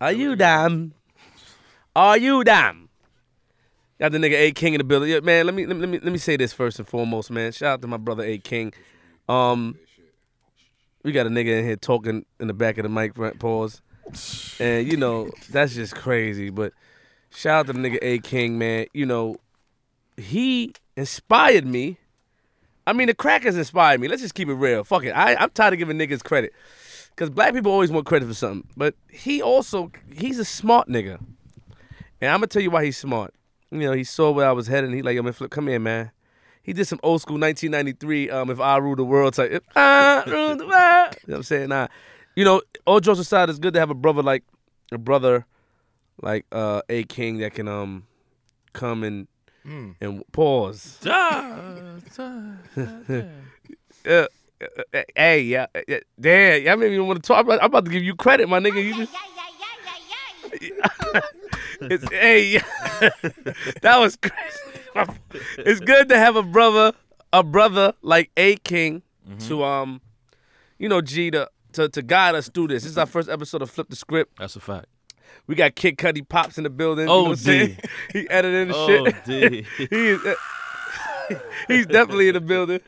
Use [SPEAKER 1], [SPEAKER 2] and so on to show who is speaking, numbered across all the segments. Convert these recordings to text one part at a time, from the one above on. [SPEAKER 1] Are you dumb? Are you dumb? Got the nigga A King in the building. Yeah, man, let me, let me let me let me say this first and foremost, man. Shout out to my brother A King. Um we got a nigga in here talking in the back of the mic right pause. And you know, that's just crazy. But shout out to the nigga A King, man. You know, he inspired me. I mean, the crackers inspired me. Let's just keep it real. Fuck it. I, I'm tired of giving niggas credit. Because black people always want credit for something. But he also, he's a smart nigga. And I'm going to tell you why he's smart. You know, he saw where I was headed and he like, yo, man, Flip, come here, man. He did some old school 1993, um, if I rule the world type. If I rule the world. you know what I'm saying? Nah. You know, all jokes aside, it's good to have a brother like, a brother like uh, A King that can um come and, and pause. uh, uh, uh, hey, yeah, uh, yeah, damn, y'all made me want to talk. I'm about, I'm about to give you credit, my nigga. You just, it's, hey, yeah. that was crazy. it's good to have a brother, a brother like A King to um, you know, G to, to to guide us through this. This is our first episode of Flip the Script.
[SPEAKER 2] That's a fact.
[SPEAKER 1] We got Kid Cudi pops in the building. you know what I'm
[SPEAKER 2] OD.
[SPEAKER 1] saying? he edited the
[SPEAKER 2] Oh,
[SPEAKER 1] shit.
[SPEAKER 2] D.
[SPEAKER 1] He is. he's definitely in the building.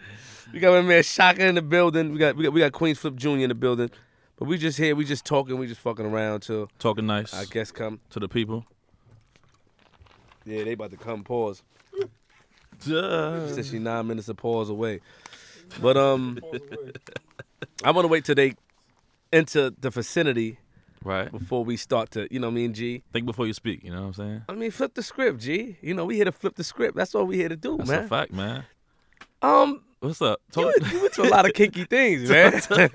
[SPEAKER 1] We got my man Shaka in the building. We got we got we got Queens Flip Jr. in the building. But we just here. We just talking. We just fucking around till
[SPEAKER 2] Talking nice
[SPEAKER 1] I guess come.
[SPEAKER 2] to the people.
[SPEAKER 1] Yeah, they about to come. Pause.
[SPEAKER 2] Duh.
[SPEAKER 1] Since she nine minutes of pause away. But um, I want to wait till they enter the vicinity
[SPEAKER 2] Right.
[SPEAKER 1] before we start to. You know, me and G.
[SPEAKER 2] Think before you speak. You know what I'm saying?
[SPEAKER 1] I mean, flip the script, G. You know, we here to flip the script. That's all we here to do,
[SPEAKER 2] That's a
[SPEAKER 1] man.
[SPEAKER 2] fact, man.
[SPEAKER 1] Um,
[SPEAKER 2] What's up?
[SPEAKER 1] You
[SPEAKER 2] Talk.
[SPEAKER 1] went, you went to a lot of kinky things, man.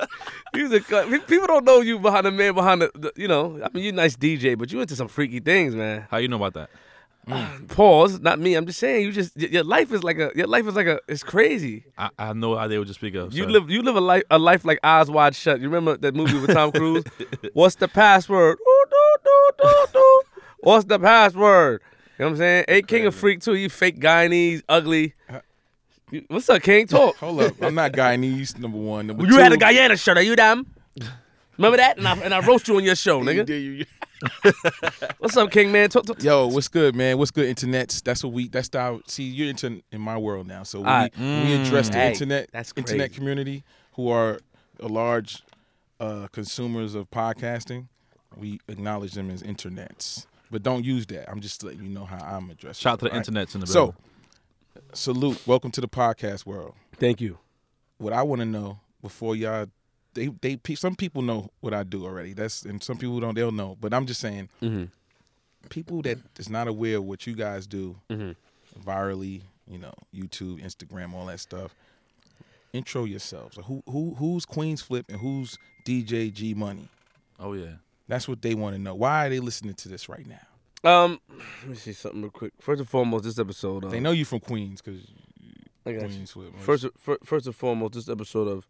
[SPEAKER 1] you was a, cu- people don't know you behind the man behind the, the- you know. I mean, you a nice DJ, but you into some freaky things, man.
[SPEAKER 2] How you know about that?
[SPEAKER 1] Pause. Not me. I'm just saying. You just y- your life is like a your life is like a it's crazy.
[SPEAKER 2] I, I have no idea what you speak of.
[SPEAKER 1] You
[SPEAKER 2] so-
[SPEAKER 1] live you live a life a life like eyes wide shut. You remember that movie with Tom Cruise? What's the password? Ooh, doo, doo, doo, doo. What's the password? You know what I'm saying? Hey, King of Freak too. You fake Guyanese, ugly. You- What's up, King? Talk.
[SPEAKER 3] Hold up, I'm not Guyanese. Number one, number
[SPEAKER 1] You
[SPEAKER 3] two.
[SPEAKER 1] had a Guyana shirt. Are you damn? Remember that? And I, and I roast you on your show, nigga. What's up, King Man? Talk, talk-
[SPEAKER 3] Yo, what's good, man? What's good, internets? That's what we. That's our. See, you're into in my world now, so we,
[SPEAKER 1] Alright. Mm,
[SPEAKER 3] we address the
[SPEAKER 1] Hey,
[SPEAKER 3] internet
[SPEAKER 1] that's
[SPEAKER 3] internet
[SPEAKER 1] crazy.
[SPEAKER 3] community who are a large uh, consumers of podcasting. We acknowledge them as internets, but don't use that. I'm just letting you know how I'm addressing.
[SPEAKER 2] Shout out to the
[SPEAKER 3] it, alright?
[SPEAKER 2] internets in the
[SPEAKER 3] So,
[SPEAKER 2] building.
[SPEAKER 3] salute. Welcome to the podcast world.
[SPEAKER 1] Thank you.
[SPEAKER 3] what I want to know before y'all they they pe- some people know what I do already. That's and some people don't they'll know. But I'm just saying people that is not aware of what you guys do virally, you know, YouTube, Instagram, all that stuff. Intro yourselves. Who who who's Queens Flip and who's DJ G Money?
[SPEAKER 2] Oh yeah.
[SPEAKER 3] That's what they want to know. Why are they listening to this right now?
[SPEAKER 1] Um, let me see something real quick. First and foremost, this episode. Of,
[SPEAKER 3] They know you from Queens because
[SPEAKER 1] I got you.
[SPEAKER 3] Queens Flip. right?
[SPEAKER 1] Uh, First, fir- first and foremost, this episode of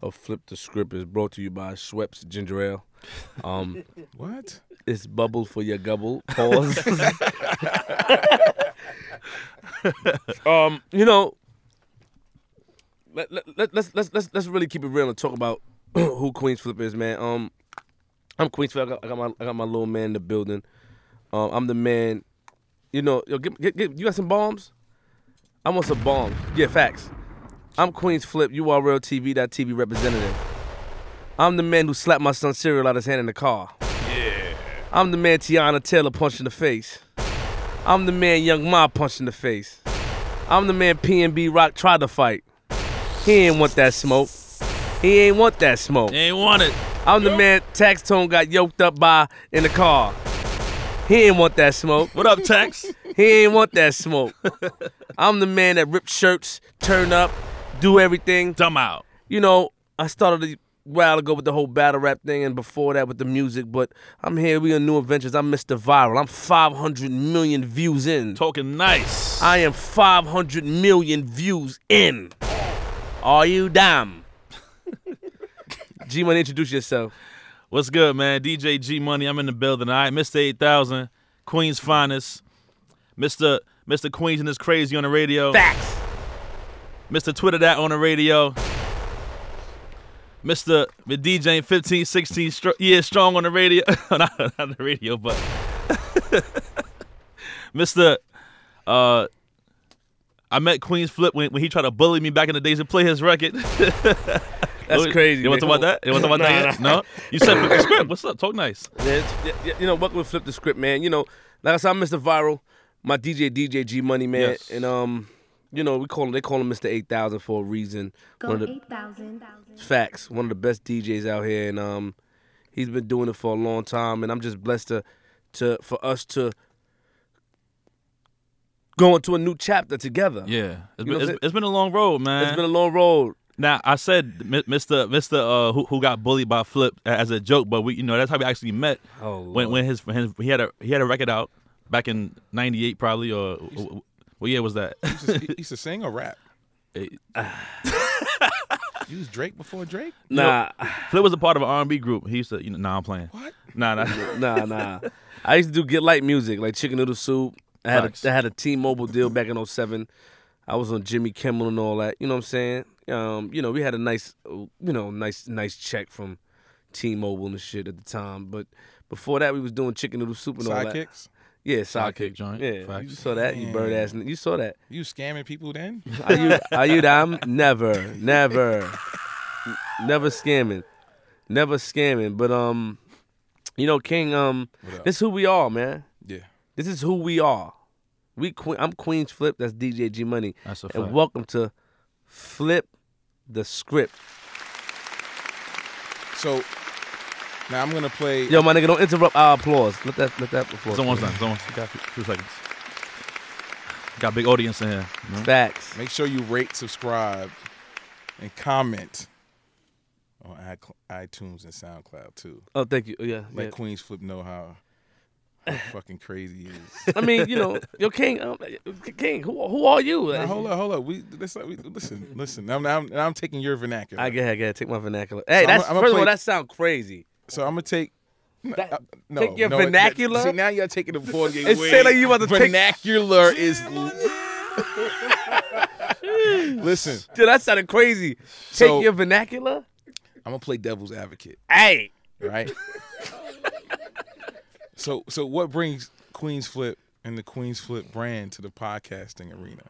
[SPEAKER 1] of Flip the Script is brought to you by Schweppes Ginger Ale. Um,
[SPEAKER 3] what?
[SPEAKER 1] it's bubble for your gubble. Pause. um, you know, let, let, let, let's let's let's let's really keep it real and talk about who Queens Flip is, man. Um, I'm Queens Flip. I got, I got my I got my little man in the building. Um, I'm the man. You know, yo, get, get, get, you got some bombs? I want some bombs. Yeah, facts. I'm Queens Flip. You are real TV. That TV representative. I'm the man who slapped my son cereal out his hand in the car. I'm the man Tiana Taylor punched in the face. I'm the man Young Ma punched in the face. I'm the man PNB Rock tried to fight. He ain't want that smoke. He ain't want that smoke.
[SPEAKER 2] Ain't want it.
[SPEAKER 1] I'm the man Tax Tone got yoked up by in the car. He ain't want that smoke.
[SPEAKER 2] What up, Tex?
[SPEAKER 1] He ain't want that smoke. I'm the man that ripped shirts, turn up, do everything
[SPEAKER 2] Dumb out.
[SPEAKER 1] you know, I started a while ago with the whole battle rap thing and before that with the music, but I'm here, we are new adventures. I'm Mr. Viral. I'm 500 million views in.
[SPEAKER 2] Talking nice.
[SPEAKER 1] I am 500 million views in. Are you damn? G Money, introduce yourself.
[SPEAKER 2] What's good, man? DJ G Money. I'm in the building. All right, Mr. 8000, Queen's finest, Mr. Mr. Queens and is crazy on the radio.
[SPEAKER 1] Facts.
[SPEAKER 2] Mr. Twitter that on the radio. Mr. Been DJing 15, 16 str- years strong on the radio. not, not the radio, but Mr. Uh, I met Queens Flip when, when he tried to bully me back in the days and play his record.
[SPEAKER 1] That's crazy.
[SPEAKER 2] You want to
[SPEAKER 1] man.
[SPEAKER 2] talk about that? You want to talk about
[SPEAKER 1] Nah,
[SPEAKER 2] that? yet? No? You said flip the script. What's up? Talk nice.
[SPEAKER 1] Yeah, it's- yeah, yeah, you know, welcome to Flip the Script, man. You know, like I said, I'm Mr. Viral, my DJ DJ G Money, man,
[SPEAKER 2] Yes.
[SPEAKER 1] and um, you know, we call him they call him Mr. Eight Thousand for a reason.
[SPEAKER 4] Go
[SPEAKER 1] One of the
[SPEAKER 4] 8,000.
[SPEAKER 1] facts, one of the best DJs out here, and um, he's been doing it for a long time, and I'm just blessed to, to for us to go into a new chapter together.
[SPEAKER 2] Yeah.
[SPEAKER 1] know
[SPEAKER 2] It's been,
[SPEAKER 1] what
[SPEAKER 2] it's,
[SPEAKER 1] I'm
[SPEAKER 2] it's been a long road, man.
[SPEAKER 1] It's been a long road.
[SPEAKER 2] Now I said Mi- Mr. Mr. Uh, who who got bullied by Flip a- as a joke, but we you know that's how we actually met.
[SPEAKER 1] Oh,
[SPEAKER 2] when when his, his he had a he had a record out back in '98 probably or what year was that?
[SPEAKER 3] He's a- He's a singer rap. You was Drake before Drake?
[SPEAKER 1] Nah,
[SPEAKER 2] Flip was a part of an R&B group. He used to you know nah I'm playing.
[SPEAKER 3] What?
[SPEAKER 2] Nah nah.
[SPEAKER 1] nah, nah. I used to do get light music, like chicken noodle soup. I had
[SPEAKER 2] Facts.
[SPEAKER 1] a, I had a T-Mobile deal back in 07. I was on Jimmy Kimmel and all that. You know what I'm saying? Um, you know, we had a nice, uh, you know, nice, nice check from T-Mobile and shit at the time. But before that, we was doing chicken noodle soup and all that.
[SPEAKER 3] Sidekicks?
[SPEAKER 1] Yeah,
[SPEAKER 2] Sidekick
[SPEAKER 1] sidekick.
[SPEAKER 2] joint.
[SPEAKER 1] Yeah, you
[SPEAKER 2] Facts.
[SPEAKER 1] saw that, you bird ass. n- You saw that.
[SPEAKER 3] You was scamming people then?
[SPEAKER 1] Are you? Are you? I'm never, never, never scamming, never scamming. But um, you know, King, um,
[SPEAKER 3] What up?
[SPEAKER 1] this who we are, man.
[SPEAKER 3] Yeah.
[SPEAKER 1] This is who we are. We que- I'm Queens Flip. That's DJ G Money,
[SPEAKER 2] That's a fact.
[SPEAKER 1] and welcome to Flip the Script.
[SPEAKER 3] So now I'm gonna play.
[SPEAKER 1] Yo, my nigga, don't interrupt our applause. Let that let that applause.
[SPEAKER 2] It's almost done. It's almost got a few, few seconds. Got a big audience in here. you know?
[SPEAKER 1] Facts.
[SPEAKER 3] Make sure you rate, subscribe, and comment on iCl- iTunes and SoundCloud too.
[SPEAKER 1] Oh, thank you. Yeah.
[SPEAKER 3] Let
[SPEAKER 1] yeah.
[SPEAKER 3] Queens Flip know how, how fucking crazy he is.
[SPEAKER 1] I mean, you know, yo, King, um, King, who who are you?
[SPEAKER 3] Now, hold up, hold up. We, let's, we listen, listen. I'm, I'm, I'm taking your vernacular.
[SPEAKER 1] I go ahead, go ahead. Take my vernacular. Hey,
[SPEAKER 3] So
[SPEAKER 1] that's
[SPEAKER 3] I'ma- I'ma
[SPEAKER 1] first of
[SPEAKER 3] play-
[SPEAKER 1] all, that sound crazy.
[SPEAKER 3] So I'm gonna take. n-
[SPEAKER 1] That-
[SPEAKER 3] uh, no,
[SPEAKER 1] take your
[SPEAKER 3] no, it-
[SPEAKER 1] vernacular?
[SPEAKER 3] See now you're taking the board game.
[SPEAKER 1] It sound like you about to take-
[SPEAKER 3] vernacular is. Listen,
[SPEAKER 1] Dude, that sounded crazy. Take
[SPEAKER 3] So-
[SPEAKER 1] your vernacular.
[SPEAKER 3] I'm gonna play devil's advocate,
[SPEAKER 1] Hey,
[SPEAKER 3] right? so, so what brings Queens Flip and the Queens Flip brand to the podcasting arena?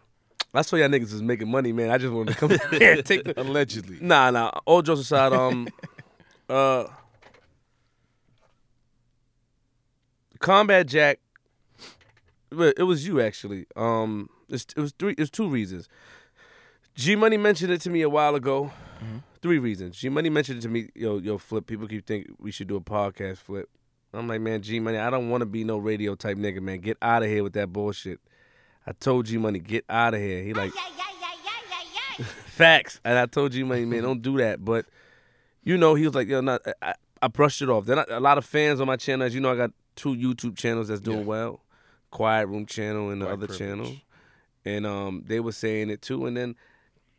[SPEAKER 1] I saw y'all niggas was making money, man. I just wanted to come here and take the
[SPEAKER 3] Allegedly,
[SPEAKER 1] Nah, nah. All jokes aside, um, uh, Combat Jack. well, It was you actually. Um, it's, it was three. It's two reasons. G Money mentioned it to me a while ago. Three reasons. G Money mentioned it to me. Yo, yo, Flip. People keep thinking we should do a podcast. Flip. I'm like, man, G Money. I don't want to be no radio type nigga, man. Get out of here with that bullshit. I told G Money, get out of here. He like, Facts. And I told you, man, man, don't do that. But you know, he was like, yo, not. I, I brushed it off. Then I, a lot of fans on my channel, as you know, I got two YouTube channels that's doing well, Quiet Room channel and the
[SPEAKER 3] White
[SPEAKER 1] other
[SPEAKER 3] privilege.
[SPEAKER 1] channel, and um, they were saying it too. And then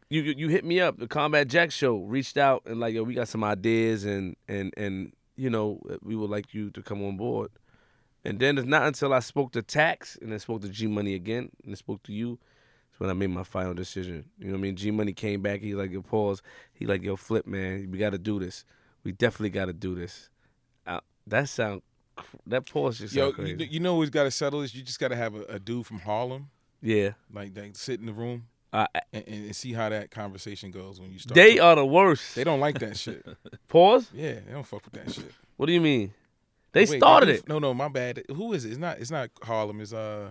[SPEAKER 1] you you you hit me up. The Combat Jack Show reached out and like, yo, we got some ideas and and and you know, we would like you to come on board. And then it's not until I spoke to Tax and then spoke to G Money again and then spoke to you, that's when I made my final decision. You know what I mean? G Money came back. He like, yo, pause. He like, yo, flip, man. We got to do this. We definitely got to do this. Uh, that sound, cr- that pause just
[SPEAKER 3] yo,
[SPEAKER 1] sound
[SPEAKER 3] you,
[SPEAKER 1] crazy.
[SPEAKER 3] you know who's got to settle this? You just got to have a, a dude from Harlem,
[SPEAKER 1] yeah.
[SPEAKER 3] like that, sit in the room
[SPEAKER 1] Uh,
[SPEAKER 3] and, and, and see how that conversation goes when you start.
[SPEAKER 1] they are the worst.
[SPEAKER 3] They don't like that shit.
[SPEAKER 1] pause?
[SPEAKER 3] Yeah, they don't fuck with that shit.
[SPEAKER 1] What do you mean? They
[SPEAKER 3] Wait,
[SPEAKER 1] started
[SPEAKER 3] who-
[SPEAKER 1] it.
[SPEAKER 3] No, no, my bad. Who is it? It's not. It's not Harlem. It's uh,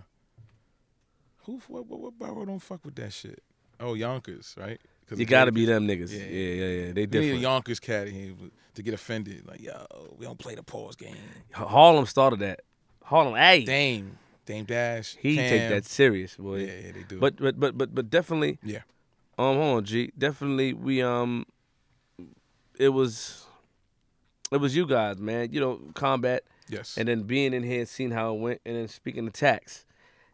[SPEAKER 3] who? What? What, what borough don't fuck with that shit? Oh, Yonkers, right? 'Cause
[SPEAKER 1] You
[SPEAKER 3] of
[SPEAKER 1] got to be
[SPEAKER 3] Drake.
[SPEAKER 1] them niggas. Yeah,
[SPEAKER 3] Yeah,
[SPEAKER 1] yeah, yeah. They
[SPEAKER 3] We need a
[SPEAKER 1] different.
[SPEAKER 3] Yonkers cat in here to get offended. Like, yo, we don't play the pause game.
[SPEAKER 1] Harlem started that. Harlem, hey.
[SPEAKER 3] Dame, Dame Dash.
[SPEAKER 1] he take
[SPEAKER 3] Cam.
[SPEAKER 1] that serious, boy.
[SPEAKER 3] Yeah, yeah, they do.
[SPEAKER 1] But but but but but definitely
[SPEAKER 3] yeah,
[SPEAKER 1] Um, hold on, G. Definitely, we um, it was, it was you guys, man. You know, combat,
[SPEAKER 3] yes.
[SPEAKER 1] and then being in here, and seeing how it went, and then speaking to Tax,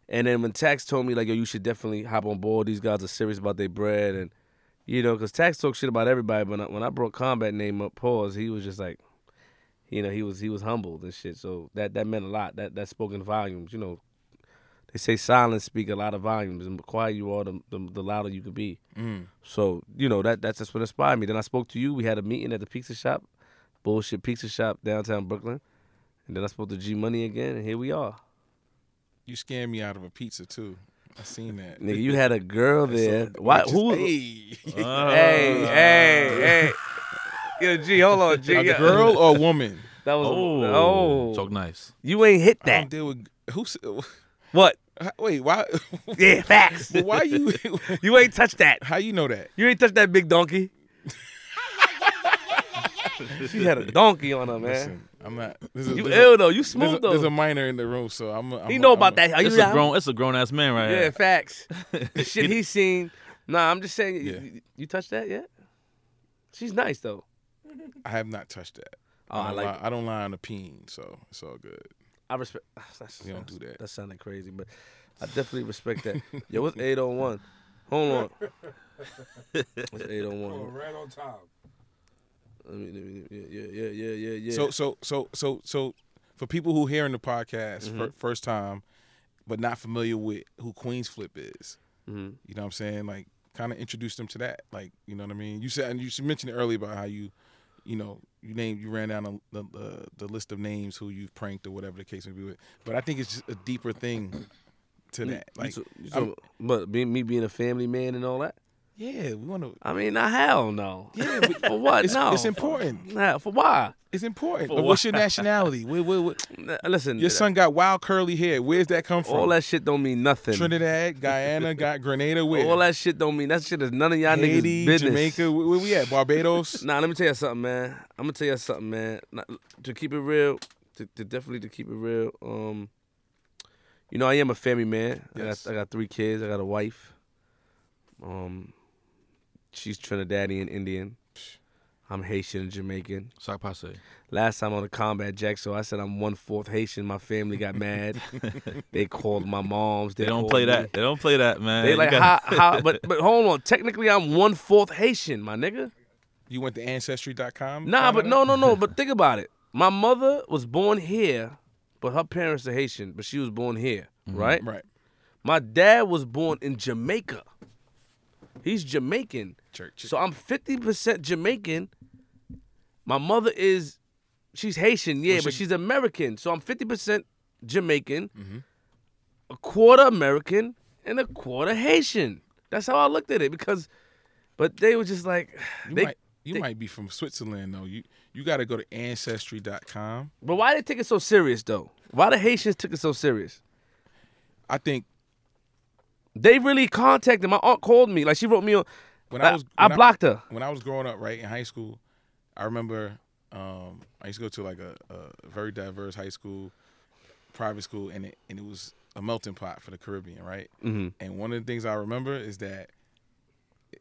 [SPEAKER 1] and then when Tax told me like, yo, you should definitely hop on board. These guys are serious about their bread, and you know, cause Tax talks shit about everybody. But when I- when I brought combat name up, pause. He was just like, you know, he was he was humbled and shit. So that that meant a lot. That that spoke in volumes. You know, They say silence speak a lot of volumes, and the quieter you are, the, the, the louder you can be. So you know that that's just what inspired me. Then I spoke to you. We had a meeting at the pizza shop, bullshit pizza shop downtown Brooklyn, and then I spoke to G Money again, and here we are.
[SPEAKER 3] You scammed me out of a pizza too. I seen that.
[SPEAKER 1] Nigga, you had a girl there. Why?
[SPEAKER 3] Just-
[SPEAKER 1] Who?
[SPEAKER 3] Hey.
[SPEAKER 2] Oh.
[SPEAKER 1] Hey, hey, hey. Yo, uh. G, hold on, G.
[SPEAKER 3] A girl or woman?
[SPEAKER 1] That was
[SPEAKER 2] Oh,
[SPEAKER 1] oh.
[SPEAKER 2] talk nice.
[SPEAKER 1] You ain't hit
[SPEAKER 3] I don't
[SPEAKER 1] that.
[SPEAKER 3] deal with who. s-
[SPEAKER 1] What?
[SPEAKER 3] Wait, why?
[SPEAKER 1] Yeah, facts.
[SPEAKER 3] But why you?
[SPEAKER 1] You ain't touched that.
[SPEAKER 3] How you know that?
[SPEAKER 1] You ain't touched that big donkey. she had a donkey on her, man.
[SPEAKER 3] Listen, I'm not. There's a,
[SPEAKER 1] you
[SPEAKER 3] there's,
[SPEAKER 1] ill though. You
[SPEAKER 3] a, there's, a,
[SPEAKER 1] smooth
[SPEAKER 3] there's a
[SPEAKER 1] though.
[SPEAKER 3] minor in the room, so I'm. A, I'm
[SPEAKER 1] he
[SPEAKER 3] a-
[SPEAKER 1] know
[SPEAKER 3] I'm
[SPEAKER 1] about
[SPEAKER 3] a-
[SPEAKER 1] that. Are you
[SPEAKER 2] It's a
[SPEAKER 1] down?
[SPEAKER 2] grown, it's a grown ass man right
[SPEAKER 1] Yeah,
[SPEAKER 2] here.
[SPEAKER 1] facts. the shit he seen. Nah, I'm just saying. You,
[SPEAKER 3] Yeah.
[SPEAKER 1] you, you touched that yet? She's nice though.
[SPEAKER 3] I have not touched that.
[SPEAKER 1] Oh, I
[SPEAKER 3] don't
[SPEAKER 1] like.
[SPEAKER 3] lie, I don't lie on a peen, so it's all good.
[SPEAKER 1] I respect. That's,
[SPEAKER 3] We don't do
[SPEAKER 1] that's-
[SPEAKER 3] that.
[SPEAKER 1] That sounded crazy, but I definitely respect that. Yo, what's 801? Hold on. What's 801?
[SPEAKER 4] right on time.
[SPEAKER 1] Let me, let me, yeah, yeah, yeah, yeah, yeah.
[SPEAKER 3] So so so so so for people who hearing the podcast fir-
[SPEAKER 1] Mm-hmm.
[SPEAKER 3] first time, but not familiar with who Queens Flip is,
[SPEAKER 1] Mhm.
[SPEAKER 3] you know what I'm saying? Like, kind of introduce them to that. Like, you know what I mean? You said and you mentioned it earlier about how you, you know, you named you ran down the the, the, the list of names who you've pranked or whatever the case may be. But I think it's just a deeper thing to that.
[SPEAKER 1] You
[SPEAKER 3] Like,
[SPEAKER 1] t- you
[SPEAKER 3] I'm-
[SPEAKER 1] talking- but being, me being a family man and all that.
[SPEAKER 3] yeah, we want to.
[SPEAKER 1] I mean, nah, hell no.
[SPEAKER 3] Yeah, but
[SPEAKER 1] For what?
[SPEAKER 3] It's,
[SPEAKER 1] no.
[SPEAKER 3] it's important.
[SPEAKER 1] Nah, for why?
[SPEAKER 3] It's important. But what's your nationality? Where, where, where-
[SPEAKER 1] Nah, Listen,
[SPEAKER 3] Your son got wild curly hair. Where's that come from?
[SPEAKER 1] all that shit don't mean nothing.
[SPEAKER 3] Trinidad, Guyana, got Grenada, where?
[SPEAKER 1] All that shit don't mean that shit is none of y'all
[SPEAKER 3] Haiti,
[SPEAKER 1] niggas' business.
[SPEAKER 3] Jamaica, where, where we at? Barbados.
[SPEAKER 1] Nah, let me tell you something, man. I'm gonna tell you something, man. Not- to keep it real, to, to definitely to keep it real. Um, you know, I am a family man.
[SPEAKER 3] Yes.
[SPEAKER 1] I, got, I got three kids. I got a wife. Um, she's Trinidadian Indian. I'm Haitian and Jamaican.
[SPEAKER 2] Sock passe.
[SPEAKER 1] Last time on the combat jack, so I said I'm one fourth Haitian. My family got mad. they called my moms. They,
[SPEAKER 2] They don't
[SPEAKER 1] called
[SPEAKER 2] play
[SPEAKER 1] me.
[SPEAKER 2] that. They don't play that, man.
[SPEAKER 1] They
[SPEAKER 2] You
[SPEAKER 1] like
[SPEAKER 2] gotta-
[SPEAKER 1] how how but but hold on. Technically, I'm one fourth Haitian, my nigga.
[SPEAKER 3] You went to ancestry.com?
[SPEAKER 1] Nah, but
[SPEAKER 3] Canada?
[SPEAKER 1] no, no, no. But think about it. My mother was born here, but her parents are Haitian, but she was born here, right?
[SPEAKER 3] Mm-hmm, Right.
[SPEAKER 1] My dad was born in Jamaica. He's Jamaican.
[SPEAKER 3] Church.
[SPEAKER 1] So I'm 50% Jamaican. My mother is, she's Haitian, yeah,
[SPEAKER 3] Well,
[SPEAKER 1] but
[SPEAKER 3] she-
[SPEAKER 1] she's American. So I'm 50% Jamaican,
[SPEAKER 3] Mm-hmm.
[SPEAKER 1] a quarter American, and a quarter Haitian. That's how I looked at it because, but they were just like,
[SPEAKER 3] you
[SPEAKER 1] they,
[SPEAKER 3] might, you
[SPEAKER 1] they-
[SPEAKER 3] might be from Switzerland, though. You you got to go to ancestry.com.
[SPEAKER 1] but why they take it so serious though? Why the Haitians took it so serious?
[SPEAKER 3] I think
[SPEAKER 1] They really contacted. My aunt called me, like she wrote me on.
[SPEAKER 3] when
[SPEAKER 1] I,
[SPEAKER 3] I was.
[SPEAKER 1] I
[SPEAKER 3] when
[SPEAKER 1] blocked her.
[SPEAKER 3] when I was growing up, right in high school, I remember um, I used to go to like a, a very diverse high school, private school, and it and it was a melting pot for the Caribbean, right? Mm-hmm. And one of the things I remember is that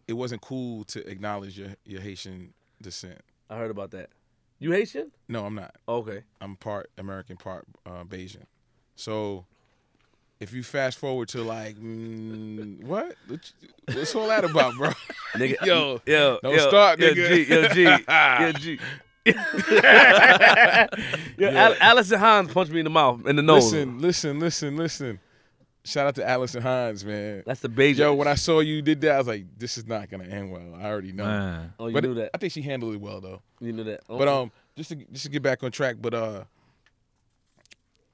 [SPEAKER 3] it wasn't cool to acknowledge your your Haitian descent.
[SPEAKER 1] I heard about that. You Haitian?
[SPEAKER 3] No, I'm not.
[SPEAKER 1] Okay.
[SPEAKER 3] I'm part American, part uh, Bayesian. So if you fast forward to like mm, what? What you- What's all that about, bro?
[SPEAKER 1] Nigga, yo, yo,
[SPEAKER 3] Don't
[SPEAKER 1] yo,
[SPEAKER 3] start,
[SPEAKER 1] yo,
[SPEAKER 3] nigga.
[SPEAKER 1] G, yo, G, yo, G. yo, Al- Allison Hines punched me in the mouth, in the nose.
[SPEAKER 3] Listen, listen, listen, listen. Shout out to Allison Hines, man.
[SPEAKER 1] That's the baby.
[SPEAKER 3] Yo, when I saw you did that, I was like, this is not gonna end well. I already know.
[SPEAKER 2] Man.
[SPEAKER 1] oh, you
[SPEAKER 3] but
[SPEAKER 1] knew that. Oh.
[SPEAKER 3] I think she handled it well though.
[SPEAKER 1] You knew that.
[SPEAKER 3] But um, just to just to get back on track, but uh,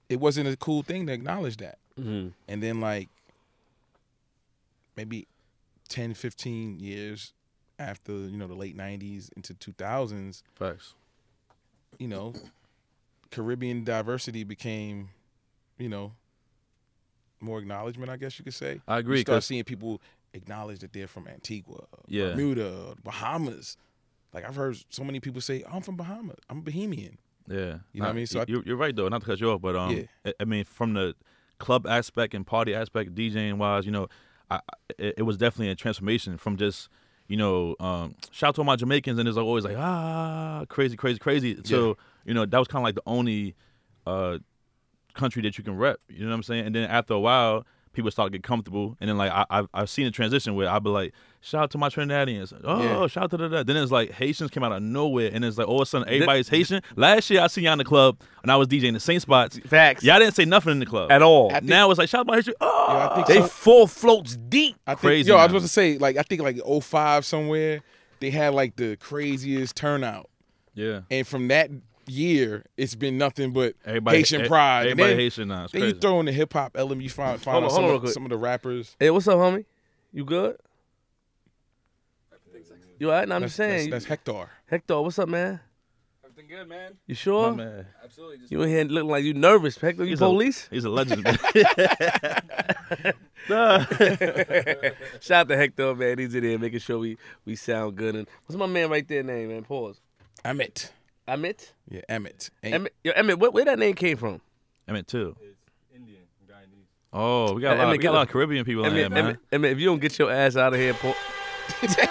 [SPEAKER 3] it wasn't a cool thing to acknowledge that.
[SPEAKER 1] Mhm.
[SPEAKER 3] And then like maybe 10, 15 years after you know the late '90s into 2000s,
[SPEAKER 2] Facts.
[SPEAKER 3] you know, Caribbean diversity became, you know, more acknowledgement. I guess you could say.
[SPEAKER 2] I
[SPEAKER 3] You
[SPEAKER 2] agree.
[SPEAKER 3] start
[SPEAKER 2] 'cause-
[SPEAKER 3] seeing people acknowledge that they're from Antigua, or
[SPEAKER 2] Yeah.
[SPEAKER 3] Bermuda, or the Bahamas. Like I've heard so many people say, "I'm from Bahamas. I'm Bohemian."
[SPEAKER 2] yeah.
[SPEAKER 3] You know what I
[SPEAKER 2] Nah,
[SPEAKER 3] mean? So I-
[SPEAKER 2] you, you're right though. Not to cut you off, but um,
[SPEAKER 3] Yeah.
[SPEAKER 2] I, I mean, from the club aspect and party aspect, DJing wise, you know, I, I- it, it was definitely a transformation from just you know, um, shout out to all my Jamaicans, and it's like always like ah, crazy, crazy, crazy. So you know, that was kind of like the only uh country that you can rep. You know what I'm saying? And then after a while, people start to get comfortable, and then like I, I've, I've seen a transition where I'll be like, shout out to my Trinidadians, oh,
[SPEAKER 3] Yeah.
[SPEAKER 2] shout out to that. Then it's like Haitians came out of nowhere, and it's like all of a sudden everybody's Haitian. Last year I seen y'all in the club, and I was DJing the same spots.
[SPEAKER 1] Facts.
[SPEAKER 2] Y'all didn't say nothing in the club
[SPEAKER 1] at all.
[SPEAKER 3] I think-
[SPEAKER 2] now it's like shout out to my Haitian. Oh,
[SPEAKER 3] Yo, I think
[SPEAKER 1] They
[SPEAKER 3] so.
[SPEAKER 1] full floats deep.
[SPEAKER 3] I think,
[SPEAKER 2] crazy
[SPEAKER 3] Yo, I
[SPEAKER 2] now.
[SPEAKER 3] was about to say, like, I think like 05 somewhere, they had like the craziest turnout.
[SPEAKER 2] yeah.
[SPEAKER 3] And from that year, it's been nothing but
[SPEAKER 2] Everybody,
[SPEAKER 3] Haitian
[SPEAKER 2] e-
[SPEAKER 3] pride. And
[SPEAKER 2] Everybody
[SPEAKER 3] then,
[SPEAKER 2] Haitian now. It's
[SPEAKER 3] Then
[SPEAKER 2] crazy.
[SPEAKER 3] you throw in the hip hop element, you find,
[SPEAKER 1] Hold
[SPEAKER 3] find
[SPEAKER 1] on,
[SPEAKER 3] out some,
[SPEAKER 1] hold on real
[SPEAKER 3] of,
[SPEAKER 1] quick.
[SPEAKER 3] some of the rappers.
[SPEAKER 1] Hey, what's up, homie? You good? You all right? No, I'm
[SPEAKER 3] That's,
[SPEAKER 1] just saying.
[SPEAKER 3] that's, that's Hector.
[SPEAKER 1] Hector, what's up, man?
[SPEAKER 4] Everything good, man.
[SPEAKER 1] You sure?
[SPEAKER 2] My man.
[SPEAKER 4] Absolutely. Just
[SPEAKER 1] You in here looking like you nervous, Hector? You
[SPEAKER 2] He's a-
[SPEAKER 1] police?
[SPEAKER 2] He's a legend. man. Nah.
[SPEAKER 1] Shout out to Hector, man. He's in here making sure we we sound good. And what's my man right there name, man? Pause.
[SPEAKER 3] Emmett.
[SPEAKER 1] Amit.
[SPEAKER 3] Yeah, Emmett. Ain't-
[SPEAKER 1] Amit. Yo, Amit. Where, where that name came from?
[SPEAKER 2] I meant two.
[SPEAKER 4] Indian guy needs.
[SPEAKER 2] Oh, we got a
[SPEAKER 1] Hey,
[SPEAKER 2] lot,
[SPEAKER 1] Emmett,
[SPEAKER 2] we
[SPEAKER 1] get
[SPEAKER 2] got a lot
[SPEAKER 1] the-
[SPEAKER 2] of Caribbean people in
[SPEAKER 1] Emmett,
[SPEAKER 2] here, man.
[SPEAKER 1] Emmett, Emmett, if you don't get your ass out of here, Paul.
[SPEAKER 2] We got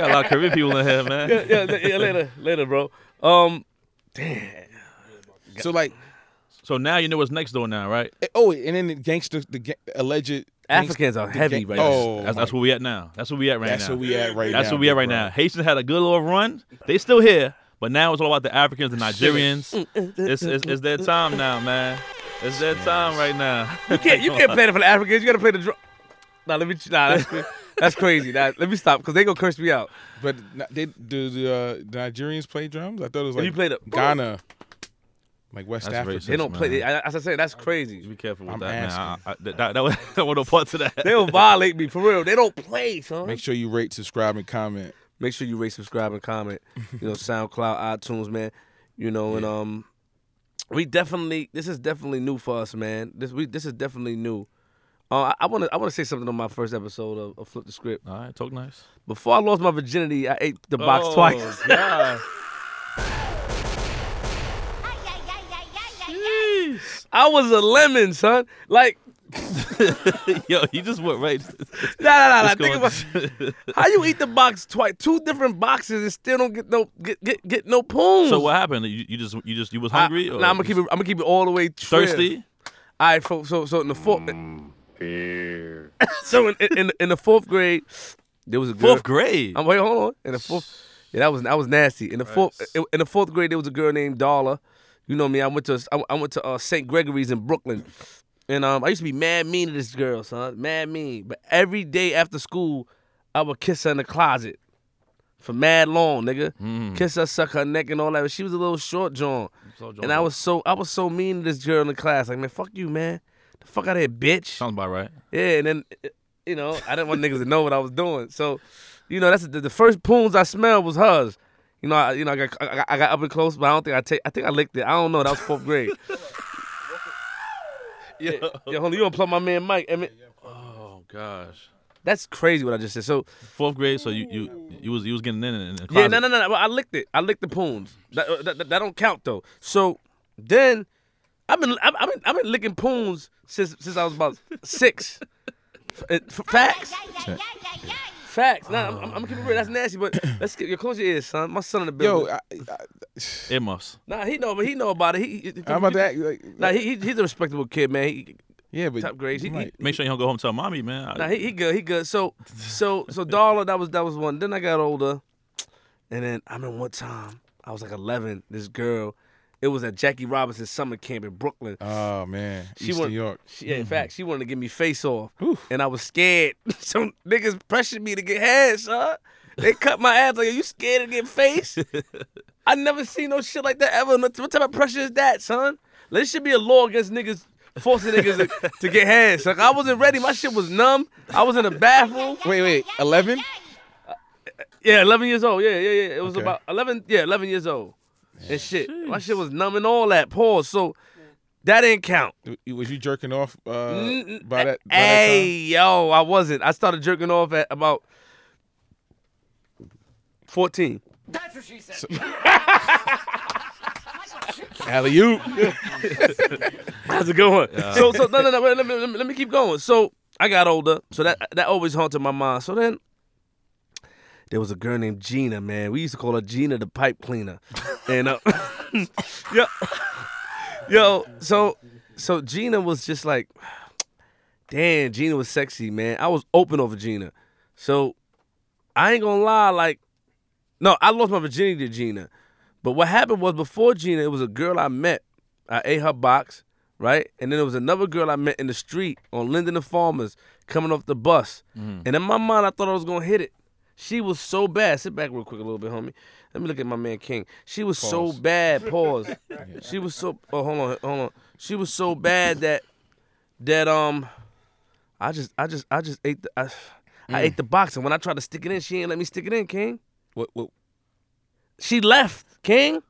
[SPEAKER 2] a lot of Caribbean people in here, man.
[SPEAKER 1] yeah, yeah, yeah, later, later, bro. Um, damn.
[SPEAKER 3] So like,
[SPEAKER 2] So now you know what's next door now, right?
[SPEAKER 3] eh, oh, and then the gangster, the ga- alleged
[SPEAKER 1] Africans are heavy
[SPEAKER 3] gang-
[SPEAKER 1] right now.
[SPEAKER 3] oh,
[SPEAKER 2] That's,
[SPEAKER 3] my-
[SPEAKER 2] that's where we at now. That's where we at right
[SPEAKER 3] that's
[SPEAKER 2] now.
[SPEAKER 3] where we at right now.
[SPEAKER 2] that's where we at
[SPEAKER 3] big
[SPEAKER 2] right
[SPEAKER 3] bro.
[SPEAKER 2] now. Haitians had a good little run. They still here, but now it's all about the Africans and Nigerians. it's, it's it's their time now, man. It's their time right now.
[SPEAKER 1] You can't you can't play that for the Africans. You gotta play the drum. Nah, let me. Nah, that's cra- that's crazy. Nah, let me stop because they gonna curse me out.
[SPEAKER 3] But n- they, do the uh, Nigerians play drums? I thought it was
[SPEAKER 1] Have
[SPEAKER 3] like
[SPEAKER 1] you played a-
[SPEAKER 3] Ghana, like West
[SPEAKER 2] That's
[SPEAKER 3] Africa.
[SPEAKER 2] racist.
[SPEAKER 1] They don't play.
[SPEAKER 2] man.
[SPEAKER 1] They, I- as I say, that's crazy.
[SPEAKER 2] Be careful with
[SPEAKER 3] I'm
[SPEAKER 2] that, man.
[SPEAKER 3] asking.
[SPEAKER 2] I, I, that, that, that was that was no part to that.
[SPEAKER 1] They'll violate me for real. They don't play, son.
[SPEAKER 3] Make sure you rate, subscribe, and comment.
[SPEAKER 1] make sure you rate, subscribe, and comment. You know, SoundCloud, iTunes, man. You know, and um, we definitely this is definitely new for us, man. This we this is definitely new. Uh, I want to I want to say something on my first episode of, of Flip the Script.
[SPEAKER 2] All right, talk nice.
[SPEAKER 1] Before I lost my virginity, I ate the box
[SPEAKER 2] Oh,
[SPEAKER 1] twice.
[SPEAKER 2] God.
[SPEAKER 1] I was a lemon, son. Like,
[SPEAKER 2] Yo, you just went right.
[SPEAKER 1] nah, nah, nah. nah. Think about,
[SPEAKER 2] Let's go.
[SPEAKER 1] how you eat the box twice, two different boxes, and still don't get no get get, get no poons.
[SPEAKER 2] so what happened? You, you just you just you was
[SPEAKER 1] I,
[SPEAKER 2] hungry?
[SPEAKER 1] nah, I'm gonna keep it. I'm gonna keep it all the way trail.
[SPEAKER 2] thirsty.
[SPEAKER 1] All right, so so, so in the fourth. so in, in in the fourth grade, there was a girl.
[SPEAKER 2] Fourth grade.
[SPEAKER 1] I'm wait, hold on. In the fourth, yeah, that was that was nasty. In the fourth, in the fourth grade, there was a girl named Darla. You know me. I went to I, I went to uh, St. Gregory's in Brooklyn, and um, I used to be mad mean to this girl, son, mad mean. But every day after school, I would kiss her in the closet for mad long, nigga. Kiss her, suck her neck, and all that. But she was a little short, John.
[SPEAKER 2] So John-
[SPEAKER 1] And I was so I was so mean to this girl in the class. Like, man, fuck you, man. The fuck out of here, bitch.
[SPEAKER 2] sounds about right.
[SPEAKER 1] Yeah, and then uh, you know, I didn't want niggas to know what I was doing. So, you know, that's the, the first poons I smelled was hers. You know, I, you know, I got I got, I got up and close, but I don't think I take. I think I licked it. I don't know. That was fourth grade. yeah, yeah. Hold on, you gonna plug my man Mike? I mean,
[SPEAKER 2] Oh gosh.
[SPEAKER 1] that's crazy what I just said. So
[SPEAKER 2] Fourth grade. So you you you was you was getting in in the
[SPEAKER 1] yeah,
[SPEAKER 2] closet.
[SPEAKER 1] no, no, no, no. Well, I licked it. I licked the poons. That, uh, that, that, that don't count though. So then, I've been I've, I've been I've been licking poons since since I was about six. F- eh, f- facts. Facts. Nah, I'm, I'm, I'm keeping real. That's nasty, but let's get your close your ears, son. My son in the building.
[SPEAKER 3] Uh. Yo, I, I,
[SPEAKER 2] It must.
[SPEAKER 1] nah, he know, but he know about it. He, he-
[SPEAKER 3] I'm about to act like,
[SPEAKER 1] Nah, he, he he's a respectable kid, man. He,
[SPEAKER 3] yeah, but
[SPEAKER 1] top grades, he-
[SPEAKER 3] you might-
[SPEAKER 2] Make sure you don't go home and tell mommy, man.
[SPEAKER 1] nah, he, he good. He good. So so so Darla, that was that was one. Then I got older, and then I remember one time I was like 11. This girl, it was at Jackie Robinson's summer camp in Brooklyn.
[SPEAKER 3] oh man,
[SPEAKER 1] She
[SPEAKER 3] East
[SPEAKER 1] want-
[SPEAKER 3] New York.
[SPEAKER 1] She, yeah, in fact, she wanted to give me face off,
[SPEAKER 3] Oof.
[SPEAKER 1] and I was scared. Some niggas pressured me to get head, son. They cut my ass like, "Are you scared to get face?" I never seen no shit like that ever. What what type of pressure is that, son? Like, this should be a law against niggas forcing niggas to, to get heads. Like I wasn't ready. My shit was numb. I was in the bathroom.
[SPEAKER 3] Wait, wait, eleven?
[SPEAKER 1] Yeah, 11 years old. Yeah, yeah, yeah. It was
[SPEAKER 3] Okay.
[SPEAKER 1] about 11. Yeah, 11 years old. And shit, my shit was numb and all that. Pause. So that didn't count.
[SPEAKER 3] Was you jerking off uh,
[SPEAKER 1] Mm,
[SPEAKER 3] by that? By
[SPEAKER 1] Hey, yo, I wasn't. I started jerking off at about 14.
[SPEAKER 3] alley oop.
[SPEAKER 1] That's a good one. So, so no, no, no. wait, Let me, let me let me keep going. So I got older. So that that always haunted my mind. So then there was a girl named Gina. Man, we used to call her Gina the pipe cleaner. And uh, yo, yo. So so Gina was just like, damn, Gina was sexy, man. I was open over Gina. So I ain't gonna lie, like, no, I lost my virginity to Gina. But what happened was before Gina, it was a girl I met. I ate her box, right? And then there was another girl I met in the street on Linden and Farmers coming off the bus. And in my mind, I thought I was gonna hit it. She was so bad. Sit back real quick a little bit, homie. Let me look at my man King. She was so
[SPEAKER 3] Pause.
[SPEAKER 1] bad. Pause. She was so. Oh, hold on, hold on. She was so bad that that um, I just I just I just ate the I, I ate the box and when I tried to stick it in, she ain't let me stick it in, King.
[SPEAKER 3] What, what,
[SPEAKER 1] She left, King.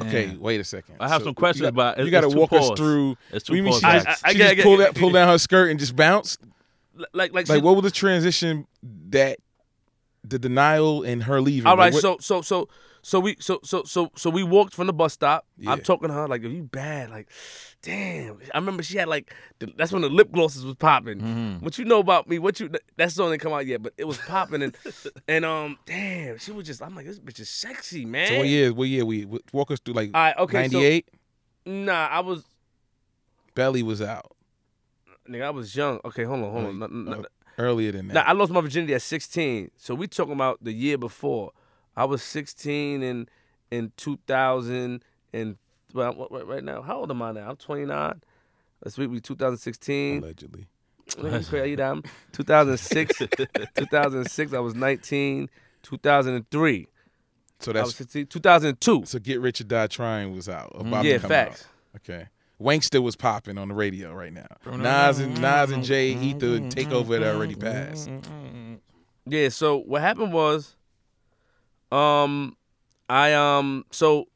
[SPEAKER 3] okay,
[SPEAKER 2] Damn.
[SPEAKER 3] wait a second.
[SPEAKER 2] I have some questions,
[SPEAKER 3] you got,
[SPEAKER 2] but it's-
[SPEAKER 3] you got to
[SPEAKER 2] it's too
[SPEAKER 3] walk us
[SPEAKER 2] paused.
[SPEAKER 3] through.
[SPEAKER 2] It's
[SPEAKER 3] what do
[SPEAKER 2] too
[SPEAKER 3] you mean
[SPEAKER 2] paused.
[SPEAKER 3] she
[SPEAKER 1] I-
[SPEAKER 3] just,
[SPEAKER 1] I- I
[SPEAKER 3] she
[SPEAKER 1] get-
[SPEAKER 3] just
[SPEAKER 1] I get-
[SPEAKER 3] pulled, that, pulled down her skirt and just bounced?
[SPEAKER 1] L- Like like, she,
[SPEAKER 3] Like, what was the transition that the denial and her leaving?
[SPEAKER 1] All right,
[SPEAKER 3] Like, what-
[SPEAKER 1] so so so so we so so so so we walked from the bus stop.
[SPEAKER 3] Yeah.
[SPEAKER 1] I'm talking to her like, "Yo, you bad?" Like, damn. I remember she had like the, that's when the lip glosses was popping.
[SPEAKER 3] Mm.
[SPEAKER 2] Mm-hmm.
[SPEAKER 1] What you know about me? What you that song didn't come out yet, but it was popping and and um, damn, she was just. I'm like, this bitch is sexy, man.
[SPEAKER 3] So what year? What year? We what- walk us through like
[SPEAKER 1] All right, okay, so-
[SPEAKER 3] ninety eight.
[SPEAKER 1] Nah, I was
[SPEAKER 3] Belly was out
[SPEAKER 1] nigga, I was young. Okay, hold on, hold on.
[SPEAKER 3] Like,
[SPEAKER 1] N- n-
[SPEAKER 3] uh, earlier than that.
[SPEAKER 1] Now I lost my virginity at 16, so we talking about the year before. I was 16 in in 2000 and well, what- what- right now, how old am I now? I'm 29. This week we 2016.
[SPEAKER 3] allegedly.
[SPEAKER 1] Nigga, you crazy, damn. 2006, 2006. I was 19. 2003.
[SPEAKER 3] So
[SPEAKER 1] I was
[SPEAKER 3] that's
[SPEAKER 1] 16. 2002.
[SPEAKER 3] so get rich or die trying was out. About
[SPEAKER 1] Yeah,
[SPEAKER 3] to come
[SPEAKER 1] facts.
[SPEAKER 3] out. Okay. Wankster was popping on the radio right now. Nas and Nas and Jay Ether and Takeover that already passed.
[SPEAKER 1] Yeah, so what happened was um I um so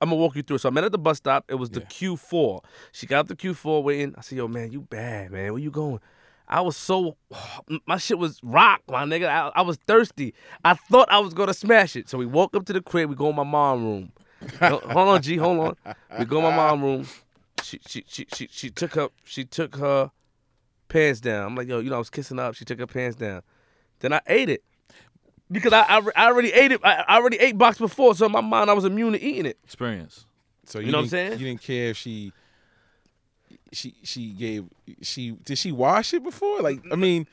[SPEAKER 1] I'm gonna walk you through. So I met at the bus stop. It was the Q4. She got up the Q4 waiting. I said, "Yo, man, you bad, man. Where you going?" I was so my shit was rock, my nigga. I, I was thirsty. I thought I was gonna smash it. So we walk up to the crib. We go in my mom room. Yo, hold on, G. Hold on. We go in my mom room. She she she she she took her she took her pants down. I'm like, yo, you know, I was kissing her up. She took her pants down. Then I ate it because I, I, I already ate it. I, I already ate box before, so in my mind I was immune to eating it.
[SPEAKER 2] Experience.
[SPEAKER 3] So
[SPEAKER 1] You know what I'm
[SPEAKER 3] didn't-
[SPEAKER 1] saying?
[SPEAKER 3] You didn't care if she she she gave she did she wash it before? Like I mean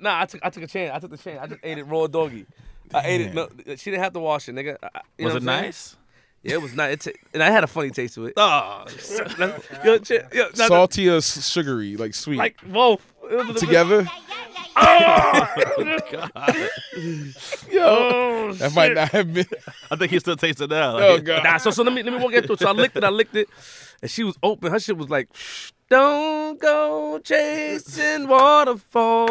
[SPEAKER 1] Nah, I took I took a chance. I took the chance. I just ate it raw doggy. I ate it. No, she didn't have to wash it, nigga. I- I- you know
[SPEAKER 2] Was
[SPEAKER 1] what
[SPEAKER 2] it
[SPEAKER 1] I'm saying?
[SPEAKER 2] nice?
[SPEAKER 1] Yeah, it was nice. It ta- and I had a funny taste to it.
[SPEAKER 2] Ah,
[SPEAKER 1] yo, ch- yo, nah,
[SPEAKER 3] Oh. salty or s- sugary, like sweet.
[SPEAKER 1] like both It was a-
[SPEAKER 3] together.
[SPEAKER 2] Oh,
[SPEAKER 3] Yo,
[SPEAKER 1] Oh,
[SPEAKER 3] that might not have been.
[SPEAKER 2] I think he still tastes it now. Like,
[SPEAKER 3] Oh god.
[SPEAKER 1] Nah, so so let me let me walk you through. it. So I licked it, I licked it, and she was open. Her shit was like, "Don't go chasing waterfall.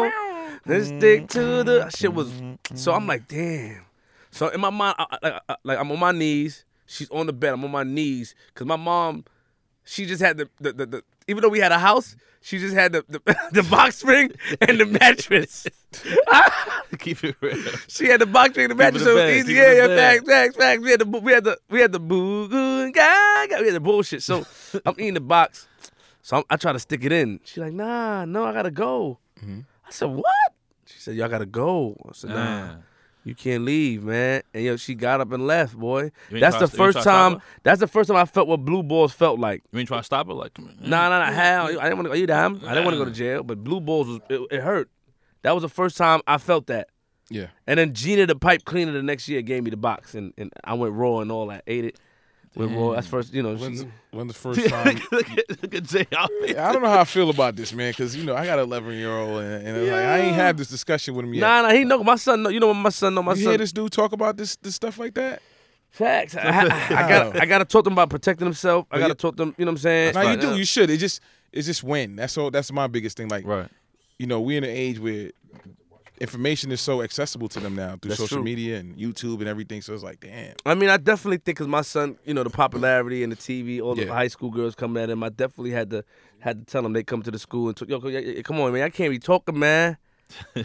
[SPEAKER 1] Let's stick to the." her Shit was. So I'm like, damn. So in my mind, I, I, like, I, like I'm on my knees. She's on the bed. I'm on my knees because my mom, she just had the the, the the even though we had a house, she just had the the, the box spring and the mattress.
[SPEAKER 2] Keep it real.
[SPEAKER 1] She had the box ring, the mattress,
[SPEAKER 2] it
[SPEAKER 1] so it
[SPEAKER 2] bad,
[SPEAKER 1] was easy.
[SPEAKER 2] keep it
[SPEAKER 1] Yeah, yeah,
[SPEAKER 2] bad.
[SPEAKER 1] facts, facts, facts. We had the bu- we had the we had the boo goo ga ga. We had the bullshit. So I'm eating the box. So I'm, I try to stick it in. She like, nah, no, I gotta go.
[SPEAKER 2] Mm-hmm.
[SPEAKER 1] I said, what? She said, y'all gotta go. I said, nah.
[SPEAKER 2] Nah.
[SPEAKER 1] You can't leave, man. And yo, she got up and left, boy.
[SPEAKER 2] You ain't
[SPEAKER 1] That's the
[SPEAKER 2] try to- you ain't
[SPEAKER 1] first
[SPEAKER 2] try to stop
[SPEAKER 1] time. That's the first time I felt what blue balls felt like.
[SPEAKER 2] You ain't trying to stop it? Like, come on.
[SPEAKER 1] Nah, nah, nah. How I didn't want to. Are you down? I didn't want to go to jail, but blue balls was it, it hurt. That was the first time I felt that.
[SPEAKER 3] Yeah.
[SPEAKER 1] And then Gina, the pipe cleaner, the next year gave me the box, and, and I went raw and all that. Ate it. Went raw. That's first, you know.
[SPEAKER 3] When
[SPEAKER 1] She,
[SPEAKER 3] the, when the first time.
[SPEAKER 2] look, at, look at Jay. I'll be-
[SPEAKER 3] Yeah, I don't know how I feel about this, man, because you know I got an 11 year old, and, and it's like I ain't had this discussion with him yet.
[SPEAKER 1] Nah, nah. He know my son. Know, you know what my son know. My
[SPEAKER 3] you
[SPEAKER 1] son.
[SPEAKER 3] hear this dude talk about this this stuff like that?
[SPEAKER 1] Facts. I, I, I got. I got to talk to him about protecting himself. I got to
[SPEAKER 3] you-
[SPEAKER 1] talk to him. You know what I'm saying?
[SPEAKER 3] Now you do. You should. It just it's just when. That's all. That's my biggest thing. Like,
[SPEAKER 2] Right.
[SPEAKER 3] you know, we're in an age where information is so accessible to them now through
[SPEAKER 1] That's
[SPEAKER 3] social
[SPEAKER 1] true.
[SPEAKER 3] media and YouTube and everything. So it's like, damn.
[SPEAKER 1] I mean, I definitely think because my son, you know, the popularity and the TV, all the
[SPEAKER 3] Yeah.
[SPEAKER 1] high school girls coming at him. I definitely had to had to tell him they come to the school and talk, yo, yo, yo, come on, man, I can't be talking, man.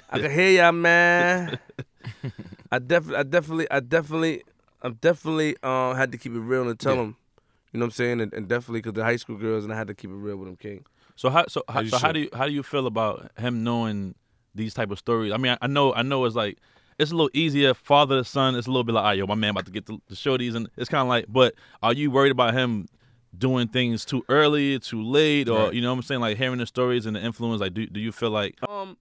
[SPEAKER 1] I can hear y'all, man. I definitely, I definitely, I definitely, I definitely uh, had to keep it real and tell him, you know what I'm saying, and, and definitely because the high school girls and I had to keep it real with them, King.
[SPEAKER 2] So how so how,
[SPEAKER 3] you
[SPEAKER 2] so how
[SPEAKER 3] should.
[SPEAKER 2] do you how do you feel about him knowing these type of stories? I mean, I, I know I know it's like it's a little easier father to son. It's a little bit like, ah, yo, my man about to get the, the shorties, and it's kind of like. But are you worried about him doing things too early, too late, or you know what I'm saying? Like hearing the stories and the influence. Like, do do you feel like?
[SPEAKER 1] Um,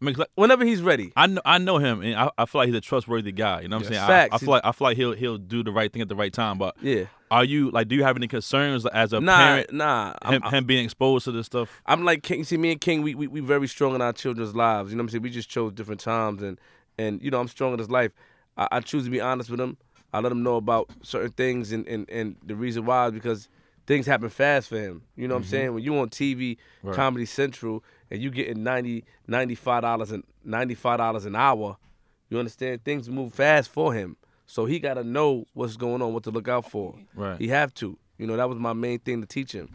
[SPEAKER 2] I mean, 'cause
[SPEAKER 1] whenever he's ready.
[SPEAKER 2] I know, I know him, and I, I feel like he's a trustworthy guy. You know what I'm
[SPEAKER 1] Yes.
[SPEAKER 2] saying? I- I,
[SPEAKER 1] Facts.
[SPEAKER 2] feel like I feel like he'll he'll do the right thing at the right time. But
[SPEAKER 1] Yeah.
[SPEAKER 2] are you like, do you have any concerns as a
[SPEAKER 1] Nah,
[SPEAKER 2] parent?
[SPEAKER 1] nah. I'm,
[SPEAKER 2] Him, him being exposed to this stuff.
[SPEAKER 1] I'm like King. See, me and King, we, we we very strong in our children's lives. You know what I'm saying? We just chose different times, and and you know I'm strong in his life. I, I choose to be honest with him. I let him know about certain things, and and and the reason why is because things happen fast for him. You know what I'm saying? When you on TV, Comedy Central, and you getting 90 dollars and ninety five dollars an hour, you understand? Things move fast for him, so he gotta know what's going on, what to look out for.
[SPEAKER 2] Right.
[SPEAKER 1] He have to. You know that was my main thing to teach him.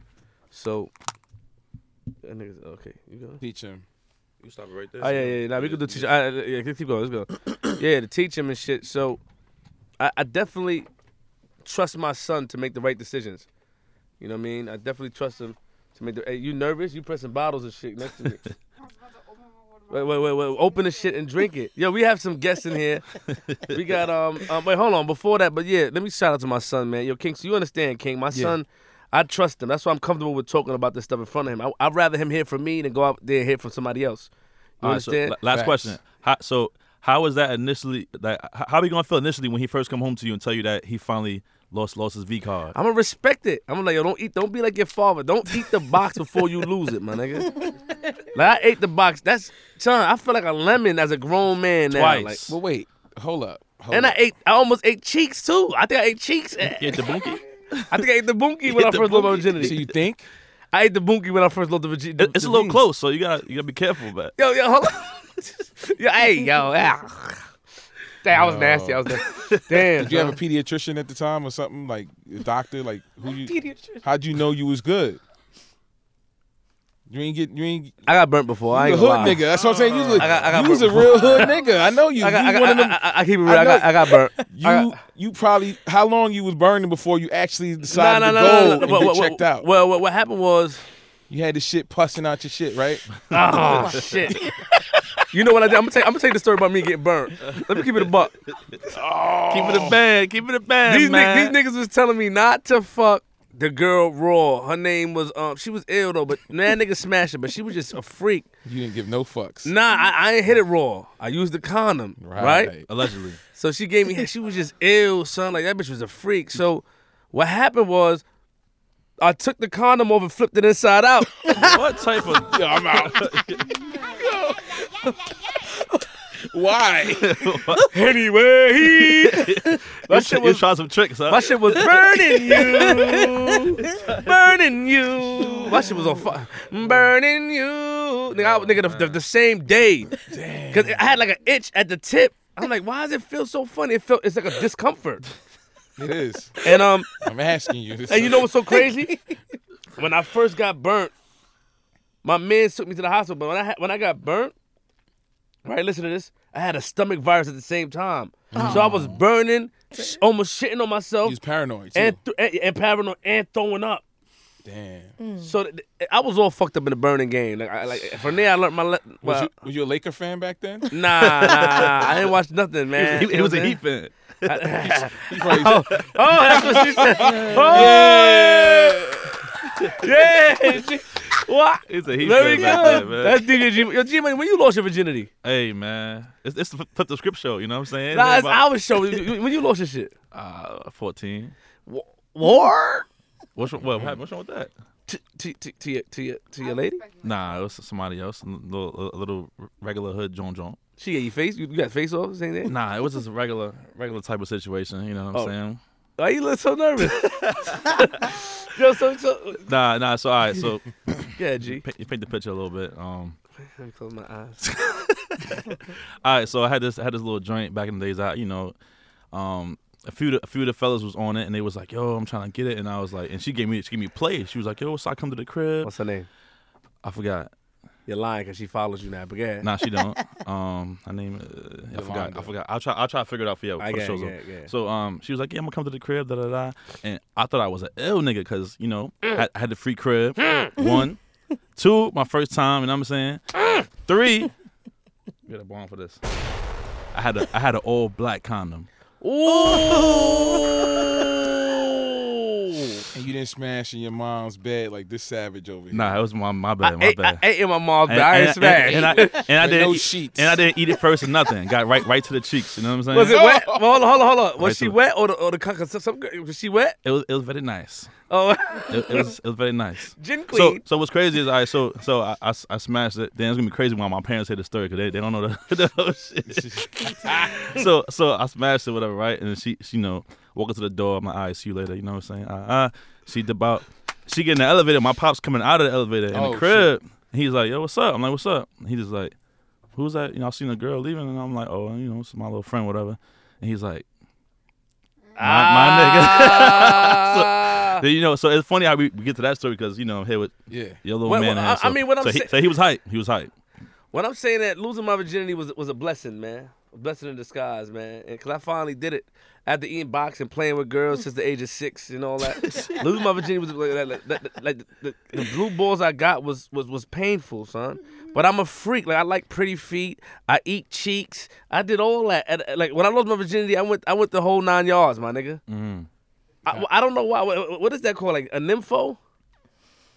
[SPEAKER 1] So that nigga's okay. You go.
[SPEAKER 3] Teach him.
[SPEAKER 2] You stop right there.
[SPEAKER 1] Oh yeah, yeah. yeah. Nah, we could do teach. I, I- yeah, keep going. Let's go. yeah, to teach him and shit. So, I, I definitely trust my son to make the right decisions. You know what I mean? I definitely trust him to make the. Hey, you nervous? You pressing bottles and shit next to me. Wait, wait, wait, wait! Open the shit and drink it. Yo, we have some guests in here. We got um, um. Wait, hold on. Before that, but yeah, let me shout out to my son, man. Yo, King, so you understand, King? My son, I trust him. That's why I'm comfortable with talking about this stuff in front of him. I, I'd rather him hear from me than go out there and hear from somebody else. You
[SPEAKER 2] All right, so
[SPEAKER 1] understand?
[SPEAKER 2] la- last
[SPEAKER 3] Facts.
[SPEAKER 2] question. How, so how was that initially? That h- how are you gonna feel initially when he first come home to you and tell you that he finally lost lost his V card?
[SPEAKER 1] I'm gonna respect it. I'm gonna like, yo, don't eat, don't be like your father. Don't eat the box before you lose it, my nigga. Like I ate the box. That's son. I feel like a lemon as a grown man now.
[SPEAKER 2] Twice.
[SPEAKER 1] like-
[SPEAKER 3] Well, wait. Hold up. Hold
[SPEAKER 1] and I
[SPEAKER 3] up.
[SPEAKER 1] ate. I almost ate cheeks too. I think I ate cheeks. I
[SPEAKER 2] Get the bunkie.
[SPEAKER 1] think I ate the bunkie when I
[SPEAKER 2] the
[SPEAKER 1] first lost my
[SPEAKER 2] bunkie.
[SPEAKER 3] So
[SPEAKER 1] virginity.
[SPEAKER 3] you think?
[SPEAKER 1] I ate the bunkie when I first lost the virginity.
[SPEAKER 2] It- It's a little close, so you gotta you gotta be careful. But
[SPEAKER 1] Yo, yo, hold on. yo, hey, yo, yeah. Damn, I was nasty. I was nasty. Damn.
[SPEAKER 3] Did you have
[SPEAKER 1] son.
[SPEAKER 3] a pediatrician at the time or something like a doctor? Like who you? How'd you know you was good? You ain't get you ain't
[SPEAKER 1] I got burnt before. I
[SPEAKER 3] you
[SPEAKER 1] ain't
[SPEAKER 3] a
[SPEAKER 1] gonna
[SPEAKER 3] hood
[SPEAKER 1] lie.
[SPEAKER 3] nigga. That's what I'm saying. You was, a-
[SPEAKER 1] I got- I got
[SPEAKER 3] you was a
[SPEAKER 1] purple.
[SPEAKER 3] real hood nigga. I know you.
[SPEAKER 1] I got,
[SPEAKER 3] you
[SPEAKER 1] I,
[SPEAKER 3] one of
[SPEAKER 1] got, I,
[SPEAKER 3] them.
[SPEAKER 1] I, I keep it real.
[SPEAKER 3] I
[SPEAKER 1] I, got,
[SPEAKER 3] know-
[SPEAKER 1] I got burnt. I
[SPEAKER 3] You
[SPEAKER 1] got-
[SPEAKER 3] you probably how long you was burning before you actually
[SPEAKER 1] Nah,
[SPEAKER 3] decided
[SPEAKER 1] nah, nah,
[SPEAKER 3] to go
[SPEAKER 1] nah, nah, nah.
[SPEAKER 3] and
[SPEAKER 1] Well,
[SPEAKER 3] get
[SPEAKER 1] well,
[SPEAKER 3] checked out?
[SPEAKER 1] Well, what, what happened was,
[SPEAKER 3] you had the shit pussing out your shit, right?
[SPEAKER 1] oh shit. You know what I did? I'm gonna tell, I'm gonna tell you the story about me getting burnt. Let me keep it a buck.
[SPEAKER 2] keep it a bag, keep it a bag,
[SPEAKER 1] Oh. These,
[SPEAKER 2] man.
[SPEAKER 1] nigg- these niggas was telling me not to fuck the girl raw. Her name was um, she was ill though, but man, nigga smashed her, but she was just a freak.
[SPEAKER 3] You didn't give no fucks.
[SPEAKER 1] Nah, I, I ain't hit it raw. I used the condom, right?
[SPEAKER 2] Allegedly,
[SPEAKER 1] So she gave me, she was just ill, son. Like that bitch was a freak. So what happened was, I took the condom off and flipped it inside out.
[SPEAKER 2] what type of? Yo, I'm out.
[SPEAKER 3] Why?
[SPEAKER 1] anyway,
[SPEAKER 2] you,
[SPEAKER 1] shit
[SPEAKER 2] tr- you
[SPEAKER 1] was-
[SPEAKER 2] tried some tricks, huh?
[SPEAKER 1] My shit was burning you, burning you. My shit was on fire, burning you. Nigga, I, nigga the, the, the same day, because I had like an itch at the tip. I'm like, why does it feel so funny? It felt it's like a discomfort.
[SPEAKER 3] it is.
[SPEAKER 1] And um,
[SPEAKER 3] I'm asking you. This
[SPEAKER 1] and you know what's so crazy? When I first got burnt, my man took me to the hospital. But when I had, when I got burnt, right? Listen to this. I had a stomach virus at the same time, so I was burning, sh- almost shitting on myself
[SPEAKER 3] he's paranoid too.
[SPEAKER 1] and, th- and, and paranoid and throwing up.
[SPEAKER 3] Damn.
[SPEAKER 1] So th- th- I was all fucked up in the burning game. Like, I, like from there, I learned my. Le-
[SPEAKER 3] Was,
[SPEAKER 1] well,
[SPEAKER 3] you, was you a Laker fan back then?
[SPEAKER 1] nah, nah, nah, I didn't watch nothing, man.
[SPEAKER 2] He, he
[SPEAKER 1] You know
[SPEAKER 2] was a
[SPEAKER 1] what I'm
[SPEAKER 2] heat fan.
[SPEAKER 1] saying? oh, oh, that's what she said. Oh, yeah. she- What?
[SPEAKER 2] He's a heat
[SPEAKER 1] There
[SPEAKER 2] fan.
[SPEAKER 1] we
[SPEAKER 2] back
[SPEAKER 1] go.
[SPEAKER 2] then, man.
[SPEAKER 1] That's DJ G. Yo, G man, when you lost your virginity?
[SPEAKER 2] hey, man, it's, it's the flip the script show. You know what I'm saying?
[SPEAKER 1] Nah, it's
[SPEAKER 2] About-
[SPEAKER 1] our show. When you lost your shit?
[SPEAKER 2] uh, 14.
[SPEAKER 1] War?
[SPEAKER 2] What's wrong, what, happened? what's wrong with that?
[SPEAKER 1] To, to, to, to, your, to, your, to your lady?
[SPEAKER 2] Nah, it was somebody else. A little, a little regular hood John John.
[SPEAKER 1] She got your face? You, you got face off? Same thing?
[SPEAKER 2] Nah, it was just a regular, regular type of situation. You know what I'm
[SPEAKER 1] Oh.
[SPEAKER 2] saying?
[SPEAKER 1] Why you look so nervous? Yo, so, so
[SPEAKER 2] Nah, nah. So all right, so
[SPEAKER 1] yeah, G.
[SPEAKER 2] pa- you paint the picture a little bit. Um,
[SPEAKER 1] Let me close my eyes.
[SPEAKER 2] all right, so I had this, I had this little joint back in the days. I, you know, um, a few, of the- a few of the fellas was on it, and they was like, "Yo, I'm trying to get it," and I was like, and she gave me, she gave me play. She was like, "Yo, so I come to the crib."
[SPEAKER 1] What's her name?
[SPEAKER 2] I forgot.
[SPEAKER 1] You're lying because she follows you now. But yeah,
[SPEAKER 2] Nah, she don't. um, her name, uh, I forgot. I
[SPEAKER 3] Yolanda.
[SPEAKER 2] forgot. I'll try. I'll try to figure it out for you.
[SPEAKER 1] I
[SPEAKER 2] for the
[SPEAKER 1] get, it,
[SPEAKER 2] show's
[SPEAKER 1] get,
[SPEAKER 2] over.
[SPEAKER 1] it, get. it.
[SPEAKER 2] So um, she was like, "Yeah, I'm gonna come to the crib." Da da da. And I thought I was an ill nigga because you know I, I had the free crib. One, two, my first time, and I'm saying three. Get a bomb for this. I had a I had an
[SPEAKER 1] Oh!
[SPEAKER 2] all black condom.
[SPEAKER 1] Ooh.
[SPEAKER 3] you didn't smash in your mom's bed like this savage over here.
[SPEAKER 2] Nah, it was my my
[SPEAKER 1] I,
[SPEAKER 2] bad, my
[SPEAKER 1] ate, I
[SPEAKER 2] bad.
[SPEAKER 1] ate in my mom's bed.
[SPEAKER 2] And-
[SPEAKER 1] I ain't
[SPEAKER 2] and-
[SPEAKER 1] smashed.
[SPEAKER 2] And, and I, and I
[SPEAKER 3] With
[SPEAKER 2] didn't
[SPEAKER 3] no
[SPEAKER 2] eat,
[SPEAKER 3] sheets.
[SPEAKER 2] and I didn't eat it first or nothing. Got right right to the cheeks. You know what I'm saying?
[SPEAKER 1] was it wet? Well, hold on, hold on, hold on. Was
[SPEAKER 2] Right
[SPEAKER 1] she
[SPEAKER 2] to it.
[SPEAKER 1] wet or the or the cuck- some, some girl- was she wet?
[SPEAKER 2] It was it was very nice.
[SPEAKER 1] Oh,
[SPEAKER 2] It, it was it was very nice.
[SPEAKER 1] gin
[SPEAKER 2] So
[SPEAKER 1] queen.
[SPEAKER 2] so what's crazy is I so so I, I, I smashed it. Then it's gonna be crazy when my parents hear the story because they, they don't know the, the whole shit. so so I smashed it whatever right, and she she you know walking to the door. My eyes see you later. You know what I'm saying? Uh uh. She about she get in the elevator. My pops coming out of the elevator in
[SPEAKER 3] Oh,
[SPEAKER 2] the
[SPEAKER 3] shit.
[SPEAKER 2] crib. He's like, yo, what's up? I'm like, what's up? And He just like, who's that? You know, I seen a girl leaving, and I'm like, oh, you know, it's my little friend, whatever. And he's like, my, my nigga.
[SPEAKER 1] Ah.
[SPEAKER 2] Then, you know, so it's funny how we, we get to that story because you know I'm here with
[SPEAKER 3] Yeah.
[SPEAKER 2] your little
[SPEAKER 1] Well,
[SPEAKER 2] man.
[SPEAKER 1] well,
[SPEAKER 2] here,
[SPEAKER 1] I- I
[SPEAKER 2] so-
[SPEAKER 1] mean, what I'm
[SPEAKER 2] so he,
[SPEAKER 1] say-
[SPEAKER 2] so he was hype. He was hype.
[SPEAKER 1] When I'm saying that losing my virginity was was a blessing, man, a blessing in disguise, man, because I finally did it after eating boxing, playing with girls since the age of six and all that. losing my virginity was like, like, like, like the, the blue balls I got was was was painful, son. But I'm a freak. Like I like pretty feet. I eat cheeks. I did all that. And, uh, like when I lost my virginity, I went I went the whole nine yards, my nigga. I, I don't know why. What, what is that called? Like a nympho?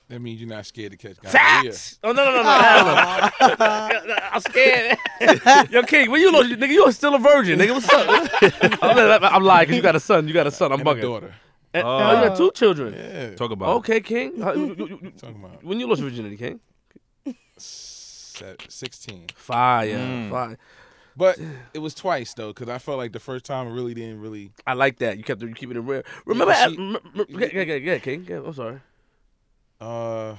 [SPEAKER 3] That means you're not scared to catch gonorrhea.
[SPEAKER 1] Facts. Oh no no no no!
[SPEAKER 3] Oh.
[SPEAKER 1] hell no. I'm scared. Yo, King, when you lost, nigga, you are still a virgin, nigga. What's up? I'm, I'm lying, 'cause you got a son. You got a son. I'm
[SPEAKER 3] And a
[SPEAKER 1] bugging.
[SPEAKER 3] daughter.
[SPEAKER 1] Eh, oh, you got two children.
[SPEAKER 3] Yeah.
[SPEAKER 2] Talk about it.
[SPEAKER 1] Okay, King. How- you- you- you-
[SPEAKER 3] Talking about
[SPEAKER 1] when you lost your virginity, King.
[SPEAKER 3] se- 16.
[SPEAKER 1] Fire,
[SPEAKER 3] Mm.
[SPEAKER 1] fire.
[SPEAKER 3] But it was twice though, because I felt like the first time it really didn't really.
[SPEAKER 1] I like that. You kept it. You keeping it real. Remember?
[SPEAKER 3] Yeah,
[SPEAKER 1] Yeah,
[SPEAKER 3] she-
[SPEAKER 1] yeah, yeah, yeah, yeah, King. Yeah, I'm sorry.
[SPEAKER 3] Uh,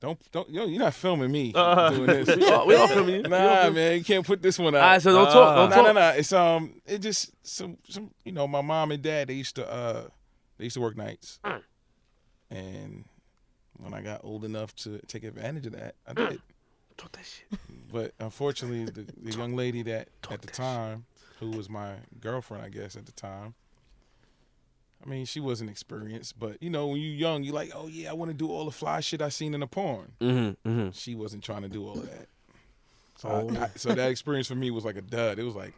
[SPEAKER 3] don't don't yo, you're not filming me
[SPEAKER 2] Uh.
[SPEAKER 3] doing this.
[SPEAKER 1] We all, we all filming you. We all
[SPEAKER 3] nah,
[SPEAKER 1] filming-
[SPEAKER 3] man, you can't put this one out.
[SPEAKER 1] Uh-huh. All right, so don't talk. Don't
[SPEAKER 3] no,
[SPEAKER 1] talk.
[SPEAKER 3] no, no. It's um, it just some some you know, my mom and dad they used to uh, they used to work nights,
[SPEAKER 1] Mm.
[SPEAKER 3] and when I got old enough to take advantage of that, I did.
[SPEAKER 1] Talk that shit.
[SPEAKER 3] But unfortunately, the, the young lady that
[SPEAKER 1] Talk
[SPEAKER 3] at the
[SPEAKER 1] that shit.
[SPEAKER 3] time, who was my girlfriend, I guess at the time. I mean, she wasn't experienced, but you know, when you young, you like, oh yeah, I want to do all the fly shit I seen in the porn.
[SPEAKER 1] Mm-hmm, mm-hmm.
[SPEAKER 3] She wasn't trying to do all of that. So, I-
[SPEAKER 1] Oh.
[SPEAKER 3] I- so that experience for me was like a dud. It was like,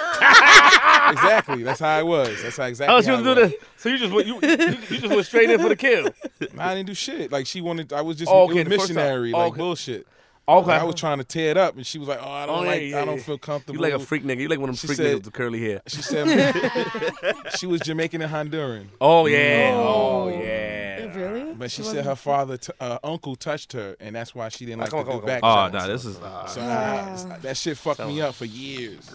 [SPEAKER 3] ah. exactly. That's how it was. That's how exactly.
[SPEAKER 1] Oh, she
[SPEAKER 3] how
[SPEAKER 1] was
[SPEAKER 3] it
[SPEAKER 1] doing this. So you just went. You, you, you just went straight in for the kill.
[SPEAKER 3] Nah, I didn't do shit. Like she wanted. I was just
[SPEAKER 1] Oh,
[SPEAKER 3] it
[SPEAKER 1] okay,
[SPEAKER 3] was
[SPEAKER 1] the first time.
[SPEAKER 3] missionary,
[SPEAKER 1] Oh,
[SPEAKER 3] like
[SPEAKER 1] okay.
[SPEAKER 3] bullshit.
[SPEAKER 1] Okay.
[SPEAKER 3] I was trying to tear it up, and she was like, "Oh, I don't
[SPEAKER 1] Oh, yeah,
[SPEAKER 3] like.
[SPEAKER 1] yeah,
[SPEAKER 3] I don't
[SPEAKER 1] yeah.
[SPEAKER 3] feel
[SPEAKER 1] You
[SPEAKER 3] comfortable."
[SPEAKER 1] like a freak nigga. You like one of them
[SPEAKER 3] She
[SPEAKER 1] freak
[SPEAKER 3] said-
[SPEAKER 1] niggas with the curly hair.
[SPEAKER 3] She said she was Jamaican and Honduran,
[SPEAKER 1] Oh yeah. Oh,
[SPEAKER 5] Oh.
[SPEAKER 1] yeah.
[SPEAKER 5] Really?
[SPEAKER 3] but she
[SPEAKER 5] It
[SPEAKER 3] said
[SPEAKER 5] wasn't-
[SPEAKER 3] her father, t- uh, uncle, touched her, and that's why she didn't like
[SPEAKER 1] come
[SPEAKER 3] to
[SPEAKER 1] on, come
[SPEAKER 3] do
[SPEAKER 1] on,
[SPEAKER 3] back
[SPEAKER 1] come
[SPEAKER 2] Oh,
[SPEAKER 3] shots.
[SPEAKER 2] nah, this is uh,
[SPEAKER 3] So I- that shit fucked me up for years.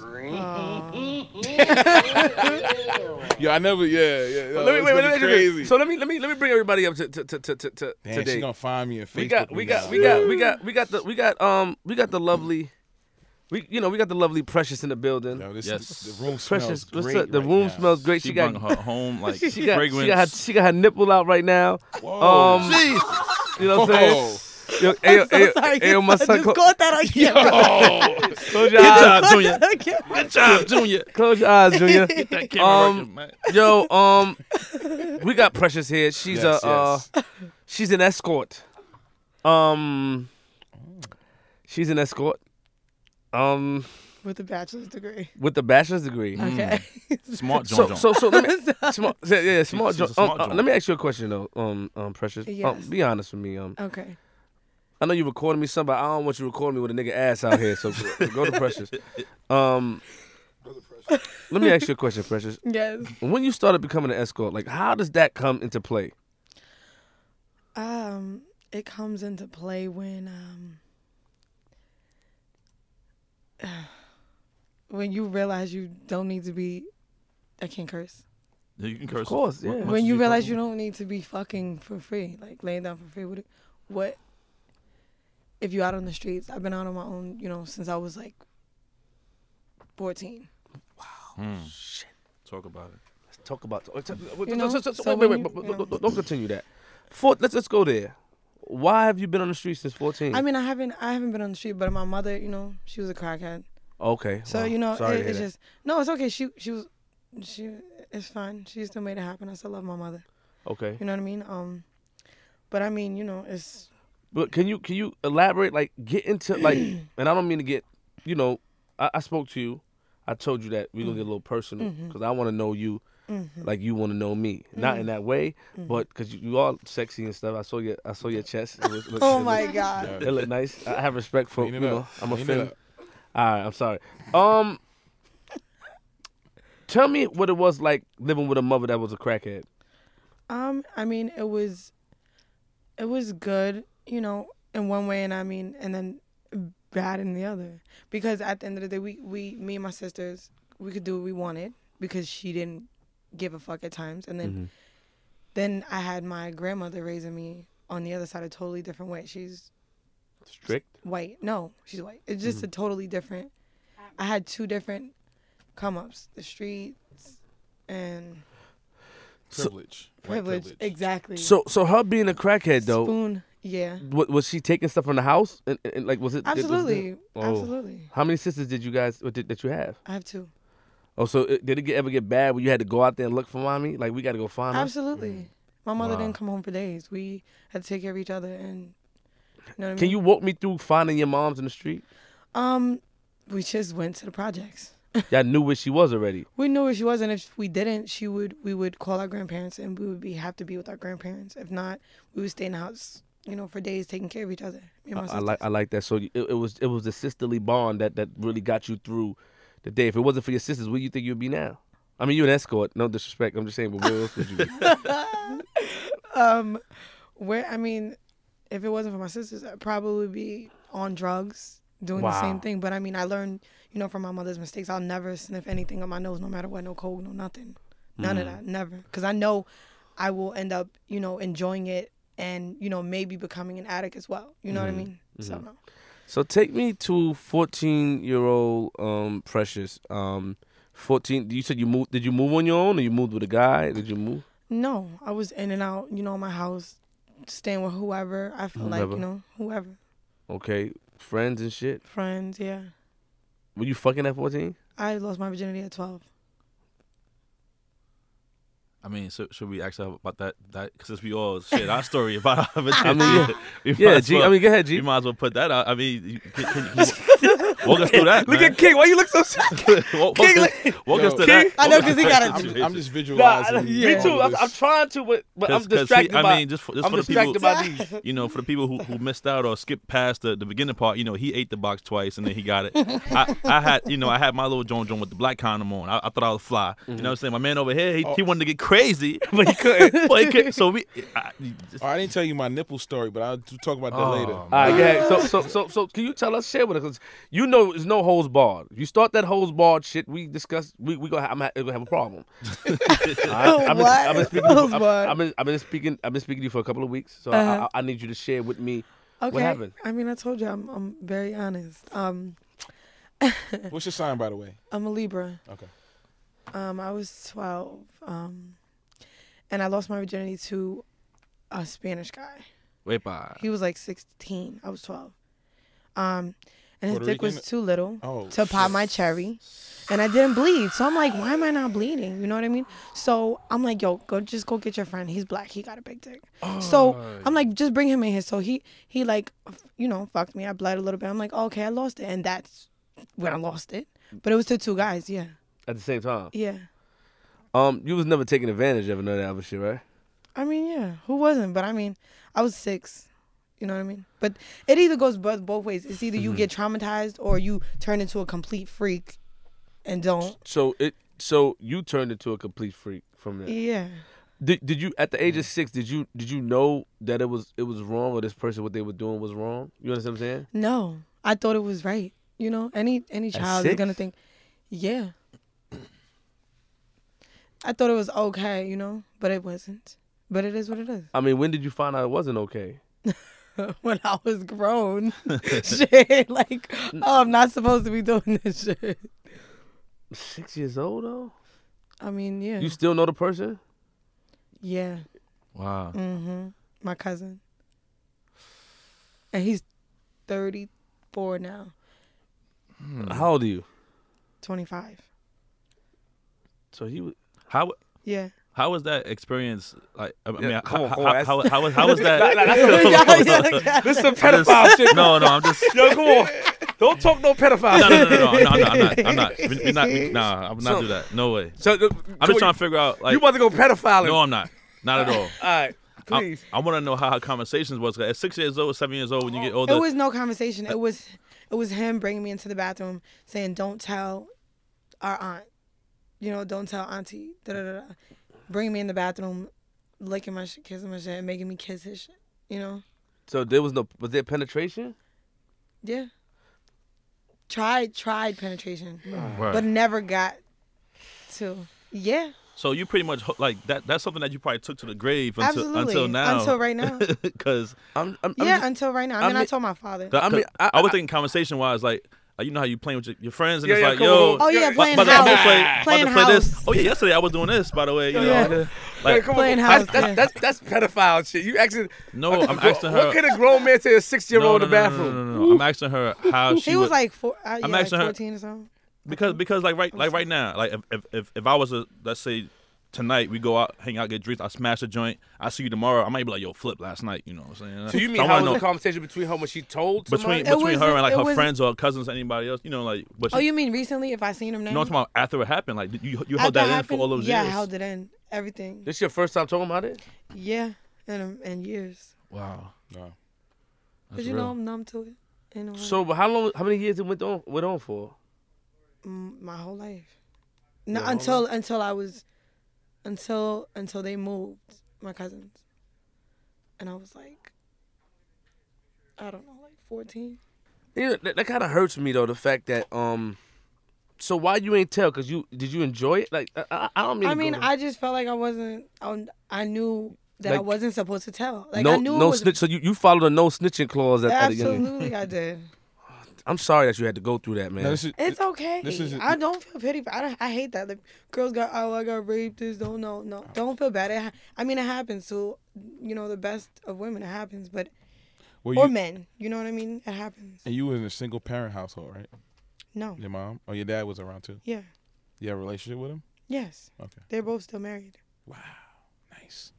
[SPEAKER 3] Yo, I never. Yeah, yeah.
[SPEAKER 1] Let me, wait, wait, wait, wait, wait.
[SPEAKER 3] crazy.
[SPEAKER 1] So let me let me let me bring everybody up to to to to, to, to
[SPEAKER 3] Damn,
[SPEAKER 1] today.
[SPEAKER 3] she gonna find me in Facebook.
[SPEAKER 1] we got we got
[SPEAKER 3] now.
[SPEAKER 1] we got we got we got the we got um we got the lovely, we you know we got the lovely precious in the building.
[SPEAKER 3] Yo, this
[SPEAKER 2] Yes.
[SPEAKER 3] the room smells
[SPEAKER 1] precious,
[SPEAKER 3] great.
[SPEAKER 1] what's up? The
[SPEAKER 3] right
[SPEAKER 1] room
[SPEAKER 3] now.
[SPEAKER 1] smells great. She,
[SPEAKER 2] she
[SPEAKER 1] got
[SPEAKER 2] brought her home like
[SPEAKER 1] she got
[SPEAKER 2] fragrance.
[SPEAKER 1] she got her, she got her nipple out right now.
[SPEAKER 3] Whoa.
[SPEAKER 1] Um, you know what I'm saying?
[SPEAKER 3] Oh, Whoa.
[SPEAKER 1] Yo, eh, ayo,
[SPEAKER 5] So
[SPEAKER 1] ayo,
[SPEAKER 5] sorry,
[SPEAKER 1] ayo, my
[SPEAKER 5] I
[SPEAKER 1] son,
[SPEAKER 5] just
[SPEAKER 1] clo-
[SPEAKER 5] caught that on camera.
[SPEAKER 1] close your
[SPEAKER 2] Good
[SPEAKER 1] eyes.
[SPEAKER 2] job, Junior.
[SPEAKER 5] That camera.
[SPEAKER 2] Good job, Junior.
[SPEAKER 1] Close your eyes, Junior.
[SPEAKER 2] That camera
[SPEAKER 1] Um,
[SPEAKER 2] working, man.
[SPEAKER 1] Yo, um, we got Precious here. She's
[SPEAKER 3] Yes,
[SPEAKER 1] a uh,
[SPEAKER 3] yes.
[SPEAKER 1] she's an escort. Um, she's an escort. Um,
[SPEAKER 5] With a bachelor's degree.
[SPEAKER 1] with the bachelor's degree.
[SPEAKER 2] Mm.
[SPEAKER 5] Okay.
[SPEAKER 2] Smart John
[SPEAKER 1] So,
[SPEAKER 2] John.
[SPEAKER 1] so, so, let me, smart, yeah, yeah, smart,
[SPEAKER 2] she's a
[SPEAKER 1] jo-
[SPEAKER 2] smart
[SPEAKER 1] um, uh,
[SPEAKER 2] joint.
[SPEAKER 1] let me ask you a question though, um, um, Precious. Um,
[SPEAKER 5] Yes.
[SPEAKER 1] be honest with me. Um,
[SPEAKER 5] okay.
[SPEAKER 1] I know you recording me something, but I don't want you recording me with a nigga ass out here. So go- go to Precious. Um, let me ask you a question, Precious.
[SPEAKER 5] Yes.
[SPEAKER 1] When you started becoming an escort, like how does that come into play?
[SPEAKER 5] Um, it comes into play when um when you realize you don't need to be I can't curse.
[SPEAKER 2] you can curse.
[SPEAKER 1] course,
[SPEAKER 2] What-
[SPEAKER 1] yeah.
[SPEAKER 2] what
[SPEAKER 5] when
[SPEAKER 2] did
[SPEAKER 5] you realize
[SPEAKER 2] call
[SPEAKER 5] you don't need to be fucking for free, like laying down for free with it, what if you out on the streets? I've been out on my own, you know, since I was like 14.
[SPEAKER 2] it? Talk about it.
[SPEAKER 1] talk about. uh, t- wait,
[SPEAKER 5] You
[SPEAKER 1] no,
[SPEAKER 5] know,
[SPEAKER 1] so- so- so-
[SPEAKER 5] so
[SPEAKER 1] wait, wait,
[SPEAKER 5] when
[SPEAKER 1] wait,
[SPEAKER 5] you-
[SPEAKER 1] but-
[SPEAKER 5] you
[SPEAKER 1] but- but
[SPEAKER 5] know.
[SPEAKER 1] don't continue that. For, let's let's go there. Why have you been on the street since fourteen?
[SPEAKER 5] I mean, I haven't I haven't been on the street, but my mother, you know, she was a crackhead.
[SPEAKER 1] okay.
[SPEAKER 5] So
[SPEAKER 1] wow,
[SPEAKER 5] you know,
[SPEAKER 1] sorry to
[SPEAKER 5] it,
[SPEAKER 1] hear
[SPEAKER 5] it's
[SPEAKER 1] that.
[SPEAKER 5] just no, it's okay. She she was she it's fine. She still made it happen. I still love my mother.
[SPEAKER 1] okay.
[SPEAKER 5] You know what I mean? Um, but I mean, you know, it's
[SPEAKER 1] But can you can you elaborate? Like get into like, and I don't mean to get.
[SPEAKER 5] Mm-hmm.
[SPEAKER 1] You know, I, I spoke to you. I told you that we're gonna get a little personal because I want to know you Like you want to know me,
[SPEAKER 5] Mm-hmm.
[SPEAKER 1] not in that way, but because you, you are sexy and stuff. I saw your I saw your chest. It was, looked-
[SPEAKER 5] Oh
[SPEAKER 1] it
[SPEAKER 5] my
[SPEAKER 1] looked-
[SPEAKER 5] God.
[SPEAKER 1] It looked nice. I have respect for
[SPEAKER 3] Clean
[SPEAKER 1] you
[SPEAKER 3] it
[SPEAKER 1] know.
[SPEAKER 3] up.
[SPEAKER 1] I'm a
[SPEAKER 3] Clean it
[SPEAKER 1] fan.
[SPEAKER 3] up.
[SPEAKER 1] All right, I'm sorry. Um, tell me what it was like living with a mother that was a crackhead.
[SPEAKER 5] Um, I mean, it was, it was good, you know, in one way, and I mean, and then bad in the other. Because at the end of the day, we, we, me and my sisters, we could do what we wanted because she didn't give a fuck at times, and then, then I had my grandmother raising me on the other side a totally different way. She's
[SPEAKER 1] Strict.
[SPEAKER 5] white. No, she's white. It's just a totally different. I had two different come ups: the streets and
[SPEAKER 3] Privilege. White
[SPEAKER 5] privilege. Exactly.
[SPEAKER 1] So so her being a crackhead though.
[SPEAKER 5] Spoon. Yeah.
[SPEAKER 1] wa- was she taking stuff from the house? And, and, like, was it it was the-
[SPEAKER 5] Absolutely.
[SPEAKER 1] Oh.
[SPEAKER 5] Absolutely.
[SPEAKER 1] How many sisters did you guys or did, that you have?
[SPEAKER 5] I have two.
[SPEAKER 1] Oh, so it, did it get, ever get bad where you had to go out there and look for mommy? Like, we got to go find her.
[SPEAKER 5] Absolutely. My mother
[SPEAKER 1] Mm. Wow.
[SPEAKER 5] didn't come home for days. We had to take care of each other and you know what I mean?
[SPEAKER 1] Can you walk me through finding your moms in the street?
[SPEAKER 5] um we just went to the projects.
[SPEAKER 1] Y'all knew where she was already.
[SPEAKER 5] We knew where she was and if we didn't, she would we would call our grandparents and we would be have to be with our grandparents. If not, we would stay in the house, you know, for days taking care of each other. Me and my
[SPEAKER 1] I, I
[SPEAKER 5] sisters.
[SPEAKER 1] like I like that. So you- it, it was it was the sisterly bond that that really got you through the day. If it wasn't for your sisters, where you think you'd be now? I mean, you're an escort. No disrespect. I'm just saying, but where else would you be?
[SPEAKER 5] um where I mean, if it wasn't for my sisters, I'd probably be on drugs doing the
[SPEAKER 1] Wow.
[SPEAKER 5] same thing. But I mean, I learned, you know, from my mother's mistakes. I'll never sniff anything on my nose, no matter what, no cold, no nothing, none
[SPEAKER 1] Mm-hmm.
[SPEAKER 5] of that, never, because I know I will end up, you know, enjoying it and you know maybe becoming an addict as well. You know what I
[SPEAKER 1] Mm-hmm.
[SPEAKER 5] mean? So no.
[SPEAKER 1] So take me to 14 year old um, Precious. Um, 14. You said you moved. Did you move on your own, or you moved with a guy? Did you move?
[SPEAKER 5] No, I was in and out, you know, my house, staying with whoever I felt like,
[SPEAKER 1] Whomever.
[SPEAKER 5] you know, whoever,
[SPEAKER 1] Okay, friends and shit.
[SPEAKER 5] friends, yeah.
[SPEAKER 1] Were you fucking at 14?
[SPEAKER 5] I lost my virginity at twelve.
[SPEAKER 2] I mean, so, should we actually about that? That because we all shared our story about our I
[SPEAKER 1] mean,
[SPEAKER 2] we might
[SPEAKER 1] Yeah,
[SPEAKER 2] as
[SPEAKER 1] G. I
[SPEAKER 2] well-
[SPEAKER 1] mean, go ahead,
[SPEAKER 2] you
[SPEAKER 1] G.
[SPEAKER 2] might as well put that out. I mean, you- can, can, can you walk us through that.
[SPEAKER 1] Look
[SPEAKER 2] man.
[SPEAKER 1] at King. Why you look so sad?
[SPEAKER 2] walk, walk,
[SPEAKER 1] King,
[SPEAKER 2] us, walk us
[SPEAKER 3] Yo,
[SPEAKER 2] through
[SPEAKER 1] King-
[SPEAKER 2] that.
[SPEAKER 5] I know, 'cause he got a-
[SPEAKER 3] I'm, just, I'm just
[SPEAKER 1] Nah,
[SPEAKER 3] visualizing.
[SPEAKER 1] Me too.
[SPEAKER 3] all of
[SPEAKER 1] I, I'm
[SPEAKER 3] this.
[SPEAKER 1] trying to, but, but I'm
[SPEAKER 2] Cause- 'cause he-
[SPEAKER 1] distracted by.
[SPEAKER 2] I mean, just for, just
[SPEAKER 1] I'm
[SPEAKER 2] for the
[SPEAKER 1] distracted
[SPEAKER 2] people,
[SPEAKER 1] by these.
[SPEAKER 2] you know, for the people who, who missed out or skipped past the, the beginning part, you know, he ate the box twice and then he got it. I, I had, you know, I had my little John John with the black condom on. I, I thought I was fly. You know what I'm saying? My man over here, he, he wanted to get crazy, but he couldn't. but he couldn't. So we, I, just,
[SPEAKER 3] Oh, I didn't tell you my nipple story, but I'll do- talk about that
[SPEAKER 2] Oh,
[SPEAKER 3] later.
[SPEAKER 2] man.
[SPEAKER 1] All right, go ahead. So, so, so, so, can you tell us, share with us? 'cause you know, there's no hose barred. You start that hose barred shit, we discuss. We we gonna ha- I'm ha- gonna have a problem. I, I've been, I've been
[SPEAKER 5] What?
[SPEAKER 1] speaking.
[SPEAKER 5] Hose
[SPEAKER 1] I've,
[SPEAKER 5] barred.
[SPEAKER 1] I've been I've been speaking. I've been speaking to you for a couple of weeks, so
[SPEAKER 5] Uh-huh.
[SPEAKER 1] I, I, I need you to share with me
[SPEAKER 5] Okay.
[SPEAKER 1] what happened.
[SPEAKER 5] I mean, I told you I'm I'm very honest. Um,
[SPEAKER 3] What's your sign, by the way?
[SPEAKER 5] I'm a Libra.
[SPEAKER 3] Okay.
[SPEAKER 5] Um, I was 12. Um, and I lost my virginity to a Spanish guy.
[SPEAKER 2] wait, bye.
[SPEAKER 5] He was like 16. I was 12. Um, and his
[SPEAKER 3] Puerto
[SPEAKER 5] dick was
[SPEAKER 3] Rican?
[SPEAKER 5] too little
[SPEAKER 3] Oh,
[SPEAKER 5] to pop my cherry, and I didn't bleed. So I'm like, why am I not bleeding? You know what I mean? So I'm like, yo, go just go get your friend. He's black. He got a big dick. So
[SPEAKER 3] Oh.
[SPEAKER 5] I'm like, just bring him in here. So he he like, f- you know, fucked me. I bled a little bit. I'm like, okay, I lost it, and that's when I lost it. But it was to two guys. Yeah,
[SPEAKER 1] At the same time,
[SPEAKER 5] yeah.
[SPEAKER 1] um, you was never taking advantage of another other shit, right?
[SPEAKER 5] I mean, yeah. Who wasn't? But I mean, I was six. You know what I mean? But it either goes both both ways. It's either
[SPEAKER 1] Mm-hmm.
[SPEAKER 5] you get traumatized or you turn into a complete freak and don't.
[SPEAKER 1] So it so you turned into a complete freak from that.
[SPEAKER 5] Yeah.
[SPEAKER 1] Did, did you at the age of six? Did you did you know that it was it was wrong or this person what they were doing was wrong? You understand what I'm saying?
[SPEAKER 5] No, I thought it was right. You know, any any child is
[SPEAKER 1] six?
[SPEAKER 5] gonna think, yeah. I thought it was okay, you know, but it wasn't. But it is what it is.
[SPEAKER 1] I mean, when did you find out it wasn't okay?
[SPEAKER 5] when I was grown, shit, like, oh, I'm not supposed to be doing this shit.
[SPEAKER 1] Six years old though.
[SPEAKER 5] I mean, yeah,
[SPEAKER 1] You still know the person?
[SPEAKER 5] yeah.
[SPEAKER 2] Wow.
[SPEAKER 5] Mm-hmm. My cousin. And he's 34 now,
[SPEAKER 2] Mm-hmm.
[SPEAKER 1] How old are you?
[SPEAKER 5] 25.
[SPEAKER 1] So he was.
[SPEAKER 2] How
[SPEAKER 5] Yeah.
[SPEAKER 2] how was that experience? Like, I mean,
[SPEAKER 1] Yeah,
[SPEAKER 2] how,
[SPEAKER 1] come on,
[SPEAKER 2] how,
[SPEAKER 1] come on,
[SPEAKER 2] how, how, was how was that?
[SPEAKER 1] Like, that's a-
[SPEAKER 5] Yeah, yeah, yeah.
[SPEAKER 1] This is a
[SPEAKER 2] I just-
[SPEAKER 1] pedophile shit.
[SPEAKER 2] No, no, I'm just
[SPEAKER 1] Yo, come on. Don't talk no pedophile.
[SPEAKER 2] No, no, no, no, no, no, I'm not. I'm not. I'm not. We're not we- nah, I would not
[SPEAKER 1] So-
[SPEAKER 2] do that. No way.
[SPEAKER 1] So,
[SPEAKER 2] I'm just trying to figure out. Like,
[SPEAKER 1] you about to go pedophile?
[SPEAKER 2] no, I'm not. Not at all.
[SPEAKER 1] All right,
[SPEAKER 2] I-
[SPEAKER 1] please.
[SPEAKER 2] I, want to know how her conversations was. 'cause At six years old, seven years old, when you get older,
[SPEAKER 5] It was no conversation. It was it was him bringing me into the bathroom saying, "Don't tell our aunt, you know, don't tell auntie." Da da da. da." Bringing me in the bathroom, licking my shit, kissing my shit, and making me kiss his shit. You know,
[SPEAKER 1] so there was no was there penetration?
[SPEAKER 5] yeah. Tried tried penetration,
[SPEAKER 2] Right.
[SPEAKER 5] but never got to. Yeah,
[SPEAKER 2] so you pretty much ho- like that. That's something that you probably took to the grave until,
[SPEAKER 5] Absolutely.
[SPEAKER 2] until now.
[SPEAKER 5] Until right now.
[SPEAKER 2] because
[SPEAKER 1] I'm, I'm, I'm
[SPEAKER 5] yeah.
[SPEAKER 1] just-
[SPEAKER 5] until right now, I
[SPEAKER 1] I
[SPEAKER 5] mean, I
[SPEAKER 1] mean-
[SPEAKER 5] told my father.
[SPEAKER 1] I
[SPEAKER 2] I,
[SPEAKER 1] mean, I-
[SPEAKER 2] was thinking conversation wise, like uh, you know how you playing with your, your friends and
[SPEAKER 1] Yeah,
[SPEAKER 2] it's
[SPEAKER 1] yeah,
[SPEAKER 2] like,
[SPEAKER 1] come
[SPEAKER 2] yo,
[SPEAKER 1] on.
[SPEAKER 5] Oh yeah,
[SPEAKER 1] Yeah,
[SPEAKER 5] playing
[SPEAKER 2] about, about to
[SPEAKER 5] house.
[SPEAKER 2] play, about
[SPEAKER 5] Playing
[SPEAKER 2] to play this.
[SPEAKER 5] house.
[SPEAKER 2] Oh yeah, yesterday I was doing this. By the way, you know,
[SPEAKER 5] Yeah.
[SPEAKER 2] like,
[SPEAKER 1] Hey,
[SPEAKER 2] like
[SPEAKER 1] come
[SPEAKER 5] Playing
[SPEAKER 1] on.
[SPEAKER 5] house,
[SPEAKER 1] That's, that's,
[SPEAKER 5] yeah.
[SPEAKER 1] that's, that's pedophile shit. You actually
[SPEAKER 2] No,
[SPEAKER 1] what could
[SPEAKER 2] I'm
[SPEAKER 1] a gro-
[SPEAKER 2] asking her-
[SPEAKER 1] What could a grown man say to a six year
[SPEAKER 2] no,
[SPEAKER 1] old
[SPEAKER 2] no,
[SPEAKER 1] in the
[SPEAKER 2] no, no,
[SPEAKER 1] bathroom?
[SPEAKER 2] No, no, no, no. I'm asking her how she
[SPEAKER 5] He was
[SPEAKER 2] would-
[SPEAKER 5] like four, uh, yeah,
[SPEAKER 2] I'm
[SPEAKER 5] like
[SPEAKER 2] asking her-
[SPEAKER 5] fourteen or something.
[SPEAKER 2] because because like right like right now like if if if, if I was a let's say tonight we go out hang out get drinks I smash a joint I see you tomorrow I might be like yo flip last night you know what I'm saying
[SPEAKER 1] So you mean
[SPEAKER 2] I
[SPEAKER 1] how
[SPEAKER 2] wanna
[SPEAKER 1] was the
[SPEAKER 2] know
[SPEAKER 1] conversation between her when she told
[SPEAKER 2] between
[SPEAKER 1] somebody?
[SPEAKER 5] It
[SPEAKER 2] between
[SPEAKER 5] was-
[SPEAKER 2] her and like
[SPEAKER 5] it
[SPEAKER 2] her
[SPEAKER 5] was-
[SPEAKER 2] friends or her cousins or anybody else you know like what she,
[SPEAKER 5] Oh, you mean recently? If I seen him now?
[SPEAKER 2] you know what I'm talking about after it happened like did you you held
[SPEAKER 5] After
[SPEAKER 2] that in
[SPEAKER 5] happened-
[SPEAKER 2] for all those
[SPEAKER 5] yeah,
[SPEAKER 2] years
[SPEAKER 5] I held it in. Everything.
[SPEAKER 1] this your first time talking about it?
[SPEAKER 5] Yeah, and um, and years.
[SPEAKER 2] wow
[SPEAKER 3] Wow.
[SPEAKER 5] Cause you know I'm numb to it. In a way.
[SPEAKER 1] So but how long? How many years it went on? Went on for?
[SPEAKER 5] Mm, my whole life. No, until until I was, until until they moved, my cousins, and I was like, I don't know, like 14.
[SPEAKER 1] You know, that, that kind of hurts me though. The fact that um, so why you ain't tell? Cause you did you enjoy it? Like I- I, I don't mean.
[SPEAKER 5] I
[SPEAKER 1] to go
[SPEAKER 5] mean,
[SPEAKER 1] there.
[SPEAKER 5] I just felt like I wasn't. I, I knew that I
[SPEAKER 1] Like-
[SPEAKER 5] wasn't supposed to tell. Like
[SPEAKER 1] no
[SPEAKER 5] I knew
[SPEAKER 1] no
[SPEAKER 5] it was.
[SPEAKER 1] snitch. So you, you followed a no snitching clause at, at the beginning.
[SPEAKER 5] absolutely, I did.
[SPEAKER 1] I'm sorry that you had to go through that, man.
[SPEAKER 3] No, this is,
[SPEAKER 5] It's okay.
[SPEAKER 3] this is-
[SPEAKER 5] I don't feel pity. For, I don't. I hate that. Like girls got oh I got raped. This don't no no. Don't feel bad. It, ha- I mean it happens to you know the best of women. It happens, but
[SPEAKER 3] well,
[SPEAKER 5] or
[SPEAKER 3] you,
[SPEAKER 5] men. You know what I mean? It happens.
[SPEAKER 3] and you were in a single parent household, right?
[SPEAKER 5] No.
[SPEAKER 3] Your mom or your dad was around too.
[SPEAKER 5] Yeah.
[SPEAKER 3] You have a relationship with him?
[SPEAKER 5] Yes.
[SPEAKER 3] Okay.
[SPEAKER 5] They're both still married.
[SPEAKER 3] Wow. Nice.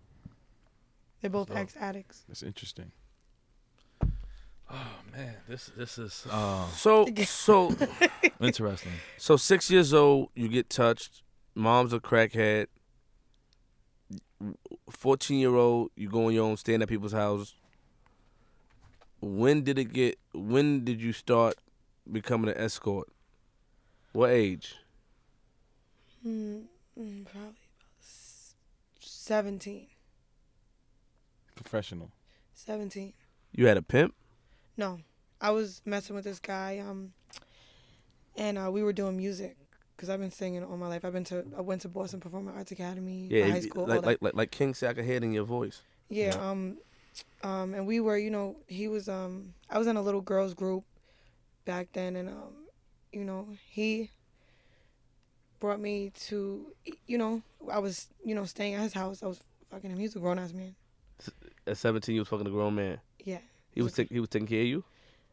[SPEAKER 5] They're both ex addicts.
[SPEAKER 3] That's interesting.
[SPEAKER 2] man this this is uh,
[SPEAKER 1] so so
[SPEAKER 2] interesting
[SPEAKER 1] so six years old, you get touched. Mom's a crackhead. Fourteen year old, you go on your own, staying at people's house. When did it get? When did you start becoming an escort? What age?
[SPEAKER 5] Mm, mm, probably about s- 17.
[SPEAKER 3] Professional.
[SPEAKER 5] 17.
[SPEAKER 1] You had a pimp.
[SPEAKER 5] No, I was messing with this guy, um, and uh, we were doing music because I've been singing all my life. I've been to I went to Boston Performing Arts Academy,
[SPEAKER 1] Yeah,
[SPEAKER 5] high
[SPEAKER 1] it-
[SPEAKER 5] school, all
[SPEAKER 1] like,
[SPEAKER 5] that.
[SPEAKER 1] like like like King said, I could hear it in your voice.
[SPEAKER 5] yeah, um, um, and we were, you know, he was, um, I was in a little girls group back then, and um, you know, he brought me to, you know, I was, you know, staying at his house. I was fucking him. He's a grown ass man.
[SPEAKER 1] At seventeen, you was fucking a grown man.
[SPEAKER 5] Yeah.
[SPEAKER 1] He was take, he was taking care of you.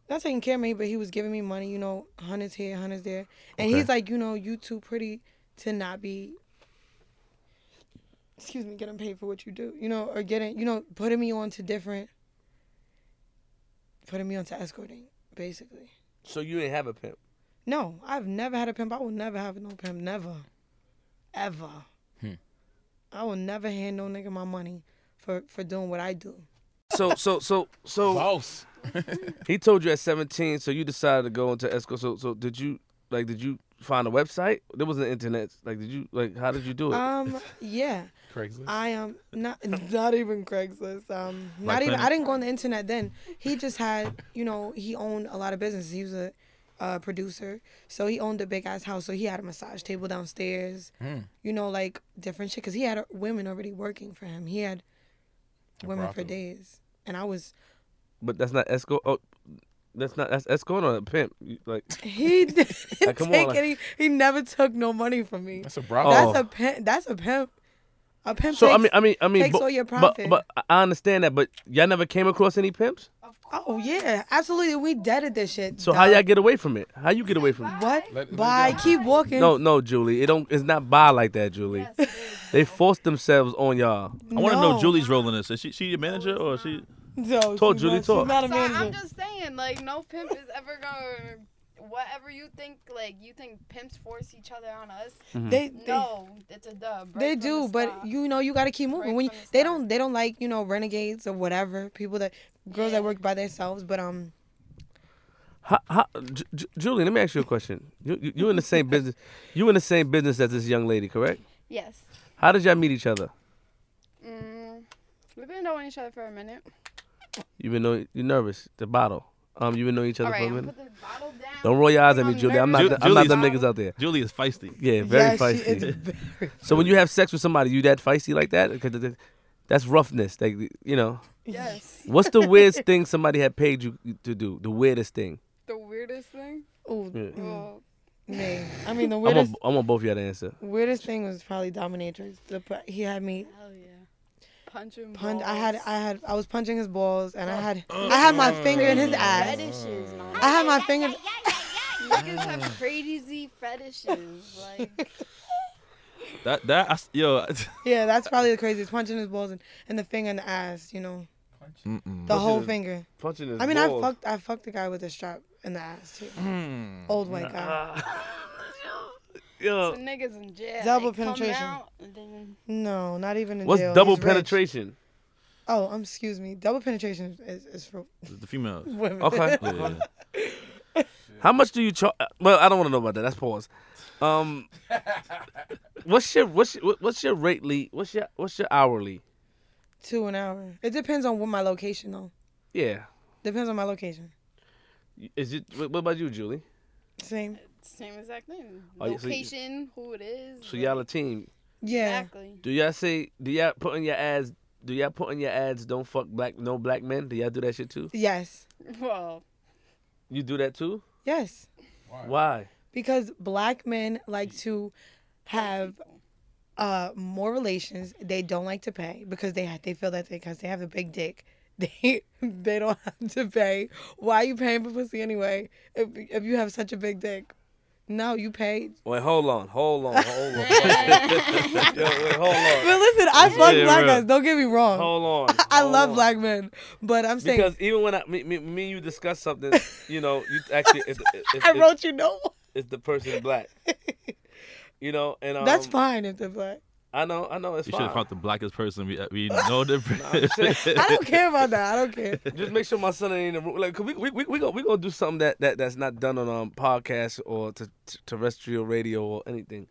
[SPEAKER 5] not taking care of me, but he was giving me money, you know, hundreds here, hundreds there. And
[SPEAKER 1] Okay.
[SPEAKER 5] he's like, you know, you too pretty to not be excuse me, getting paid for what you do, you know, or getting you know, putting me on to different putting me on to escorting, basically.
[SPEAKER 1] So you ain't have a pimp.
[SPEAKER 5] No, I've never had a pimp. I will never have no pimp. Never. Ever. I will never hand no nigga my money for, for doing what I do.
[SPEAKER 1] So so so so.
[SPEAKER 3] Boss.
[SPEAKER 1] He told you at 17, so you decided to go into escort. So, so did you like? Did you find a website? There was an internet. Like, did you like? How did you do it?
[SPEAKER 5] Um, yeah.
[SPEAKER 3] Craigslist.
[SPEAKER 5] I am not not even Craigslist. Um, not even.
[SPEAKER 2] Planet?
[SPEAKER 5] I didn't go on the internet then. He just had, you know, he owned a lot of businesses. He was a uh, producer, so he owned a big ass house. So he had a massage table downstairs.
[SPEAKER 1] Hmm.
[SPEAKER 5] You know, like different shit. Cause he had women already working for him. He had women for
[SPEAKER 3] brothel.
[SPEAKER 5] days, and I was.
[SPEAKER 1] but that's not escort. Oh, that's not that's escort or a pimp. You- Like,
[SPEAKER 5] He didn't
[SPEAKER 1] Like, come on,
[SPEAKER 5] take
[SPEAKER 1] like-
[SPEAKER 5] any. He never took no money from me.
[SPEAKER 3] That's a brothel.
[SPEAKER 1] Oh.
[SPEAKER 5] That's a pimp. That's a pimp. A pimp.
[SPEAKER 1] so I
[SPEAKER 5] takes-
[SPEAKER 1] mean, I mean, I mean,
[SPEAKER 5] takes
[SPEAKER 1] but,
[SPEAKER 5] all your
[SPEAKER 1] but
[SPEAKER 5] profit.
[SPEAKER 1] but I understand that. But y'all never came across any pimps.
[SPEAKER 5] oh yeah, absolutely. We deaded this shit.
[SPEAKER 1] So how
[SPEAKER 5] dog.
[SPEAKER 1] y'all get away from it? How you get away from it?
[SPEAKER 5] What?
[SPEAKER 3] Let- let
[SPEAKER 5] Bye. Keep walking.
[SPEAKER 1] No, no, Julie. It don't. It's not by like that, Julie. They force themselves on y'all.
[SPEAKER 2] I want to know
[SPEAKER 5] No.
[SPEAKER 2] Julie's role in this is she she your manager or is she
[SPEAKER 5] No,
[SPEAKER 1] Talk,
[SPEAKER 5] she's
[SPEAKER 1] Julie,
[SPEAKER 5] not,
[SPEAKER 1] talk.
[SPEAKER 5] She's not a
[SPEAKER 6] So I'm
[SPEAKER 5] manager.
[SPEAKER 6] just saying, like, no pimp is ever gonna whatever you think, like you think pimps force each other on us.
[SPEAKER 5] They, Mm-hmm. they
[SPEAKER 6] No, it's a dub.
[SPEAKER 5] they
[SPEAKER 6] right from
[SPEAKER 5] do,
[SPEAKER 6] the
[SPEAKER 5] but
[SPEAKER 6] start.
[SPEAKER 5] you know you gotta keep moving.
[SPEAKER 6] Right
[SPEAKER 5] when you,
[SPEAKER 6] from the
[SPEAKER 5] they
[SPEAKER 6] start.
[SPEAKER 5] don't they don't like you know renegades or whatever people that girls that work by themselves. But um,
[SPEAKER 1] How, how, Ju- Ju- Julie, let me ask you a question. You, you, you in the same business? You in the same business as this young lady, correct?
[SPEAKER 6] yes,
[SPEAKER 1] How did y'all meet each other?
[SPEAKER 6] mm, we've been knowing each other for a minute.
[SPEAKER 1] You been know you're nervous. The bottle. Um, you been knowing each other
[SPEAKER 6] All right,
[SPEAKER 1] for a
[SPEAKER 6] I'm
[SPEAKER 1] minute.
[SPEAKER 6] put the bottle down.
[SPEAKER 1] Don't roll your eyes at
[SPEAKER 6] I'm
[SPEAKER 1] me, Julie. I'm not.
[SPEAKER 2] Ju-
[SPEAKER 1] The, I'm not them
[SPEAKER 6] Julie's-
[SPEAKER 1] niggas out there.
[SPEAKER 2] Julie is feisty.
[SPEAKER 1] Yeah, very
[SPEAKER 5] yeah, she
[SPEAKER 1] feisty.
[SPEAKER 5] is very-
[SPEAKER 1] So when you have sex with somebody, you that feisty like that? 'Cause th- th- that's roughness. Like you know,
[SPEAKER 6] Yes,
[SPEAKER 1] what's the weirdest thing somebody had paid you to do? The weirdest thing.
[SPEAKER 6] the weirdest thing.
[SPEAKER 5] Ooh,
[SPEAKER 1] Yeah.
[SPEAKER 5] mm,
[SPEAKER 6] Well,
[SPEAKER 5] me. I mean the
[SPEAKER 1] I
[SPEAKER 5] weirdest
[SPEAKER 1] want. I want both y'all to answer.
[SPEAKER 5] weirdest thing was probably dominatrix. The, pu- he had me
[SPEAKER 6] hell yeah, punching.
[SPEAKER 5] punch. I
[SPEAKER 6] balls.
[SPEAKER 5] had I had I was punching his balls and I had I had my finger in his ass.
[SPEAKER 6] fetishes, man.
[SPEAKER 5] I had my finger.
[SPEAKER 6] Niggas have crazy fetishes. Like,
[SPEAKER 2] That that I s yo.
[SPEAKER 5] Yeah, that's probably the craziest. Punching his balls and, and the finger in the ass, you know.
[SPEAKER 2] Mm-mm.
[SPEAKER 5] The
[SPEAKER 1] Punching
[SPEAKER 5] whole
[SPEAKER 1] his-
[SPEAKER 5] finger.
[SPEAKER 1] Punching his
[SPEAKER 5] I mean I fucked I fucked the guy with a strap in the ass too.
[SPEAKER 1] Hmm.
[SPEAKER 5] Old white guy.
[SPEAKER 6] the
[SPEAKER 1] Yo,
[SPEAKER 6] niggas in jail.
[SPEAKER 5] Double
[SPEAKER 6] they come
[SPEAKER 5] penetration.
[SPEAKER 6] out and then-
[SPEAKER 5] No, not even in
[SPEAKER 1] what's
[SPEAKER 5] jail.
[SPEAKER 1] double
[SPEAKER 5] He's rich.
[SPEAKER 1] penetration?
[SPEAKER 5] Oh, um, excuse me. Double penetration is, is for
[SPEAKER 2] The females.
[SPEAKER 5] women.
[SPEAKER 1] Okay.
[SPEAKER 2] Yeah.
[SPEAKER 1] How much do you charge? Well, I don't want to know about that. That's pause. Um, what's your what's your, what's your rately? What's your what's your hourly?
[SPEAKER 5] Two an hour. It depends on what my location though.
[SPEAKER 1] Yeah,
[SPEAKER 5] Depends on my location.
[SPEAKER 1] is it? wh- What about you, Julie?
[SPEAKER 5] Same.
[SPEAKER 6] Same exact thing.
[SPEAKER 1] Oh, yeah, so you-
[SPEAKER 6] Location, who it is.
[SPEAKER 1] So
[SPEAKER 6] like,
[SPEAKER 1] y'all a team.
[SPEAKER 5] Yeah.
[SPEAKER 6] Exactly.
[SPEAKER 1] Do y'all say? Do y'all put in your ads? Do y'all put in your ads? Don't fuck black, no black men. Do y'all do that shit too?
[SPEAKER 5] Yes.
[SPEAKER 6] Well,
[SPEAKER 1] You do that too?
[SPEAKER 5] Yes.
[SPEAKER 1] Why?
[SPEAKER 5] because black men like to have uh more relations they don't like to pay because they they feel that because they have a big dick they they don't have to pay why are you paying for pussy anyway if, if you have such a big dick no you paid
[SPEAKER 1] Wait, hold on, hold on, hold on. Yo, wait, hold on,
[SPEAKER 5] but listen i fuck
[SPEAKER 2] Yeah,
[SPEAKER 5] black
[SPEAKER 2] real.
[SPEAKER 5] guys don't get me wrong
[SPEAKER 1] hold on.
[SPEAKER 5] i
[SPEAKER 1] hold
[SPEAKER 5] love
[SPEAKER 1] on.
[SPEAKER 5] black men but i'm saying
[SPEAKER 1] Because even when I, me, me, me and you discuss something, you know, you actually, if, if, if,
[SPEAKER 5] i wrote you no
[SPEAKER 1] is the person black. you know, and um,
[SPEAKER 5] that's fine if they're black
[SPEAKER 1] I know, I know, it's
[SPEAKER 2] You should
[SPEAKER 1] fine.
[SPEAKER 2] have found the blackest person. We, we know the.
[SPEAKER 5] i don't care about that i don't care
[SPEAKER 1] Just make sure my son ain't in the room. Like, 'cause we we we we gonna, we gonna do something that, that that's not done on um podcasts or t- t- terrestrial radio or anything.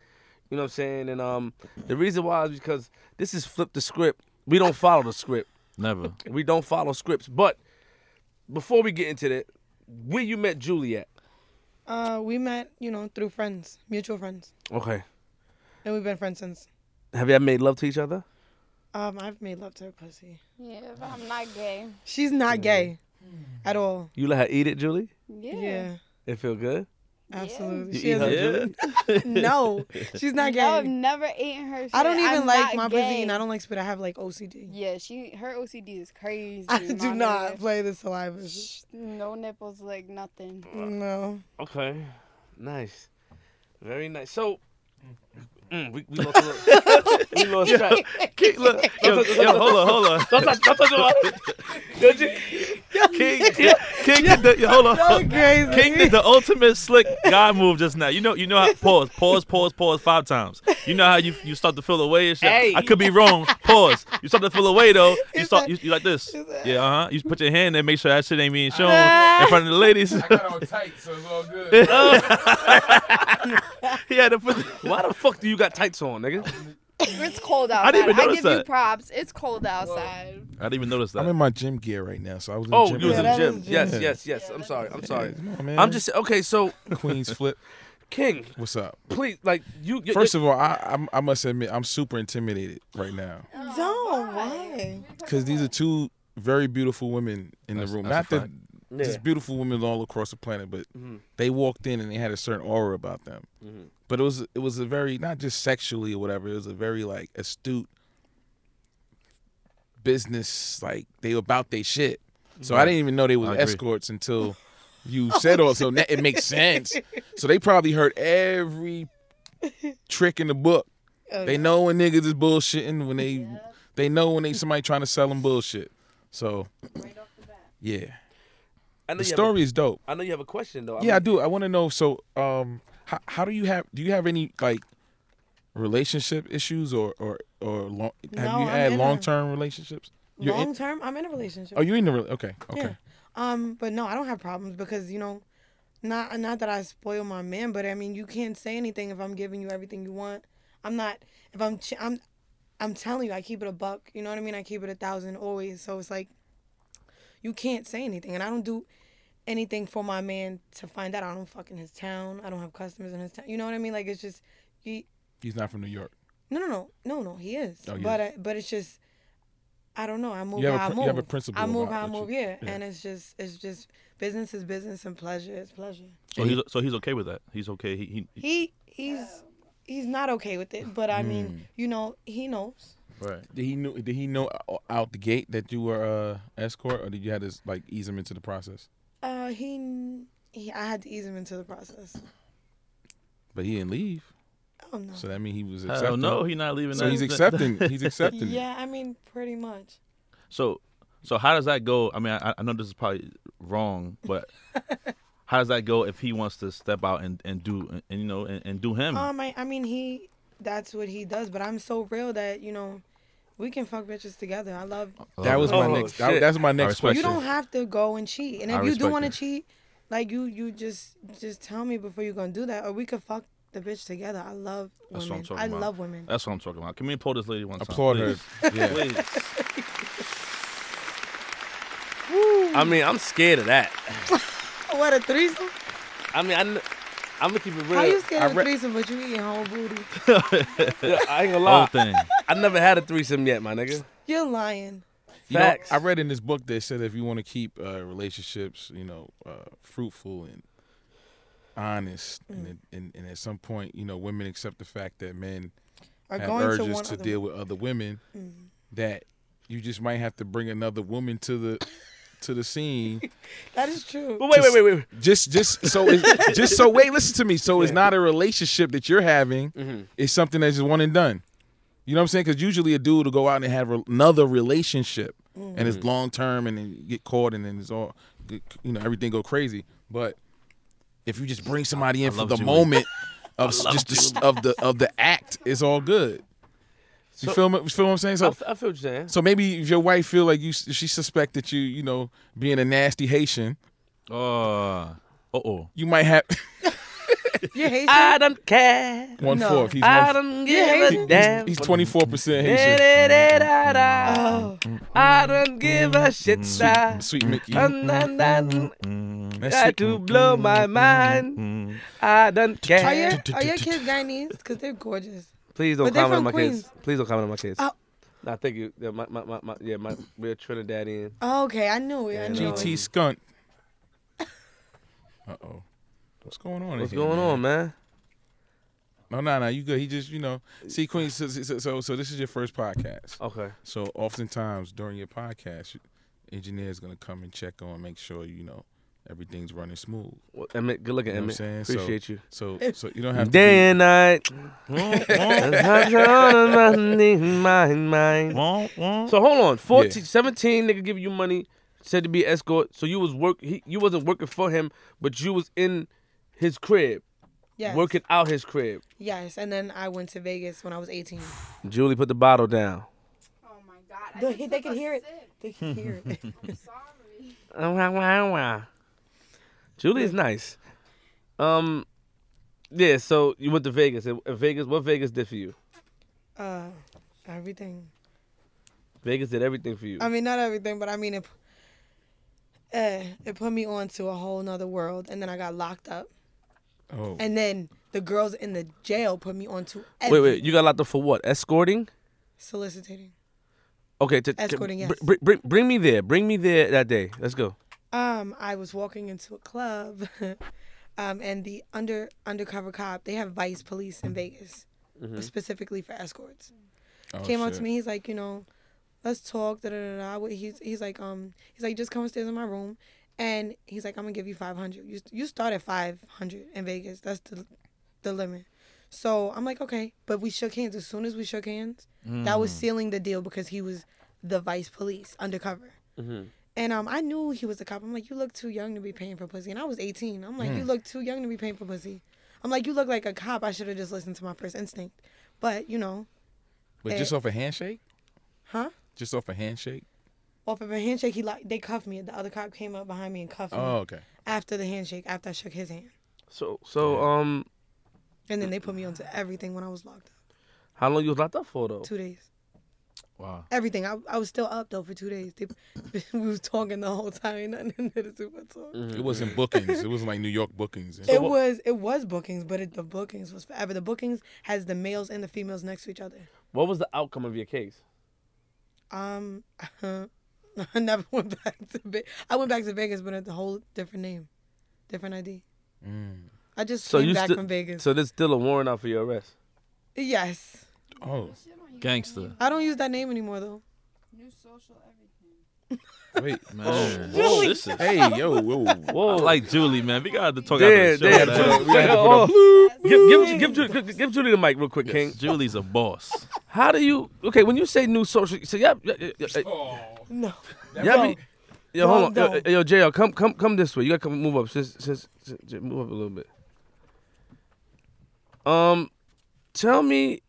[SPEAKER 1] You know what I'm saying? And um, the reason why is because this is flip the script. We don't follow the script.
[SPEAKER 2] Never.
[SPEAKER 1] We don't follow scripts. But before we get into that, where you met Juliet?
[SPEAKER 5] uh we met you know through friends mutual friends
[SPEAKER 1] Okay.
[SPEAKER 5] and we've been friends since
[SPEAKER 1] Have y'all made love to each other?
[SPEAKER 5] Um, I've made love to her pussy.
[SPEAKER 6] yeah, but I'm not gay.
[SPEAKER 5] She's not gay at all.
[SPEAKER 1] You let her eat it, Julie?
[SPEAKER 6] Yeah.
[SPEAKER 5] Yeah,
[SPEAKER 1] It feel good?
[SPEAKER 5] absolutely.
[SPEAKER 1] You
[SPEAKER 5] She
[SPEAKER 1] eat her,
[SPEAKER 5] has
[SPEAKER 1] Julie?
[SPEAKER 5] no. She's not
[SPEAKER 6] No, I've
[SPEAKER 5] gay.
[SPEAKER 6] never eaten her. Shit.
[SPEAKER 5] I don't even
[SPEAKER 6] I'm
[SPEAKER 5] like
[SPEAKER 6] not
[SPEAKER 5] my pussy,
[SPEAKER 6] gay.
[SPEAKER 5] and I don't like spit. I have like OCD.
[SPEAKER 6] Yeah, she her OCD is crazy.
[SPEAKER 5] I do
[SPEAKER 6] my
[SPEAKER 5] not
[SPEAKER 6] nigga.
[SPEAKER 5] play the saliva.
[SPEAKER 6] Sh- No nipples, like nothing.
[SPEAKER 5] No.
[SPEAKER 1] Okay. Nice. Very nice. So, mm, we, we lost a little, we lost track.
[SPEAKER 2] King, look, yo, yo, hold on, hold on.
[SPEAKER 1] Don't touch, don't touch about it. Don't you-
[SPEAKER 2] King, King, King did the yo, hold on.
[SPEAKER 5] Crazy.
[SPEAKER 2] King did the ultimate slick guy move just now. You know, you know how pause, pause, pause, pause five times. You know how you you start to feel away and shit.
[SPEAKER 1] Hey.
[SPEAKER 2] I could be wrong. Pause. You start to feel away though. You
[SPEAKER 5] Is
[SPEAKER 2] start
[SPEAKER 5] that-
[SPEAKER 2] you, you like this.
[SPEAKER 5] is that-
[SPEAKER 2] Yeah, uh huh. You put your hand there, make sure that shit ain't being shown in front of the ladies.
[SPEAKER 4] I got on tight, so it's all good.
[SPEAKER 2] he had to put. The,
[SPEAKER 1] Why the fuck do you got tights on, nigga?
[SPEAKER 6] It's cold outside.
[SPEAKER 2] I didn't even
[SPEAKER 6] I
[SPEAKER 2] notice
[SPEAKER 6] give you
[SPEAKER 2] that.
[SPEAKER 6] props. It's cold outside.
[SPEAKER 2] I didn't even notice that.
[SPEAKER 3] I'm in my gym gear right now, so I was in
[SPEAKER 1] Oh,
[SPEAKER 3] gym
[SPEAKER 1] you was in the
[SPEAKER 3] gear.
[SPEAKER 5] that
[SPEAKER 1] gym.
[SPEAKER 5] was gym.
[SPEAKER 1] Yes, yes, yes. I'm sorry. I'm sorry.
[SPEAKER 3] Come on, man.
[SPEAKER 1] I'm just okay. So,
[SPEAKER 3] Queens flip.
[SPEAKER 1] King,
[SPEAKER 3] What's up?
[SPEAKER 1] please, like you. you
[SPEAKER 3] First of all, I I'm, I must admit I'm super intimidated right now
[SPEAKER 5] Don't. Why?
[SPEAKER 3] because these are two very beautiful women in the
[SPEAKER 2] That's-
[SPEAKER 3] room.
[SPEAKER 2] that's a
[SPEAKER 3] Not that just beautiful women all across the planet, but they walked in and they had a certain aura about them. But it was it was a very not just sexually or whatever. It was a very like astute business. Like they were about their shit. So I didn't even know they
[SPEAKER 2] I
[SPEAKER 3] were
[SPEAKER 2] agree.
[SPEAKER 3] escorts until you said all. So that, it makes sense. So they probably heard every trick in the book. They know when niggas is bullshitting when they they know when they somebody trying to sell them bullshit. So yeah,
[SPEAKER 1] I know you
[SPEAKER 3] The
[SPEAKER 1] have
[SPEAKER 3] story is dope.
[SPEAKER 1] A, I know you have a question though.
[SPEAKER 3] Yeah, I
[SPEAKER 1] I'm-
[SPEAKER 3] do. I want to know. So, um, how, how do you have? Do you have any like relationship issues or or or long, have
[SPEAKER 5] No,
[SPEAKER 3] you
[SPEAKER 5] I'm
[SPEAKER 3] had
[SPEAKER 5] in a-
[SPEAKER 3] long term relationships? You're in-
[SPEAKER 5] Long term, I'm in a relationship.
[SPEAKER 3] oh, you in the re- okay? Okay.
[SPEAKER 5] Yeah. Um, but no, I don't have problems because you know, not not that I spoil my man, but I mean, you can't say anything if I'm giving you everything you want. I'm not if I'm ch- I'm I'm telling you, I keep it a buck. You know what I mean? I keep it a thousand always. So it's like you can't say anything, and I don't do anything for my man to find out. I don't fuck in his town. I don't have customers in his town. You know what I mean? Like it's just you.
[SPEAKER 3] He's not from New York.
[SPEAKER 5] No, no, no, no, no. He is,
[SPEAKER 3] Oh, he
[SPEAKER 5] but
[SPEAKER 3] is.
[SPEAKER 5] I, but it's just I don't know. I move
[SPEAKER 3] You have
[SPEAKER 5] how
[SPEAKER 3] a
[SPEAKER 5] I
[SPEAKER 3] pr-
[SPEAKER 5] move.
[SPEAKER 3] you have a principle
[SPEAKER 5] I move
[SPEAKER 3] about
[SPEAKER 5] how I
[SPEAKER 3] what
[SPEAKER 5] move.
[SPEAKER 3] you-
[SPEAKER 5] yeah.
[SPEAKER 3] yeah.
[SPEAKER 5] and it's just it's just business is business and pleasure is pleasure.
[SPEAKER 2] So he's so he's okay with that. He's okay. He, he
[SPEAKER 5] He he's he's not okay with it, but I
[SPEAKER 3] Hmm.
[SPEAKER 5] mean, you know, he knows.
[SPEAKER 2] right.
[SPEAKER 3] Did he know? Did he know o- out the gate that you were uh escort, or did you have to like ease him into the process?
[SPEAKER 5] Uh, he he. I had to ease him into the process.
[SPEAKER 3] But he didn't leave,
[SPEAKER 5] Oh no.
[SPEAKER 3] so that means he was accepting.
[SPEAKER 2] Hell no, he's not leaving.
[SPEAKER 3] So
[SPEAKER 2] that-
[SPEAKER 3] he's
[SPEAKER 2] that-
[SPEAKER 3] accepting. He's accepting.
[SPEAKER 5] Yeah, I mean, pretty much.
[SPEAKER 2] So, so how does that go? I mean, I, I know this is probably wrong, but how does that go if he wants to step out and, and do and, you know and, and do
[SPEAKER 3] Hmm.
[SPEAKER 2] him?
[SPEAKER 5] Um, I, I mean, he that's what he does, but I'm so real that you know, we can fuck bitches together. I love
[SPEAKER 3] That was my
[SPEAKER 1] Oh,
[SPEAKER 3] next. That,
[SPEAKER 1] shit.
[SPEAKER 3] that's my next
[SPEAKER 2] respect
[SPEAKER 5] you
[SPEAKER 3] question.
[SPEAKER 5] don't have to go and cheat. And
[SPEAKER 2] I
[SPEAKER 5] if you do
[SPEAKER 2] respect
[SPEAKER 5] want to
[SPEAKER 2] that.
[SPEAKER 5] cheat, like you, you just just tell me before you're gonna do that, or we could fuck the bitch together. I love
[SPEAKER 2] That's what I'm
[SPEAKER 5] women.
[SPEAKER 2] talking
[SPEAKER 5] I
[SPEAKER 2] about. Uh,
[SPEAKER 5] love women.
[SPEAKER 2] That's what I'm talking about. Can we applaud this lady one time?
[SPEAKER 3] Applaud her. Yeah.
[SPEAKER 2] Please.
[SPEAKER 1] I mean, I'm scared of that.
[SPEAKER 5] What a threesome!
[SPEAKER 1] I mean, I, am gonna keep it real.
[SPEAKER 5] How you scared
[SPEAKER 3] I
[SPEAKER 5] of
[SPEAKER 3] re-
[SPEAKER 5] a threesome, but you eating whole booty?
[SPEAKER 1] Yeah, I ain't gonna
[SPEAKER 2] Whole
[SPEAKER 1] lie.
[SPEAKER 2] thing.
[SPEAKER 1] I never had a threesome yet, my nigga.
[SPEAKER 5] You're lying.
[SPEAKER 3] You know,
[SPEAKER 1] Facts.
[SPEAKER 3] I read in this book that said if you want to keep uh, relationships, you know, uh, fruitful and honest,
[SPEAKER 5] Mm.
[SPEAKER 3] and, it- and and at some point, you know, women accept the fact that men
[SPEAKER 5] Or
[SPEAKER 3] have
[SPEAKER 5] going to
[SPEAKER 3] urges
[SPEAKER 5] one Mm.
[SPEAKER 3] to,
[SPEAKER 5] other-
[SPEAKER 3] deal with other women, that you just might have to bring another woman to the to the scene.
[SPEAKER 5] That is true.
[SPEAKER 1] But wait, wait, wait, wait.
[SPEAKER 3] Just just so it, just so wait, listen to me. So it's not a relationship that you're having.
[SPEAKER 1] Mm-hmm.
[SPEAKER 3] It's something that's just one and done. You know what I'm saying? Because usually a dude will go out and have re- another relationship, and
[SPEAKER 1] Mm.
[SPEAKER 3] it's long term, and then you get caught, and then it's all, you know, everything go crazy. But if you just bring somebody in for
[SPEAKER 2] love
[SPEAKER 3] the
[SPEAKER 2] Julie.
[SPEAKER 3] moment of s- just the, s- of the of the act, it's all good. You
[SPEAKER 1] So-
[SPEAKER 3] feel me? Feel what I'm saying?
[SPEAKER 1] I,
[SPEAKER 3] So
[SPEAKER 1] f- I feel what you're saying.
[SPEAKER 3] so maybe if your wife feel like you, s- she suspect that you, you know, being a nasty Haitian,
[SPEAKER 2] Uh oh.
[SPEAKER 3] you might have
[SPEAKER 5] You're Haitian.
[SPEAKER 1] I don't care.
[SPEAKER 3] one
[SPEAKER 5] No.
[SPEAKER 3] fourth. He's
[SPEAKER 1] I
[SPEAKER 3] one,
[SPEAKER 1] don't
[SPEAKER 5] Yeah,
[SPEAKER 1] give
[SPEAKER 5] he-
[SPEAKER 1] a damn.
[SPEAKER 3] he's 24 percent Haitian.
[SPEAKER 1] Da-da-da-da-da.
[SPEAKER 5] oh,
[SPEAKER 1] I don't give a shit. sir.
[SPEAKER 3] Mm, Sweet Mickey.
[SPEAKER 1] Dun, dun, dun.
[SPEAKER 3] That's
[SPEAKER 1] mm, Try
[SPEAKER 3] sweet. mm,
[SPEAKER 1] to blow my mind. I don't
[SPEAKER 5] are your
[SPEAKER 1] care.
[SPEAKER 5] are your kids Guyanese? Cause they're gorgeous.
[SPEAKER 1] Please don't
[SPEAKER 5] But they're
[SPEAKER 1] comment on
[SPEAKER 5] from
[SPEAKER 1] my kids.
[SPEAKER 5] Queens.
[SPEAKER 1] Please don't comment on my kids.
[SPEAKER 5] Oh.
[SPEAKER 1] Nah, thank you. Yeah, my, my, my, my, yeah, my, we're Trinidadian.
[SPEAKER 5] Oh, okay, I knew it. I
[SPEAKER 1] Yeah,
[SPEAKER 5] knew
[SPEAKER 3] GT
[SPEAKER 5] it.
[SPEAKER 3] Skunt. Uh oh. What's going on? in
[SPEAKER 1] What's
[SPEAKER 3] here,
[SPEAKER 1] going on, man?
[SPEAKER 3] No, no, no. You good? He just, you know, see, Queen. So, so, so, so this is your first podcast.
[SPEAKER 1] Okay.
[SPEAKER 3] So, oftentimes during your podcast, your engineer's gonna come and check on, make sure you know everything's running smooth.
[SPEAKER 1] Well, Emmett, good looking,
[SPEAKER 3] You know what
[SPEAKER 1] Emmett.
[SPEAKER 3] I'm saying? So-
[SPEAKER 1] Appreciate you.
[SPEAKER 3] So, so you don't have to.
[SPEAKER 1] Day
[SPEAKER 3] be-
[SPEAKER 1] and night. That's all my need, my mind. So hold on, 14, 17 nigga giving you money, said to be escort. So you was work, he, you wasn't working for him, but you was in his crib,
[SPEAKER 5] Yes.
[SPEAKER 1] working out his crib.
[SPEAKER 5] Yes, and then I went to Vegas when I was 18.
[SPEAKER 1] Julie put the bottle down.
[SPEAKER 6] Oh my god. I
[SPEAKER 5] They-
[SPEAKER 6] just
[SPEAKER 5] they
[SPEAKER 6] took
[SPEAKER 5] can
[SPEAKER 6] a
[SPEAKER 5] hear it.
[SPEAKER 6] sip.
[SPEAKER 5] They can hear it.
[SPEAKER 6] I'm
[SPEAKER 1] Uh,
[SPEAKER 6] sorry.
[SPEAKER 1] wah, wah, wah. Julie's nice. Um, yeah. So you went to Vegas. And and Vegas, what Vegas did for you?
[SPEAKER 5] Uh, everything.
[SPEAKER 1] Vegas did everything for you.
[SPEAKER 5] I mean, not everything, but I mean, it, uh, it put me onto a whole nother world, and then I got locked up,
[SPEAKER 3] Oh,
[SPEAKER 5] and then the girls in the jail put me onto
[SPEAKER 1] wait,
[SPEAKER 5] every
[SPEAKER 1] wait. You got locked up for what? Escorting.
[SPEAKER 5] soliciting.
[SPEAKER 1] Okay. To, to-
[SPEAKER 5] Escorting, yes.
[SPEAKER 1] br- br- bring me there. Bring me there that day. Let's go.
[SPEAKER 5] Um, I was walking into a club, um, and the under undercover cop they have vice police in Vegas,
[SPEAKER 1] Mm-hmm.
[SPEAKER 5] specifically for escorts.
[SPEAKER 3] oh,
[SPEAKER 5] came up
[SPEAKER 3] shit.
[SPEAKER 5] to me. He's like, you know, let's talk. Da, da, da, da. I would- He's he's like, um, he's like, just come upstairs in my room, and he's like, I'm gonna give you five hundred. You you start at five hundred in Vegas. That's the the limit. So I'm like, okay. But we shook hands. As soon as we
[SPEAKER 3] Mm.
[SPEAKER 5] shook hands, that was sealing the deal because he was the vice police undercover. And um, I knew he was a cop. I'm like, you look too young to be paying for pussy. And I was 18. I'm like, you
[SPEAKER 3] Mm.
[SPEAKER 5] look too young to be paying for pussy. I'm like, you look like a cop. I should have just listened to my first instinct. But you know,
[SPEAKER 3] But
[SPEAKER 5] Eh.
[SPEAKER 3] just off a handshake?
[SPEAKER 5] huh?
[SPEAKER 3] Just off a handshake?
[SPEAKER 5] Off of a handshake, he like they cuffed me. The other cop came up behind me and cuffed
[SPEAKER 3] Oh,
[SPEAKER 5] me
[SPEAKER 3] okay.
[SPEAKER 5] after the handshake. After I shook his hand,
[SPEAKER 1] So so um,
[SPEAKER 5] and then they put me onto
[SPEAKER 1] Mm.
[SPEAKER 5] everything when I was locked up.
[SPEAKER 1] how long you was locked up for though?
[SPEAKER 5] Two days.
[SPEAKER 2] Wow.
[SPEAKER 5] Everything. I, I was still up though for two days. They, we was talking the whole time. Ain't nothing to do but talk.
[SPEAKER 1] Mm.
[SPEAKER 3] It wasn't bookings. it wasn't like New York bookings.
[SPEAKER 5] it was it was bookings, but it, the bookings was forever. The bookings has the males and the females next to each other.
[SPEAKER 1] What was the outcome of your case?
[SPEAKER 5] Um, I never went back to Ve- I went back to Vegas, but it's a whole different name, different ID. I just
[SPEAKER 1] Mm. So
[SPEAKER 5] came
[SPEAKER 1] you
[SPEAKER 5] back
[SPEAKER 1] sti-
[SPEAKER 5] from Vegas.
[SPEAKER 1] So there's still a warrant out for your arrest.
[SPEAKER 5] yes,
[SPEAKER 3] Oh,
[SPEAKER 2] Gangster.
[SPEAKER 5] I don't use that name anymore though.
[SPEAKER 6] New social everything.
[SPEAKER 3] wait.
[SPEAKER 2] Man.
[SPEAKER 5] Whoa,
[SPEAKER 2] Oh, this is
[SPEAKER 3] hey, yo, whoa.
[SPEAKER 1] Whoa,
[SPEAKER 2] like Julie, man. We gotta talk
[SPEAKER 1] There,
[SPEAKER 2] after the show.
[SPEAKER 1] there,
[SPEAKER 3] that.
[SPEAKER 2] man.
[SPEAKER 1] Julie.
[SPEAKER 3] We had to put a
[SPEAKER 1] Oh, give, give, give, Julie, give, give Julie the mic real quick, King.
[SPEAKER 2] Julie's a boss.
[SPEAKER 1] How do you? Okay, when you say new social, so yeah, yeah, yeah, yeah,
[SPEAKER 5] No,
[SPEAKER 1] yeah, be- yo, hold on,
[SPEAKER 5] Don't,
[SPEAKER 1] yo,
[SPEAKER 5] don't.
[SPEAKER 1] yo, JL, come, come, come this way. You gotta come move up, since, since, since- move up a little bit. Um, tell me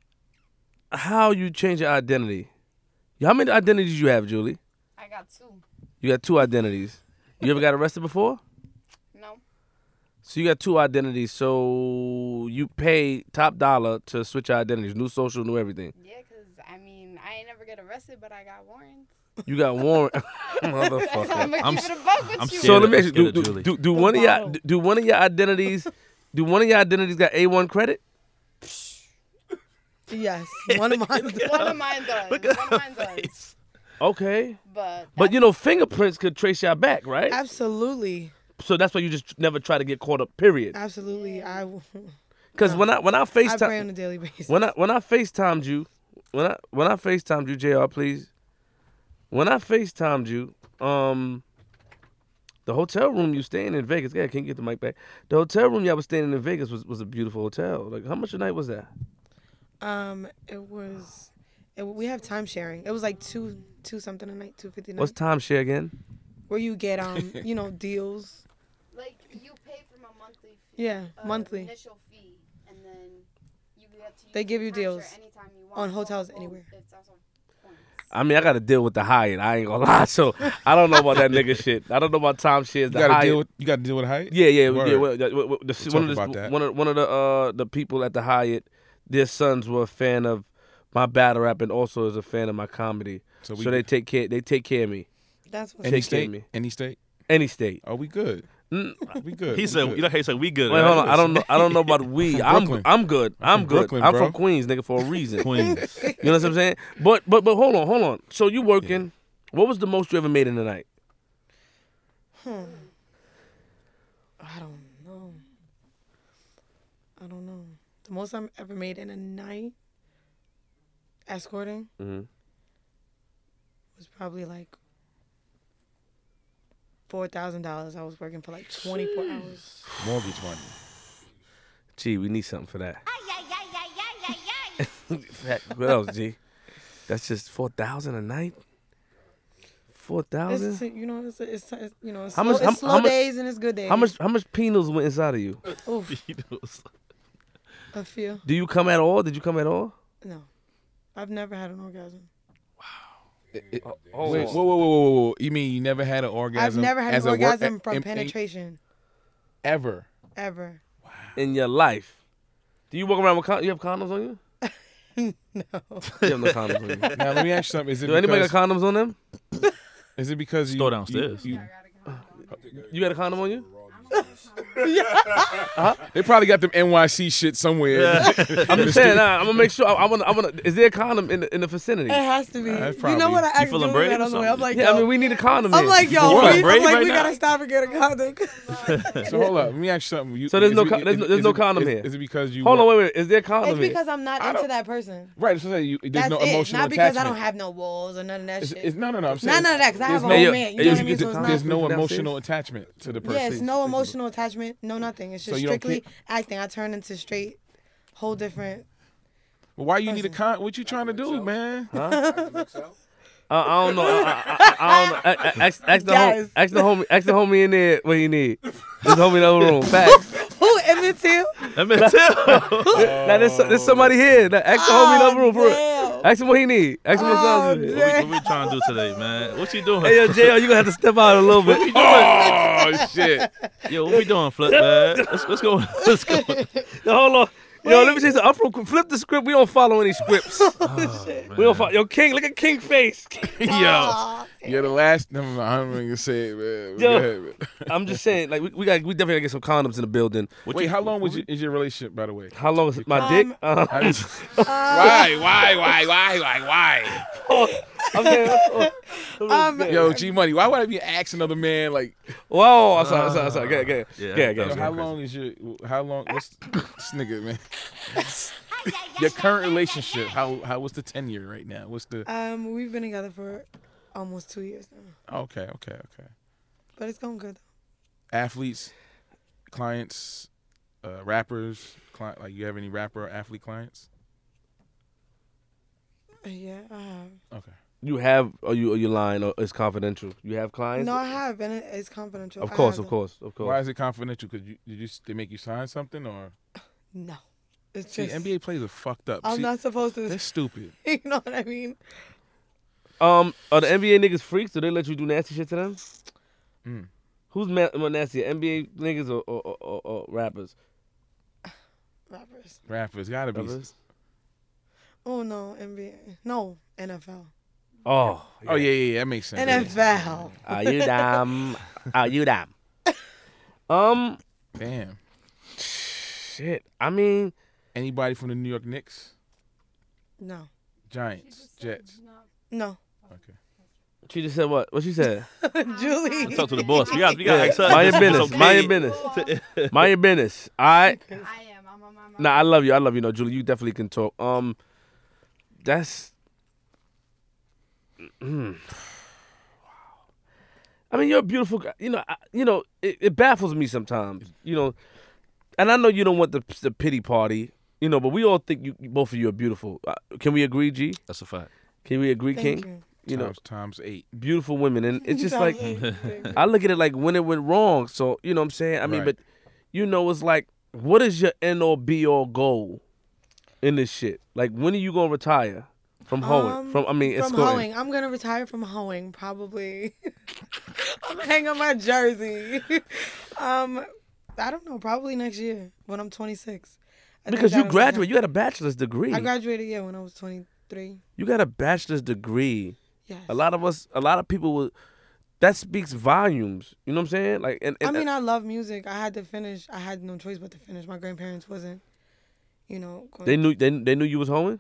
[SPEAKER 1] how you change your identity. How many identities you have, Julie?
[SPEAKER 6] I got two.
[SPEAKER 1] You got two identities. You ever got arrested before?
[SPEAKER 6] No.
[SPEAKER 1] So you got two identities. So you pay top dollar to switch your identities, new social, new everything.
[SPEAKER 6] Yeah, 'cause I mean, I ain't never get arrested, but I got warrants.
[SPEAKER 1] You got warrant,
[SPEAKER 6] That's
[SPEAKER 1] motherfucker.
[SPEAKER 6] how I'm gonna
[SPEAKER 2] I'm
[SPEAKER 6] keep
[SPEAKER 2] s-
[SPEAKER 6] it a buck with
[SPEAKER 2] I'm
[SPEAKER 6] you.
[SPEAKER 2] scared.
[SPEAKER 1] So let me ask you:
[SPEAKER 2] Get
[SPEAKER 1] Do,
[SPEAKER 2] it,
[SPEAKER 1] do,
[SPEAKER 2] get it, Julie.
[SPEAKER 1] do, do one of y'all
[SPEAKER 5] bottle.
[SPEAKER 1] do, do one of your identities do one of your identities got A one credit?
[SPEAKER 5] yes, one of mine.
[SPEAKER 6] One of mine does. One of mine does.
[SPEAKER 1] Okay,
[SPEAKER 6] But
[SPEAKER 1] but you know fingerprints could trace y'all back, right?
[SPEAKER 5] absolutely,
[SPEAKER 1] so that's why you just never try to get caught up. Period.
[SPEAKER 5] absolutely. I
[SPEAKER 1] Because when I when I
[SPEAKER 5] I pray on
[SPEAKER 1] Facetime
[SPEAKER 5] a daily basis.
[SPEAKER 1] when I when I Facetimed you when I when I Facetimed you, Jr. Please, when I Facetimed you, um. The hotel room you staying in Vegas, yeah, can you get the mic back? The hotel room y'all was staying in in Vegas was, was a beautiful hotel. Like, how much a night was that?
[SPEAKER 5] Um, it was. It, we have time sharing. It was like two, two something a night, two fifty nine.
[SPEAKER 1] What's timeshare again?
[SPEAKER 5] Where you get um, you know, deals.
[SPEAKER 6] like you pay for my monthly fee.
[SPEAKER 5] Yeah,
[SPEAKER 6] uh,
[SPEAKER 5] monthly.
[SPEAKER 6] Initial fee, and then you get to use
[SPEAKER 5] They give you
[SPEAKER 6] timeshare
[SPEAKER 5] deals
[SPEAKER 6] anytime you want.
[SPEAKER 5] on
[SPEAKER 6] It's
[SPEAKER 5] hotels
[SPEAKER 6] also-
[SPEAKER 5] anywhere.
[SPEAKER 6] It's also points.
[SPEAKER 1] I mean, I got to deal with the Hyatt. I ain't gonna lie. So I don't know about that nigga shit. I don't know about Tom shares.
[SPEAKER 3] You
[SPEAKER 1] The
[SPEAKER 3] got to
[SPEAKER 1] Hyatt.
[SPEAKER 3] deal with. You got to deal with height.
[SPEAKER 1] yeah, yeah, yeah.
[SPEAKER 3] Word.
[SPEAKER 1] Well, the- well, the- one,
[SPEAKER 3] talked
[SPEAKER 1] of
[SPEAKER 3] about
[SPEAKER 1] the,
[SPEAKER 3] that.
[SPEAKER 1] one of one of the uh, the people at the Hyatt, their sons were a fan of my battle rap and also is a fan of my comedy. So,
[SPEAKER 3] So we-
[SPEAKER 1] they take care. They take care of me.
[SPEAKER 5] That's what.
[SPEAKER 1] Take care
[SPEAKER 3] Any
[SPEAKER 1] of
[SPEAKER 3] state.
[SPEAKER 1] me.
[SPEAKER 3] Any state.
[SPEAKER 1] Any state.
[SPEAKER 3] Are we good?
[SPEAKER 1] Mm.
[SPEAKER 3] We good.
[SPEAKER 2] He
[SPEAKER 3] we
[SPEAKER 2] said,
[SPEAKER 3] good.
[SPEAKER 2] you know, he said we good.
[SPEAKER 1] Wait,
[SPEAKER 2] right?
[SPEAKER 1] hold on. I don't know. I don't know about we. I'm
[SPEAKER 3] Brooklyn.
[SPEAKER 1] I'm good. I'm,
[SPEAKER 3] from
[SPEAKER 1] good.
[SPEAKER 3] Brooklyn,
[SPEAKER 1] I'm
[SPEAKER 3] bro.
[SPEAKER 1] from Queens, nigga, for a reason.
[SPEAKER 2] Queens.
[SPEAKER 1] You know what I'm saying? But but but hold on, hold on. So you working? What was the most you ever made in a night?
[SPEAKER 5] I don't know. I don't know. The most I've ever made in a night escorting
[SPEAKER 1] Mhm.
[SPEAKER 5] was probably like four thousand dollars. I was working for like twenty four hours.
[SPEAKER 3] mortgage money.
[SPEAKER 1] Gee, we need something for that. Fact, what else, G? That's just four thousand a night. Four
[SPEAKER 5] It's,
[SPEAKER 1] thousand.
[SPEAKER 5] you know, it's, it's, it's you know, it's
[SPEAKER 1] How
[SPEAKER 5] slow,
[SPEAKER 1] much-
[SPEAKER 5] it's
[SPEAKER 1] how-
[SPEAKER 5] slow
[SPEAKER 1] how much-
[SPEAKER 5] days and it's good days.
[SPEAKER 1] How much? How much penals went inside of you?
[SPEAKER 5] Oof,
[SPEAKER 2] You know, it's-
[SPEAKER 5] a few.
[SPEAKER 1] Do you come at all? Did you come at all?
[SPEAKER 5] No, I've never had an orgasm.
[SPEAKER 1] Oh,
[SPEAKER 3] Wait, whoa, whoa, whoa, whoa, whoa! You mean you never had an
[SPEAKER 5] I've
[SPEAKER 3] orgasm?
[SPEAKER 5] never had
[SPEAKER 3] as
[SPEAKER 5] an
[SPEAKER 3] a wor-
[SPEAKER 5] orgasm
[SPEAKER 3] a-
[SPEAKER 5] from
[SPEAKER 3] in- in-
[SPEAKER 5] penetration
[SPEAKER 3] ever.
[SPEAKER 5] ever.
[SPEAKER 1] in your life. Do you walk around with con- you have condoms on you? You
[SPEAKER 5] No.
[SPEAKER 1] have no condoms on you.
[SPEAKER 3] Now let me ask you something. Is it
[SPEAKER 1] Do anybody
[SPEAKER 3] because,
[SPEAKER 1] got condoms on them?
[SPEAKER 3] is it because you
[SPEAKER 2] Store downstairs.
[SPEAKER 3] you-
[SPEAKER 6] I gotta come home.
[SPEAKER 1] You got a condom on you?
[SPEAKER 3] they probably got them NYC shit somewhere.
[SPEAKER 1] I'm just saying. Nah, I'm gonna make sure. I, I wanna. I wanna. Is there a condom in the, in the vicinity?
[SPEAKER 5] It has to be. you
[SPEAKER 3] probably-
[SPEAKER 5] know what I
[SPEAKER 2] You
[SPEAKER 5] actually
[SPEAKER 2] feeling
[SPEAKER 5] do
[SPEAKER 2] brave
[SPEAKER 5] that
[SPEAKER 2] or
[SPEAKER 5] on the way. I'm
[SPEAKER 2] something?
[SPEAKER 5] like,
[SPEAKER 1] yeah, I
[SPEAKER 5] yo,
[SPEAKER 1] mean, we need a condom.
[SPEAKER 5] I'm
[SPEAKER 1] here.
[SPEAKER 5] like, yo,
[SPEAKER 3] what?
[SPEAKER 5] we, I'm
[SPEAKER 2] Brave
[SPEAKER 5] like,
[SPEAKER 2] right
[SPEAKER 5] we
[SPEAKER 2] now?
[SPEAKER 5] gotta stop and get a condom.
[SPEAKER 3] So hold up, let me ask you something. You,
[SPEAKER 1] So there's
[SPEAKER 3] is
[SPEAKER 1] no
[SPEAKER 3] it-
[SPEAKER 1] con-
[SPEAKER 3] is-
[SPEAKER 1] there's no-
[SPEAKER 3] is
[SPEAKER 1] there's no
[SPEAKER 3] it-
[SPEAKER 1] condom
[SPEAKER 3] is-
[SPEAKER 1] here.
[SPEAKER 3] Is it because you
[SPEAKER 1] hold on,
[SPEAKER 3] were-
[SPEAKER 1] wait, wait. Is there a condom
[SPEAKER 5] It's
[SPEAKER 1] here?
[SPEAKER 5] because I'm not into that person.
[SPEAKER 3] Right, so say you, there's
[SPEAKER 5] That's
[SPEAKER 3] no
[SPEAKER 5] it.
[SPEAKER 3] emotional
[SPEAKER 5] Not because I
[SPEAKER 3] attachment.
[SPEAKER 5] don't have no walls or none of that
[SPEAKER 3] It's,
[SPEAKER 5] shit.
[SPEAKER 3] it's, no, no, no. I'm saying
[SPEAKER 5] None of that, 'cause I
[SPEAKER 3] there's
[SPEAKER 5] have a
[SPEAKER 3] no-
[SPEAKER 5] whole man. You know
[SPEAKER 1] Hey,
[SPEAKER 5] what I mean? So
[SPEAKER 3] there's,
[SPEAKER 5] it's not.
[SPEAKER 1] there's
[SPEAKER 3] no
[SPEAKER 1] downstairs?
[SPEAKER 3] emotional attachment to the person.
[SPEAKER 5] yeah, it's no emotional attachment, no nothing. It's just
[SPEAKER 3] So you don't
[SPEAKER 5] strictly
[SPEAKER 3] pick-
[SPEAKER 5] acting. I turn into straight, whole different.
[SPEAKER 3] Well, why you need a con? What you trying to do, man?
[SPEAKER 4] I can mix out.
[SPEAKER 1] Uh, I don't know. I, I, I, I don't know. A- a- Ask, ask, the hom-
[SPEAKER 5] Yes.
[SPEAKER 1] ask the homie. Ask the homie in there what he need. This homie in the other room. Facts.
[SPEAKER 5] Who Emmett Till?
[SPEAKER 2] Emmett Till.
[SPEAKER 1] Now there's, there's somebody here. Now, ask the homie in the other room for it.
[SPEAKER 5] damn.
[SPEAKER 1] Ask him what he need. Ask him what
[SPEAKER 5] Oh,
[SPEAKER 1] songs he need.
[SPEAKER 5] damn.
[SPEAKER 2] What we, what we trying to do today, man? What you doing?
[SPEAKER 1] Hey yo, J.O., you gonna have to step out a little bit.
[SPEAKER 3] Oh shit!
[SPEAKER 2] Yo, what we doing, Flip, man? Let's, let's go. Let's go.
[SPEAKER 1] Yo, hold on. Yo, let me tell you something. I'm from, flip the script. We don't follow any scripts.
[SPEAKER 2] Oh,
[SPEAKER 1] we don't follow. Yo, King, look at King face.
[SPEAKER 2] Yo.
[SPEAKER 3] You're the last. Never mind. I don't even gonna say it,
[SPEAKER 1] Yo.
[SPEAKER 3] man. Go ahead, man.
[SPEAKER 1] I'm just saying, like we, we got, we definitely gotta get some condoms in the building.
[SPEAKER 2] What
[SPEAKER 3] Wait,
[SPEAKER 2] you-
[SPEAKER 3] how long was your, is your relationship, by the way?
[SPEAKER 1] How long is my dick? Uh,
[SPEAKER 5] Um,
[SPEAKER 3] How did- why? Why? Why? Why? Why? Why?
[SPEAKER 1] I'm saying, oh, oh,
[SPEAKER 5] Um,
[SPEAKER 1] yeah.
[SPEAKER 3] Yo, G Money, why would I be asking another man like?
[SPEAKER 1] Whoa, Oh, I'm sorry, I'm sorry, I'm sorry. Go ahead, go ahead.
[SPEAKER 2] Yeah,
[SPEAKER 1] Go ahead, go
[SPEAKER 2] that
[SPEAKER 3] Yo,
[SPEAKER 1] ahead.
[SPEAKER 2] was
[SPEAKER 3] how
[SPEAKER 2] crazy.
[SPEAKER 3] long is your? How long? What's this nigga, man? Your current relationship. How? How? What's the tenure right now? What's the?
[SPEAKER 5] Um, we've been together for almost two years now,
[SPEAKER 3] Okay. Okay. Okay.
[SPEAKER 5] but it's going good.
[SPEAKER 3] Athletes, clients, uh, rappers. Client, like you have any rapper or athlete clients?
[SPEAKER 5] though. Yeah, I have.
[SPEAKER 3] Okay.
[SPEAKER 1] You have, are you, are you lying? Or it's confidential. You have clients?
[SPEAKER 5] No, I have, and it- it's confidential.
[SPEAKER 1] Of
[SPEAKER 5] I
[SPEAKER 1] course,
[SPEAKER 5] have
[SPEAKER 1] of
[SPEAKER 5] them.
[SPEAKER 1] course, of course.
[SPEAKER 3] Why is it confidential? Cause you, did you they make you sign something or?
[SPEAKER 5] No, it's
[SPEAKER 3] See,
[SPEAKER 5] just
[SPEAKER 3] NBA players are fucked up.
[SPEAKER 5] I'm
[SPEAKER 3] See,
[SPEAKER 5] not supposed
[SPEAKER 3] They're
[SPEAKER 5] to.
[SPEAKER 3] stupid.
[SPEAKER 5] You know what I mean?
[SPEAKER 1] Um, are the NBA niggas freaks? Do they let you do nasty shit to them?
[SPEAKER 3] Mm.
[SPEAKER 1] Who's ma- more nasty, NBA niggas or, or, or, or, or rappers?
[SPEAKER 5] Rappers.
[SPEAKER 3] Rappers gotta be.
[SPEAKER 1] Rappers?
[SPEAKER 5] Oh no, NBA. No, NFL.
[SPEAKER 1] Oh,
[SPEAKER 3] Oh yeah, yeah, yeah, that makes sense.
[SPEAKER 5] NFL.
[SPEAKER 1] Are you dumb? Are you dumb? Um,
[SPEAKER 3] Damn.
[SPEAKER 1] shit. I mean,
[SPEAKER 3] Anybody from the New York Knicks,
[SPEAKER 5] No,
[SPEAKER 3] Giants, Jets?
[SPEAKER 5] no.
[SPEAKER 1] she just said what? What she said?
[SPEAKER 5] Julie.
[SPEAKER 2] Talk to the boss. We got, we got to ask her.
[SPEAKER 1] Mind
[SPEAKER 2] if
[SPEAKER 1] your
[SPEAKER 2] this
[SPEAKER 1] business.
[SPEAKER 2] is okay.
[SPEAKER 1] Mind your business. Mind your business. All right.
[SPEAKER 6] Oh, I am. I'm on my mind.
[SPEAKER 1] Nah, I love you. I love you. No, Julie, you definitely can talk. Um, that's. Mm. I mean, you're a beautiful. guy. You know, I, you know, it, it baffles me sometimes. You know, and I know you don't want the the pity party. You know, but we all think you both of you are beautiful. Uh, can we agree, G?
[SPEAKER 2] That's a fact.
[SPEAKER 1] Can we agree,
[SPEAKER 5] Thank
[SPEAKER 1] King?
[SPEAKER 5] you.
[SPEAKER 1] You know,
[SPEAKER 3] times, times eight.
[SPEAKER 1] beautiful women, and it's just like
[SPEAKER 5] Thank you.
[SPEAKER 1] I look at it like when it went wrong. So you know what I'm saying. I mean,
[SPEAKER 3] Right.
[SPEAKER 1] but you know, it's like what is your end all be all goal in this shit? Like when are you gonna retire from hoeing?
[SPEAKER 5] Um,
[SPEAKER 1] from I mean,
[SPEAKER 5] from
[SPEAKER 1] escorting.
[SPEAKER 5] hoeing. I'm gonna retire from hoeing probably. I'm gonna hang up my jersey. um, I don't know. Probably next year when I'm 26. I think
[SPEAKER 1] Because
[SPEAKER 5] that
[SPEAKER 1] you
[SPEAKER 5] was the
[SPEAKER 1] graduate, you
[SPEAKER 5] time.
[SPEAKER 1] got a bachelor's degree.
[SPEAKER 5] I graduated yeah when I was 23.
[SPEAKER 1] you got a bachelor's degree.
[SPEAKER 5] Yes.
[SPEAKER 1] A lot of us, a lot of people will. That speaks volumes. You know what I'm saying? Like, and,
[SPEAKER 5] I
[SPEAKER 1] and
[SPEAKER 5] mean, I love music. I had to finish. I had no choice but to finish. My grandparents wasn't, you know. Going
[SPEAKER 1] they knew they, they knew you was hoeing.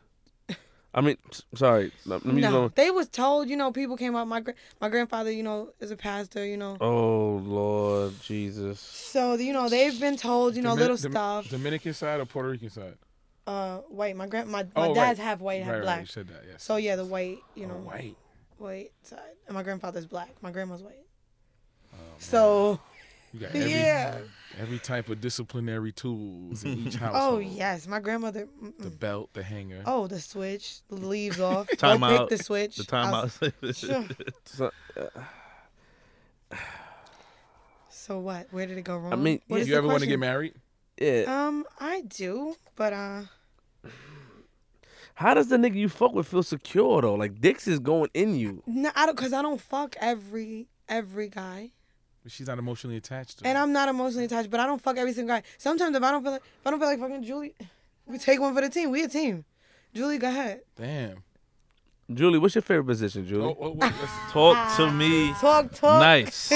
[SPEAKER 1] I mean, s- sorry. Let me
[SPEAKER 5] no,
[SPEAKER 1] alone.
[SPEAKER 5] they was told. You know, people came out. My gra- my grandfather, you know, is a pastor. You know,
[SPEAKER 1] Oh Lord Jesus.
[SPEAKER 5] so you know they've been told. You know,
[SPEAKER 3] Domin-
[SPEAKER 5] little
[SPEAKER 3] Dom-
[SPEAKER 5] stuff.
[SPEAKER 3] Dominican side or Puerto Rican side?
[SPEAKER 5] uh, white. My grand my, my
[SPEAKER 3] Oh,
[SPEAKER 5] dad's
[SPEAKER 3] right.
[SPEAKER 5] half white, half
[SPEAKER 3] right,
[SPEAKER 5] black.
[SPEAKER 3] right. You said that. Yes.
[SPEAKER 5] So yeah, the white, you
[SPEAKER 3] Oh,
[SPEAKER 5] know,
[SPEAKER 3] white.
[SPEAKER 5] white side, and my grandfather's black. My grandma's white. so
[SPEAKER 3] You got Oh, every,
[SPEAKER 5] yeah.
[SPEAKER 3] every type of disciplinary tools in each household.
[SPEAKER 5] Oh yes, my grandmother. mm,
[SPEAKER 3] The
[SPEAKER 5] mm.
[SPEAKER 3] belt, the hanger.
[SPEAKER 5] Oh, the switch, the leaves off.
[SPEAKER 2] Time
[SPEAKER 5] Don't pick
[SPEAKER 2] out.
[SPEAKER 5] The switch.
[SPEAKER 2] The time
[SPEAKER 5] I
[SPEAKER 2] out.
[SPEAKER 5] was- Sure. So what? Where did it go wrong?
[SPEAKER 1] mean,
[SPEAKER 5] What
[SPEAKER 1] yeah.
[SPEAKER 5] is
[SPEAKER 3] you
[SPEAKER 5] the
[SPEAKER 3] ever want to get
[SPEAKER 5] question?
[SPEAKER 3] married?
[SPEAKER 1] Yeah.
[SPEAKER 5] Um, I do, but uh,
[SPEAKER 1] How does the nigga you fuck with feel secure though? Like dicks is going in you.
[SPEAKER 5] no, I don't, cause I don't fuck every every guy,
[SPEAKER 3] But she's not emotionally attached to.
[SPEAKER 5] and
[SPEAKER 1] Mm.
[SPEAKER 3] him.
[SPEAKER 5] I'm not emotionally attached, but I don't fuck every single guy. Sometimes if I don't feel like if I don't feel like fucking Julie, we take one for the team. We a team. Julie, go ahead.
[SPEAKER 3] Damn.
[SPEAKER 1] Julie, what's your favorite position, Julie?
[SPEAKER 3] Oh, oh, wait, let's-
[SPEAKER 2] Talk to me
[SPEAKER 5] Talk, talk.
[SPEAKER 2] nice.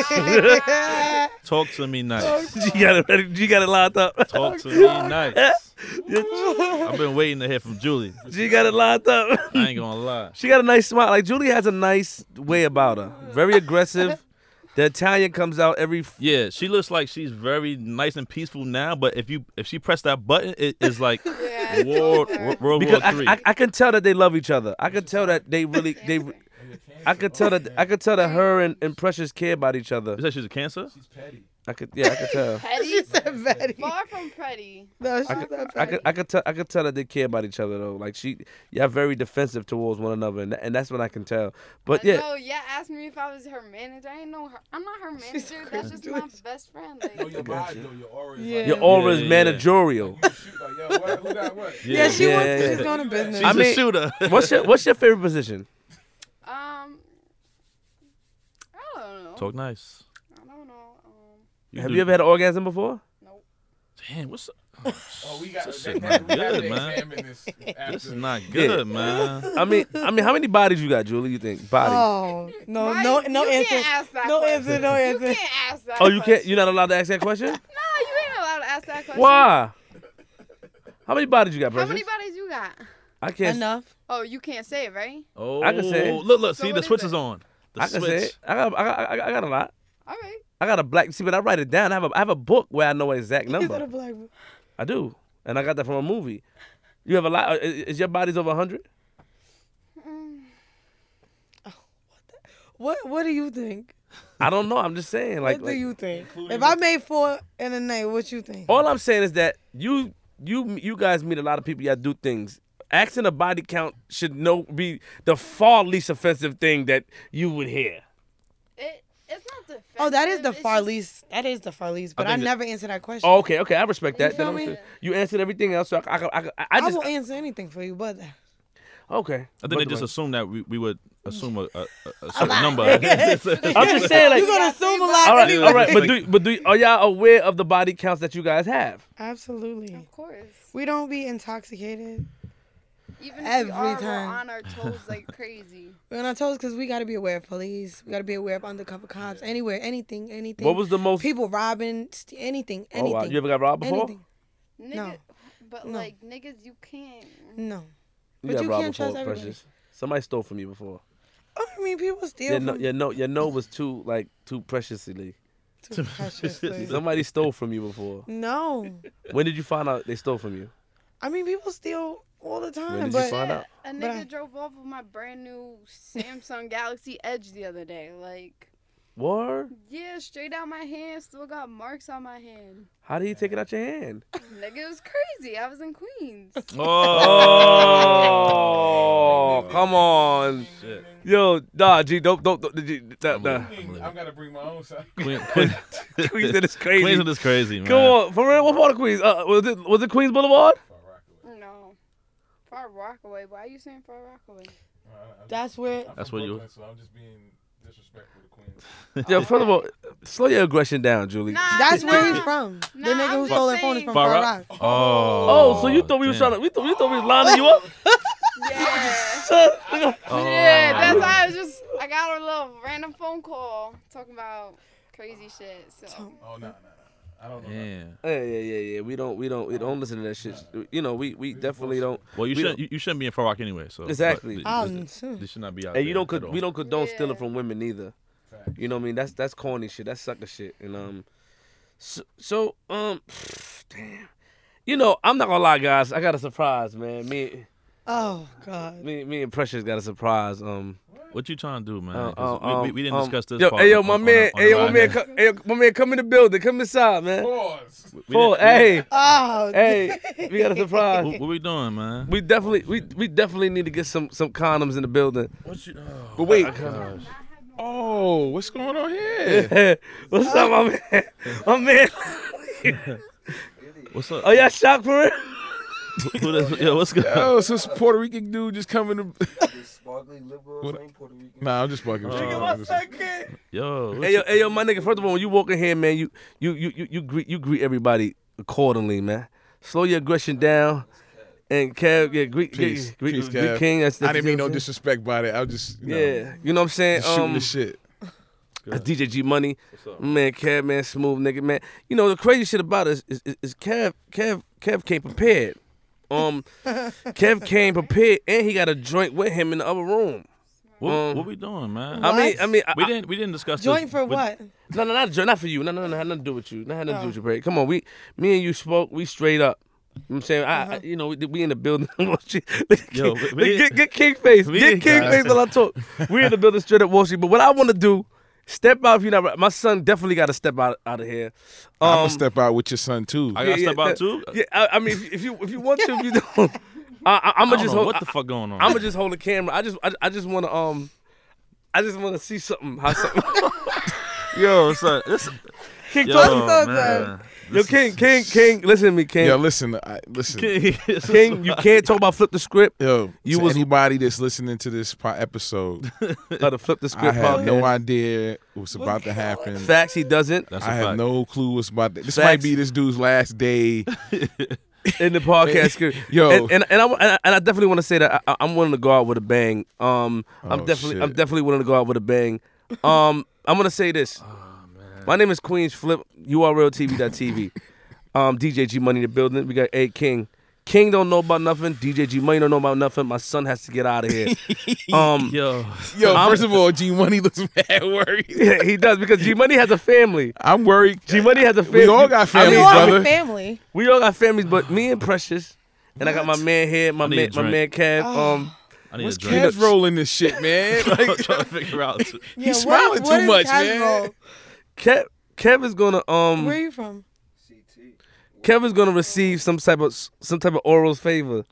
[SPEAKER 2] Talk to me nice.
[SPEAKER 1] you got it ready. You got it lined up.
[SPEAKER 2] Talk to me nice. I've been waiting to hear from Julie.
[SPEAKER 1] She got it lined up.
[SPEAKER 2] I ain't gonna lie.
[SPEAKER 1] she got a nice smile. Like Julie has a nice way about her. Very aggressive. the Italian comes out every. F-
[SPEAKER 2] Yeah, she looks like she's very nice and peaceful now, but if you if she pressed that button, it is like
[SPEAKER 6] Yeah.
[SPEAKER 2] World World
[SPEAKER 1] because
[SPEAKER 2] War
[SPEAKER 1] I,
[SPEAKER 2] Three.
[SPEAKER 1] I, I can tell that they love each other. I can tell that they really they. I could tell that I could tell that her and, and Precious care about each other.
[SPEAKER 2] You said she's a cancer?
[SPEAKER 3] She's petty.
[SPEAKER 1] I could yeah, I could tell.
[SPEAKER 6] Petty?
[SPEAKER 5] She said Betty.
[SPEAKER 6] Far from pretty.
[SPEAKER 5] No, she
[SPEAKER 1] I
[SPEAKER 5] said
[SPEAKER 1] could,
[SPEAKER 5] Betty.
[SPEAKER 1] I could, I could tell, I could tell that they care about each other though. Like she, y'all very defensive towards one another, and, and that's what I can tell. But
[SPEAKER 6] I
[SPEAKER 1] yeah,
[SPEAKER 6] know, oh, yeah, asked me if I was her manager. I ain't know her. I'm not her manager. That's just my best friend.
[SPEAKER 1] Oh,
[SPEAKER 4] Yo, your
[SPEAKER 6] Like,
[SPEAKER 4] vibe, yo, your aura is
[SPEAKER 5] Yeah.
[SPEAKER 4] like,
[SPEAKER 1] your
[SPEAKER 5] Yeah,
[SPEAKER 1] aura is
[SPEAKER 2] yeah.
[SPEAKER 1] managerial.
[SPEAKER 4] you shoot, like, yo, what, who got what?
[SPEAKER 5] yeah, she
[SPEAKER 1] Yeah,
[SPEAKER 5] wants.
[SPEAKER 1] yeah,
[SPEAKER 5] She's
[SPEAKER 1] yeah.
[SPEAKER 5] going to business.
[SPEAKER 2] She's
[SPEAKER 1] I mean-
[SPEAKER 2] a shooter.
[SPEAKER 1] What's your What's your favorite position?
[SPEAKER 6] um, I don't know.
[SPEAKER 2] Oh. Talk nice.
[SPEAKER 6] I don't know. Um,
[SPEAKER 1] Have
[SPEAKER 2] do-
[SPEAKER 1] you ever had an orgasm before?
[SPEAKER 6] nope.
[SPEAKER 2] Damn, what's up?
[SPEAKER 4] Oh, we got
[SPEAKER 2] This
[SPEAKER 4] they-
[SPEAKER 2] is
[SPEAKER 4] they-
[SPEAKER 2] not
[SPEAKER 4] we gotta
[SPEAKER 2] good, man.
[SPEAKER 4] examine This,
[SPEAKER 2] This
[SPEAKER 4] after.
[SPEAKER 2] is not good, man.
[SPEAKER 1] I mean, I mean, how many bodies you got, Julie? You think bodies? Oh,
[SPEAKER 5] Oh no,
[SPEAKER 6] Right?
[SPEAKER 5] no, no
[SPEAKER 6] you
[SPEAKER 5] answer.
[SPEAKER 6] Can't ask that
[SPEAKER 5] No
[SPEAKER 6] question.
[SPEAKER 5] answer. No
[SPEAKER 6] You
[SPEAKER 5] answer.
[SPEAKER 6] can't ask that.
[SPEAKER 1] Oh, you can't.
[SPEAKER 6] question.
[SPEAKER 1] You're not allowed to ask that question.
[SPEAKER 6] No, you ain't allowed to ask that question.
[SPEAKER 1] Why? How many bodies you got,
[SPEAKER 6] How
[SPEAKER 1] Precious?
[SPEAKER 6] many bodies you got?
[SPEAKER 1] I can't.
[SPEAKER 5] Enough.
[SPEAKER 6] Oh, you can't say it, right?
[SPEAKER 2] Oh,
[SPEAKER 1] I can say it.
[SPEAKER 2] Look, look,
[SPEAKER 6] So
[SPEAKER 2] see
[SPEAKER 6] what
[SPEAKER 2] the
[SPEAKER 6] is
[SPEAKER 2] switch
[SPEAKER 6] it?
[SPEAKER 2] is on. The
[SPEAKER 1] I can
[SPEAKER 2] switch.
[SPEAKER 1] say it. I got, I got, I got, I got a lot.
[SPEAKER 6] All right.
[SPEAKER 1] I got a black. See, but I write it down. I have a, I have a book where I know exact
[SPEAKER 5] Is that a
[SPEAKER 1] number.
[SPEAKER 5] black one?
[SPEAKER 1] I do, and I got that from a movie. You have a lot. i- Is your body's over hundred?
[SPEAKER 5] What What do you think?
[SPEAKER 1] I don't know. I'm just saying. Like,
[SPEAKER 5] what
[SPEAKER 1] like-
[SPEAKER 5] do you think? If I made four in a night, what you think?
[SPEAKER 1] all I'm saying is that you, you, you guys meet a lot of people. Y'all do things. Asking a body count should no be the far least offensive thing that you would hear.
[SPEAKER 6] It, it's not defensive.
[SPEAKER 5] Oh, that is the
[SPEAKER 6] it's
[SPEAKER 5] far
[SPEAKER 6] just-
[SPEAKER 5] least. That is the far least. But I,
[SPEAKER 2] think it-
[SPEAKER 5] never answered that question.
[SPEAKER 1] Oh, okay, okay, I respect that. That
[SPEAKER 6] You feel
[SPEAKER 1] I'm
[SPEAKER 6] me?
[SPEAKER 1] saying. you answered everything else. So I, I, I, I- I
[SPEAKER 5] I
[SPEAKER 1] just
[SPEAKER 5] will answer anything for you, but
[SPEAKER 1] okay.
[SPEAKER 2] I think they just assumed that we, we would assume a, a, a- a certain number.
[SPEAKER 1] I'm just saying, like,
[SPEAKER 5] you're gonna assume a lot.
[SPEAKER 1] all right,
[SPEAKER 5] anyway.
[SPEAKER 1] all right. But do, but do, are y'all aware of the body counts that you guys have?
[SPEAKER 5] Absolutely.
[SPEAKER 6] Of course.
[SPEAKER 5] We don't be intoxicated.
[SPEAKER 6] Even if
[SPEAKER 5] Every
[SPEAKER 6] we are,
[SPEAKER 5] time.
[SPEAKER 6] We're on our toes like crazy.
[SPEAKER 5] We're on our toes because we gotta be aware of police. We gotta be aware of undercover cops. Anywhere, anything, anything.
[SPEAKER 1] What was the most?
[SPEAKER 5] people robbing? St- anything,
[SPEAKER 1] oh,
[SPEAKER 5] anything.
[SPEAKER 1] wow. You ever got robbed before?
[SPEAKER 5] anything.
[SPEAKER 6] Nigga,
[SPEAKER 5] No.
[SPEAKER 6] But
[SPEAKER 5] No.
[SPEAKER 6] like niggas, you can't.
[SPEAKER 5] No.
[SPEAKER 1] You
[SPEAKER 5] But
[SPEAKER 1] got
[SPEAKER 5] you
[SPEAKER 1] robbed
[SPEAKER 5] can't
[SPEAKER 1] before,
[SPEAKER 5] trust everybody.
[SPEAKER 1] Precious. Somebody stole from you before.
[SPEAKER 5] Oh, I mean, people steal
[SPEAKER 1] Your no,
[SPEAKER 5] from
[SPEAKER 1] your no, your no was too like too preciously.
[SPEAKER 5] too preciously.
[SPEAKER 1] Somebody stole from you before.
[SPEAKER 5] No.
[SPEAKER 1] When did you find out they stole from you?
[SPEAKER 5] I mean, people steal all the time.
[SPEAKER 1] did you
[SPEAKER 5] but
[SPEAKER 1] find out?
[SPEAKER 6] A nigga
[SPEAKER 5] But I-
[SPEAKER 6] drove off with my brand new Samsung Galaxy Edge the other day. Like,
[SPEAKER 1] Word?
[SPEAKER 6] yeah, straight out my hand, still got marks on my hand.
[SPEAKER 1] How did he take it out your hand?
[SPEAKER 6] Nigga, it was crazy. I was in Queens.
[SPEAKER 1] Oh, come on, yo, nah, G, don't, don't, don't G, nah, nah.
[SPEAKER 4] I'm gonna bring my own side.
[SPEAKER 2] Queen, Queen,
[SPEAKER 1] Queensland is crazy.
[SPEAKER 2] Queensland is crazy, man.
[SPEAKER 1] Come on, for real, what part of Queens? Uh, was it was it Queens Boulevard?
[SPEAKER 6] No. Far Rockaway. Why are you saying Far Rockaway?
[SPEAKER 5] that's where
[SPEAKER 2] That's what you-
[SPEAKER 4] So I'm just being disrespectful to Queens.
[SPEAKER 1] Yo, first of all, slow your aggression down, Julie.
[SPEAKER 6] Nah,
[SPEAKER 5] that's
[SPEAKER 6] nah.
[SPEAKER 5] where he's from.
[SPEAKER 6] Nah,
[SPEAKER 5] the nigga
[SPEAKER 6] I'm
[SPEAKER 5] who
[SPEAKER 6] just
[SPEAKER 5] stole that phone is
[SPEAKER 6] saying-
[SPEAKER 5] from
[SPEAKER 2] Far
[SPEAKER 5] Far
[SPEAKER 2] Rock?
[SPEAKER 5] Rock.
[SPEAKER 2] Oh,
[SPEAKER 1] Oh, so you thought we was
[SPEAKER 2] damn.
[SPEAKER 1] trying to, we thought, we thought we was lining you up?
[SPEAKER 6] Yeah.
[SPEAKER 2] Oh.
[SPEAKER 6] Yeah, that's why I was just I got a little random phone call talking about crazy shit. So
[SPEAKER 4] Oh no, no, no. I don't know. nothing.
[SPEAKER 2] Yeah.
[SPEAKER 1] Yeah, yeah, yeah, yeah. We don't, we don't, we don't listen to that shit. You know, we, we definitely don't.
[SPEAKER 2] Well, you
[SPEAKER 1] We
[SPEAKER 2] shouldn't. You, you shouldn't be in Far Rock anyway. So
[SPEAKER 1] Exactly.
[SPEAKER 2] but
[SPEAKER 6] Um,
[SPEAKER 5] Oh,
[SPEAKER 2] This,
[SPEAKER 5] mm,
[SPEAKER 2] this should not be out.
[SPEAKER 1] And you
[SPEAKER 2] there
[SPEAKER 1] don't,
[SPEAKER 2] at
[SPEAKER 1] could,
[SPEAKER 2] all.
[SPEAKER 1] we don't condone stealing
[SPEAKER 6] Yeah.
[SPEAKER 1] from women neither.
[SPEAKER 4] Fact.
[SPEAKER 1] You know what I mean? That's that's corny shit. That's sucker shit. And um, so, so um, damn. You know, I'm not gonna lie, guys. I got a surprise, man. Me,
[SPEAKER 5] Oh God.
[SPEAKER 1] me, me and Precious got a surprise. Um.
[SPEAKER 2] What you trying to do, man?
[SPEAKER 1] Uh,
[SPEAKER 2] 'Cause
[SPEAKER 1] uh,
[SPEAKER 2] we, we, we didn't
[SPEAKER 1] um,
[SPEAKER 2] discuss this.
[SPEAKER 1] Yo,
[SPEAKER 2] part
[SPEAKER 1] hey, yo,
[SPEAKER 2] on-
[SPEAKER 1] my
[SPEAKER 2] on the-
[SPEAKER 1] man,
[SPEAKER 2] on the
[SPEAKER 1] hey, yo, my man,
[SPEAKER 2] podcast.
[SPEAKER 1] come, hey, yo, my man, come in the building, come inside, man.
[SPEAKER 4] Pause.
[SPEAKER 2] We
[SPEAKER 1] Paul,
[SPEAKER 2] didn't-
[SPEAKER 1] hey,
[SPEAKER 5] Oh.
[SPEAKER 1] hey, we got a
[SPEAKER 2] What,
[SPEAKER 1] surprise.
[SPEAKER 2] what we doing, man?
[SPEAKER 1] We definitely, we we definitely need to get some some condoms in the building.
[SPEAKER 2] What you, oh,
[SPEAKER 1] But wait,
[SPEAKER 3] Oh, what's going on here?
[SPEAKER 1] what's up, my man? My man,
[SPEAKER 2] what's up?
[SPEAKER 1] are y'all shocked for it?
[SPEAKER 2] Who this- yo, what's good?
[SPEAKER 3] Oh, so this Puerto Rican dude just coming to.
[SPEAKER 7] This sparkling lip gloss
[SPEAKER 3] What-
[SPEAKER 7] ain't Puerto Rican.
[SPEAKER 3] Nah, I'm just
[SPEAKER 2] Oh.
[SPEAKER 3] fucking. with you.
[SPEAKER 2] Yo, what's
[SPEAKER 1] Hey yo, hey yo, my nigga. First of all, when you walk in here, man, you you you you, you greet you greet everybody accordingly, man. Slow your aggression down, and Kev, yeah, greet,
[SPEAKER 3] Peace.
[SPEAKER 1] greet, greet,
[SPEAKER 3] Peace,
[SPEAKER 1] great
[SPEAKER 3] Kev.
[SPEAKER 1] King. That's,
[SPEAKER 3] I
[SPEAKER 1] that's
[SPEAKER 3] didn't mean no
[SPEAKER 1] you know what
[SPEAKER 3] disrespect by that. I was just, you
[SPEAKER 1] I'm
[SPEAKER 3] know,
[SPEAKER 1] saying? Yeah, you know what I'm saying.
[SPEAKER 3] just shooting
[SPEAKER 1] Um,
[SPEAKER 3] the shit.
[SPEAKER 1] that's DJ G Money, man. Kev, man, smooth nigga, man. You know the crazy shit about it is, is, is, is Kev, Kev, Kev came prepared. Um, Kev came prepared, and he got a joint with him in the other room.
[SPEAKER 2] what,
[SPEAKER 1] um,
[SPEAKER 2] what we doing, man?
[SPEAKER 1] I mean,
[SPEAKER 5] What?
[SPEAKER 1] I mean, I,
[SPEAKER 2] we didn't. We didn't discuss
[SPEAKER 5] Joint
[SPEAKER 2] this
[SPEAKER 5] for
[SPEAKER 2] with-
[SPEAKER 5] what?
[SPEAKER 1] No, no, not Joe, not for you. No, no, no, had nothing to do with you. Not had nothing to do with you, Brady. Come on, we, me and you spoke. We straight up. You know what I'm saying, I, I, you know, we, we in the building.
[SPEAKER 2] Yo,
[SPEAKER 1] Yo,
[SPEAKER 2] we- we-
[SPEAKER 1] get, get king face.
[SPEAKER 2] we
[SPEAKER 1] Get
[SPEAKER 2] ain't
[SPEAKER 1] king
[SPEAKER 2] got-
[SPEAKER 1] face while I talk. We in the building straight up Wall Street. But what I want to do Step out if you're not. right. My son definitely got to step out out of here.
[SPEAKER 3] I'm gonna
[SPEAKER 1] Um,
[SPEAKER 3] step out with your son too.
[SPEAKER 2] I gotta step out
[SPEAKER 1] that-
[SPEAKER 2] too?
[SPEAKER 1] Yeah, I, I mean, if, if you if you want to, if you don't, I, I, am
[SPEAKER 2] I
[SPEAKER 1] gonna
[SPEAKER 2] don't
[SPEAKER 1] just
[SPEAKER 2] know
[SPEAKER 1] hold.
[SPEAKER 2] what the fuck going on.
[SPEAKER 1] I'm gonna just hold the camera. I just I, I just want to um, I just want to see something. How something.
[SPEAKER 2] yo, son, this,
[SPEAKER 1] King,
[SPEAKER 2] yo,
[SPEAKER 1] yo,
[SPEAKER 5] so
[SPEAKER 2] man,
[SPEAKER 1] yo,
[SPEAKER 2] this
[SPEAKER 1] King,
[SPEAKER 2] is-
[SPEAKER 1] King, King. Listen to me, King.
[SPEAKER 3] Yo, listen, I, listen.
[SPEAKER 2] King, this is-
[SPEAKER 1] King, you can't talk about flip the script.
[SPEAKER 3] Yo,
[SPEAKER 1] You
[SPEAKER 3] you
[SPEAKER 1] was-
[SPEAKER 3] anybody that's listening to this po- episode,
[SPEAKER 1] Uh, the flip the
[SPEAKER 3] I
[SPEAKER 1] script
[SPEAKER 3] had no
[SPEAKER 1] podcast.
[SPEAKER 3] idea what's about to happen.
[SPEAKER 1] Facts, he doesn't
[SPEAKER 2] That's a
[SPEAKER 3] I had
[SPEAKER 2] fact.
[SPEAKER 3] no clue what's about. To, this
[SPEAKER 1] Facts.
[SPEAKER 3] might be this dude's last day.
[SPEAKER 1] in the podcast. script.
[SPEAKER 3] Yo.
[SPEAKER 1] and and, and, I, and I- and I definitely want to say that I, I'm willing to go out with a bang. Um, I'm
[SPEAKER 3] Oh,
[SPEAKER 1] definitely I'm
[SPEAKER 3] shit.
[SPEAKER 1] definitely willing to go out with a bang. Um, I'm gonna say
[SPEAKER 3] Oh,
[SPEAKER 1] this. My name is Queens Flip. You are TV. um, DJ G Money in the building. We got A King. King don't know about nothing. DJ G Money don't know about nothing. My son has to get out of here. Um,
[SPEAKER 2] Yo,
[SPEAKER 3] Yo,
[SPEAKER 1] I'm-
[SPEAKER 3] first of all, G Money looks mad worried.
[SPEAKER 1] yeah, he does because G Money has a family.
[SPEAKER 3] I'm worried.
[SPEAKER 1] G Money has a family.
[SPEAKER 3] We all got
[SPEAKER 5] You
[SPEAKER 3] families,
[SPEAKER 5] all have a
[SPEAKER 3] brother.
[SPEAKER 5] family.
[SPEAKER 1] We all got families, but me and Precious, and I got my man here, my
[SPEAKER 2] I need
[SPEAKER 1] man,
[SPEAKER 2] a
[SPEAKER 1] my man
[SPEAKER 2] drink.
[SPEAKER 1] Kev.
[SPEAKER 3] Ah.
[SPEAKER 1] Um,
[SPEAKER 2] I need
[SPEAKER 3] What's
[SPEAKER 2] a drink.
[SPEAKER 3] Kev's rolling this shit, man? Like,
[SPEAKER 2] I'm trying to figure out.
[SPEAKER 5] Yeah,
[SPEAKER 3] He's smiling too much, man.
[SPEAKER 5] casual?
[SPEAKER 1] Kev, Kev is gonna um.
[SPEAKER 5] Where are you from?
[SPEAKER 1] Kevin's gonna receive some type of some type of oral favor.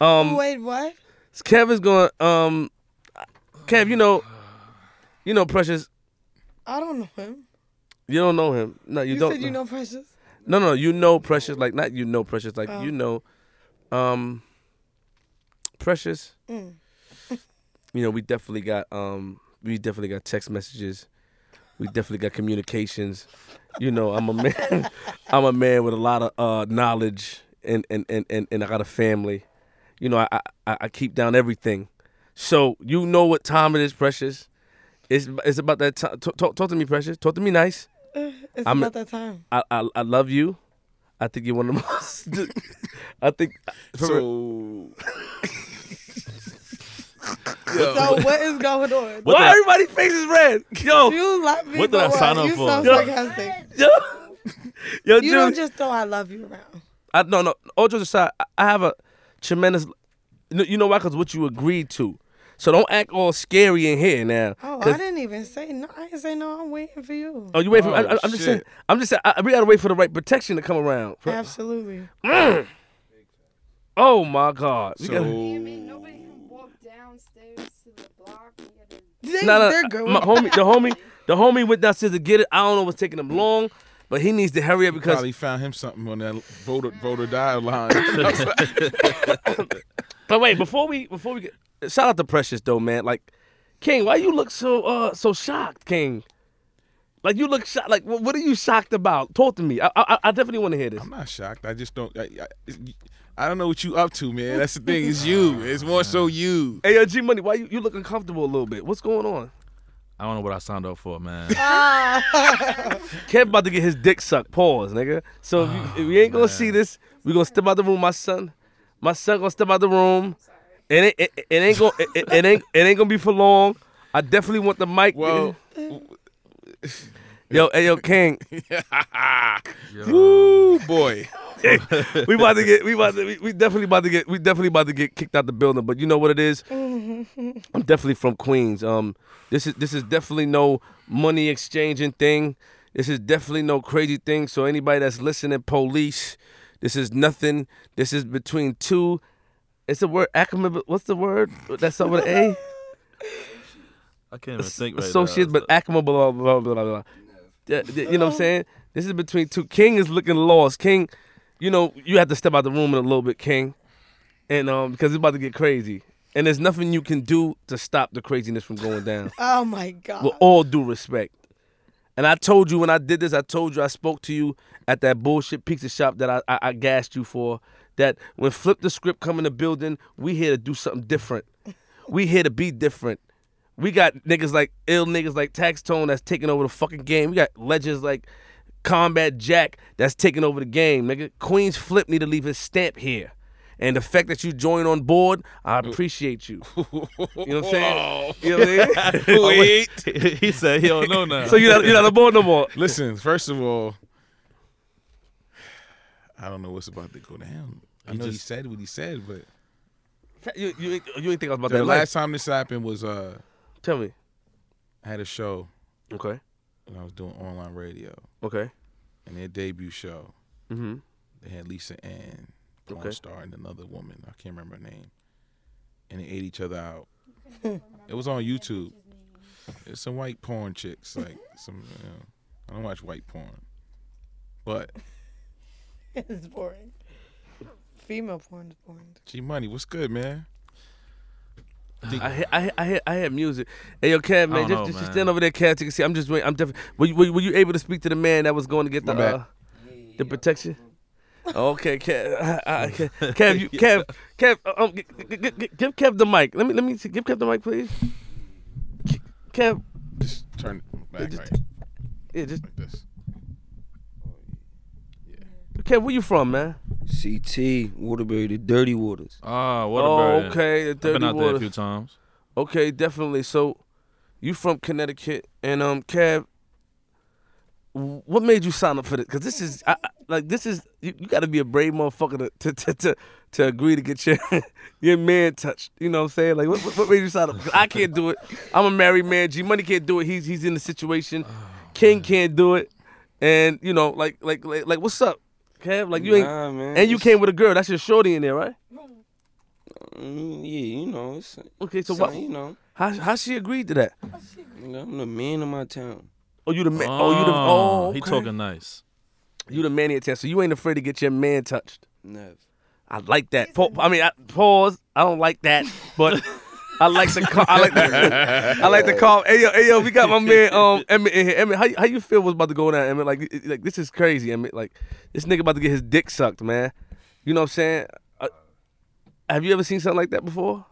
[SPEAKER 1] Um,
[SPEAKER 5] Wait, what?
[SPEAKER 1] Kevin's gonna um, Kev, you know, you know, Precious,
[SPEAKER 5] I don't know him.
[SPEAKER 1] you don't know him. No, you,
[SPEAKER 5] You,
[SPEAKER 1] don't.
[SPEAKER 5] said you know Precious.
[SPEAKER 1] No, no, you know Precious, like not you know Precious, like
[SPEAKER 5] Oh.
[SPEAKER 1] you know, um, Precious.
[SPEAKER 5] Mm.
[SPEAKER 1] You know, we definitely got um, we definitely got text messages. We definitely got communications. You know, I'm a man. I'm a man with a lot of uh, knowledge, and and, and, and and I got a family. You know, I, I I keep down everything. So you know what time it is, Precious. It's it's about that time. Talk, talk to me, Precious. Talk to me, nice.
[SPEAKER 5] It's
[SPEAKER 1] I'm-
[SPEAKER 5] about that time.
[SPEAKER 1] I, I I love you. I think you're one of the most. I think
[SPEAKER 3] so,
[SPEAKER 5] So what is going on?
[SPEAKER 2] What
[SPEAKER 1] why
[SPEAKER 2] the-
[SPEAKER 1] everybody face is red. Yo,
[SPEAKER 5] You love me.
[SPEAKER 2] What did
[SPEAKER 5] for
[SPEAKER 2] I sign up
[SPEAKER 5] you
[SPEAKER 2] for?
[SPEAKER 5] sound
[SPEAKER 1] Yo.
[SPEAKER 5] sarcastic.
[SPEAKER 1] yo, yo,
[SPEAKER 5] You don't
[SPEAKER 1] Julie.
[SPEAKER 5] just throw "I love you" around.
[SPEAKER 1] I, no, no. All jokes aside, I, I have a tremendous. no, You know why? Because what you agreed to. So don't act all scary in here now.
[SPEAKER 5] Oh,
[SPEAKER 1] 'Cause-
[SPEAKER 5] I didn't even say no. I didn't say no. I'm waiting for you.
[SPEAKER 1] Oh, you wait for? I,
[SPEAKER 3] Oh,
[SPEAKER 1] I, I'm just
[SPEAKER 3] shit.
[SPEAKER 1] saying. I'm just saying. I, we gotta wait for the right protection to come around.
[SPEAKER 5] Absolutely.
[SPEAKER 1] Oh my God. We gotta-
[SPEAKER 6] Damn it,
[SPEAKER 3] so
[SPEAKER 6] nobody can walk downstairs to the block and get a
[SPEAKER 5] They,
[SPEAKER 1] No, no,
[SPEAKER 5] they're good.
[SPEAKER 1] My
[SPEAKER 5] with-
[SPEAKER 1] homie, the homie, the homie went downstairs to get it. I don't know what's taking him long, but he needs to hurry up because
[SPEAKER 3] probably found him something on that voter voter die line.
[SPEAKER 1] But wait, before we before we get shout out to Precious though, man. Like King, why you look so uh so shocked, King? Like you look shocked. Like what, what are you shocked about? Talk to me. I I, I definitely want to hear this.
[SPEAKER 3] I'm not shocked. I just don't. I, I, I don't know what you up to, man. That's the thing. It's you. It's more so you.
[SPEAKER 1] Hey, yo, G Money, why you, you look uncomfortable a little bit? What's going on?
[SPEAKER 2] I don't know what I signed up for, man.
[SPEAKER 1] Kev about to get his dick sucked. Pause, nigga. So if, you, if we ain't gonna see this, we gonna step out the room, my son. My son gonna step out the room. It ain't it, it ain't gonna it, it- it ain't it ain't gonna be for long. I definitely want the mic.
[SPEAKER 3] Well,
[SPEAKER 1] yo, hey, yo, King,
[SPEAKER 3] woo, boy.
[SPEAKER 1] we about to get we about to, we, we definitely about to get we definitely about to get kicked out the building. But you know what it is? I'm definitely from Queens. Um, this is this is definitely no money exchanging thing. This is definitely no crazy thing. So anybody that's listening, police, this is nothing. This is between two. It's the word acronym. What's the word? That's not with an
[SPEAKER 2] I can't
[SPEAKER 1] A.
[SPEAKER 2] even think right
[SPEAKER 1] Associates,
[SPEAKER 2] now.
[SPEAKER 1] but acronym. Blah blah blah blah. blah. Yeah, yeah, You know what I'm saying? This is between two. King is looking lost. King, you know, you have to step out the room in a little bit, King, and um, because it's about to get crazy. And there's nothing you can do to stop the craziness from going down.
[SPEAKER 5] Oh my God.
[SPEAKER 1] with all due respect. And I told you when I did this, I told you I spoke to you at that bullshit pizza shop that I I, I gassed you for. That when flip the script come in the building, we here to do something different. We here to be different. We got niggas like ill niggas like Tax Tone that's taking over the fucking game. We got legends like Combat Jack that's taking over the game, nigga. Queens Flip need to leave his stamp here. And the fact that you joined on board, I appreciate you. You know what I'm saying? You know what I'm saying?
[SPEAKER 3] Wait.
[SPEAKER 2] Oh, he said he don't know now.
[SPEAKER 1] So you're not, you're not on board no more.
[SPEAKER 3] Listen, first of all, I don't know what's about to go down. I
[SPEAKER 2] He
[SPEAKER 3] know he
[SPEAKER 2] just-
[SPEAKER 3] said what he said, but
[SPEAKER 1] You, you, ain't- you ain't think I was about
[SPEAKER 3] the
[SPEAKER 1] that life.
[SPEAKER 3] last time this happened was uh,
[SPEAKER 1] Tell me.
[SPEAKER 3] I had a show
[SPEAKER 1] Okay.
[SPEAKER 3] when I was doing online radio.
[SPEAKER 1] Okay.
[SPEAKER 3] And their debut show,
[SPEAKER 1] Mm-hmm.
[SPEAKER 3] they had Lisa Ann, Pawn
[SPEAKER 1] Okay.
[SPEAKER 3] Star, and another woman. I can't remember her name. And they ate each other out. It was on YouTube. It's some white porn chicks, like some. You know, I don't watch white porn, but
[SPEAKER 5] it's boring. Female porn is boring.
[SPEAKER 3] G Money, what's good, man?
[SPEAKER 1] I hear, I hear, I hear, I hear music. Hey, yo, Cat, man,
[SPEAKER 2] I don't
[SPEAKER 1] just,
[SPEAKER 2] know,
[SPEAKER 1] just, just
[SPEAKER 2] man.
[SPEAKER 1] stand over there, Cat. so You can see, I'm just waiting. I'm definitely. Were you, were, you- were you able to speak to the man that was going to get
[SPEAKER 3] My
[SPEAKER 1] the
[SPEAKER 3] bad.
[SPEAKER 1] uh, the protection? Okay, Kev. Kev, Kev, you, Kev, Kev, um, g- g- g- g- give Kev the mic. Let me, let me see. give Kev the mic, please. K- Kev,
[SPEAKER 3] Just turn it back
[SPEAKER 1] just-
[SPEAKER 3] right,
[SPEAKER 1] yeah, just
[SPEAKER 3] like this.
[SPEAKER 1] Kev, where you from, man?
[SPEAKER 7] CT, Waterbury, the dirty waters.
[SPEAKER 2] Ah, what
[SPEAKER 1] Oh,
[SPEAKER 2] a bird.
[SPEAKER 1] okay, the
[SPEAKER 2] I've been
[SPEAKER 1] dirty
[SPEAKER 2] out there a
[SPEAKER 1] water.
[SPEAKER 2] few times.
[SPEAKER 1] Okay, definitely. So, you from Connecticut, and um, Kev, w- what made you sign up for this? Because this is I, I- like this is you, you got to be a brave motherfucker to to, to to to agree to get your your man touched. You know what I'm saying? Like, what, what- what made you sign up? 'Cause I can't do it. I'm a married man. G Money can't do it. He's he's in the situation.
[SPEAKER 7] Oh,
[SPEAKER 1] King can't do it. And you know, like like like, like what's up, Kev? Like you ain't.
[SPEAKER 7] Nah, man,
[SPEAKER 1] And you
[SPEAKER 7] it's-
[SPEAKER 1] came with a girl. That's your shorty in there, right?
[SPEAKER 7] Mm, yeah, you know. It's,
[SPEAKER 1] Okay, so
[SPEAKER 7] so
[SPEAKER 1] what?
[SPEAKER 7] You know,
[SPEAKER 1] How how she agreed to that?
[SPEAKER 7] nigga, I'm the man of my town.
[SPEAKER 1] Oh, you the man. Oh, you the. Oh,
[SPEAKER 2] Ah, he
[SPEAKER 1] okay.
[SPEAKER 2] talking nice.
[SPEAKER 1] You the man in town, so you ain't afraid to get your man touched.
[SPEAKER 7] Never.
[SPEAKER 1] I like that. Pa- I mean, I, pause. I don't like that, but I like the. Cal- I like the. I like the call. Hey yo, hey yo, we got my man um Emmett in here. Emmett, how, you- how you feel what's about to go down? Emmett, like it- like this is crazy. Emmett, like this nigga about to get his dick sucked, man. You know what I'm saying? Uh, have you ever seen something like that before?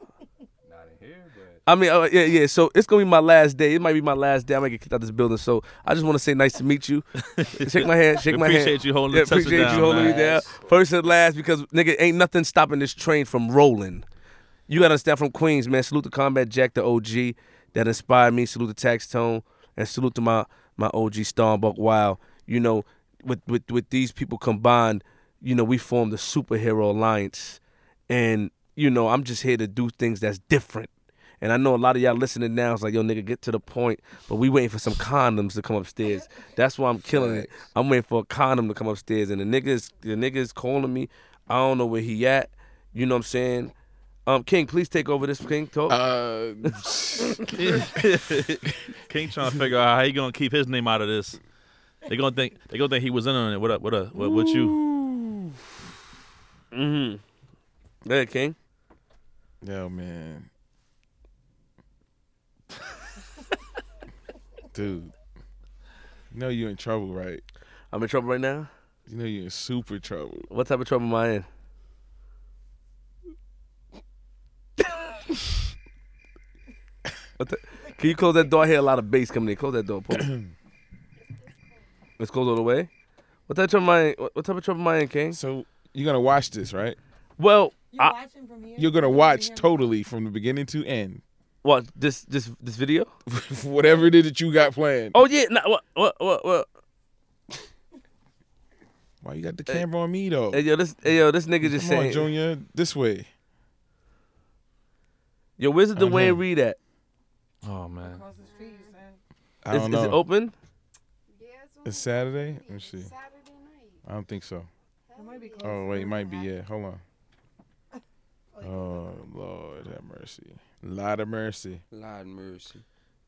[SPEAKER 1] I mean, uh, yeah, yeah. So it's gonna be my last day. It might be my last day. I might get kicked out this building. So I just want to say, nice to meet you. shake my hand. Shake my hand.
[SPEAKER 2] Appreciate you holding
[SPEAKER 1] Yeah,
[SPEAKER 2] the touch
[SPEAKER 1] appreciate
[SPEAKER 2] down,
[SPEAKER 1] you holding
[SPEAKER 2] man.
[SPEAKER 1] me down. First and last, because nigga, ain't nothing stopping this train from rolling. You gotta understand from Queens, man. Salute to Combat Jack, the OG that inspired me. Salute to Tax Tone, and salute to my my OG Starbuck Wow. You know, with with with these people combined, you know, we formed the superhero alliance, and you know, I'm just here to do things that's different. And I know a lot of y'all listening now is like, yo, nigga, get to the point. But we waiting for some condoms to come upstairs. That's why I'm killing it. I'm waiting for a condom to come upstairs. And the niggas, the niggas calling me. I don't know where he at. You know what I'm saying? Um, King, please take over this King talk.
[SPEAKER 3] Uh,
[SPEAKER 2] King trying to figure out how he gonna keep his name out of this. They gonna think they gonna think he was in on it. What up? What up? What, what you?
[SPEAKER 1] mm-hmm. Hey, King.
[SPEAKER 3] yo, man, dude, you know you're in trouble, right?
[SPEAKER 1] I'm in trouble right now.
[SPEAKER 3] You know you're in super trouble.
[SPEAKER 1] What type of trouble am I in? What the- Can you close that door? I hear a lot of bass coming in. Close that door, Paul. Let's close all the way. What type of trouble am I in? What what type of trouble am I in, King?
[SPEAKER 3] So you're gonna watch this, right?
[SPEAKER 1] Well,
[SPEAKER 8] You
[SPEAKER 1] I,
[SPEAKER 8] watching from here?
[SPEAKER 3] You're gonna watch totally from the beginning to end,
[SPEAKER 1] what this this this video?
[SPEAKER 3] whatever it is that you got planned.
[SPEAKER 1] Oh yeah, nah, what what what what?
[SPEAKER 3] Why you got the camera on me though?
[SPEAKER 1] Hey yo, this hey, yo, this nigga just
[SPEAKER 3] Come on,
[SPEAKER 1] saying.
[SPEAKER 3] Junior, this way.
[SPEAKER 1] Yo, where's the
[SPEAKER 3] I
[SPEAKER 1] Dwayne
[SPEAKER 3] know.
[SPEAKER 1] Reed at?
[SPEAKER 2] Oh man.
[SPEAKER 8] Across the street, you said.
[SPEAKER 3] I
[SPEAKER 1] Is,
[SPEAKER 3] don't
[SPEAKER 1] is
[SPEAKER 3] know.
[SPEAKER 1] it open?
[SPEAKER 6] Yeah, it's on
[SPEAKER 3] It's Saturday. Let me see.
[SPEAKER 6] Saturday night.
[SPEAKER 3] I don't think so.
[SPEAKER 8] It might be close.
[SPEAKER 3] Oh wait, it might be. Yeah, hold on. Oh Lord, have mercy. Lot of mercy.
[SPEAKER 7] Lord mercy.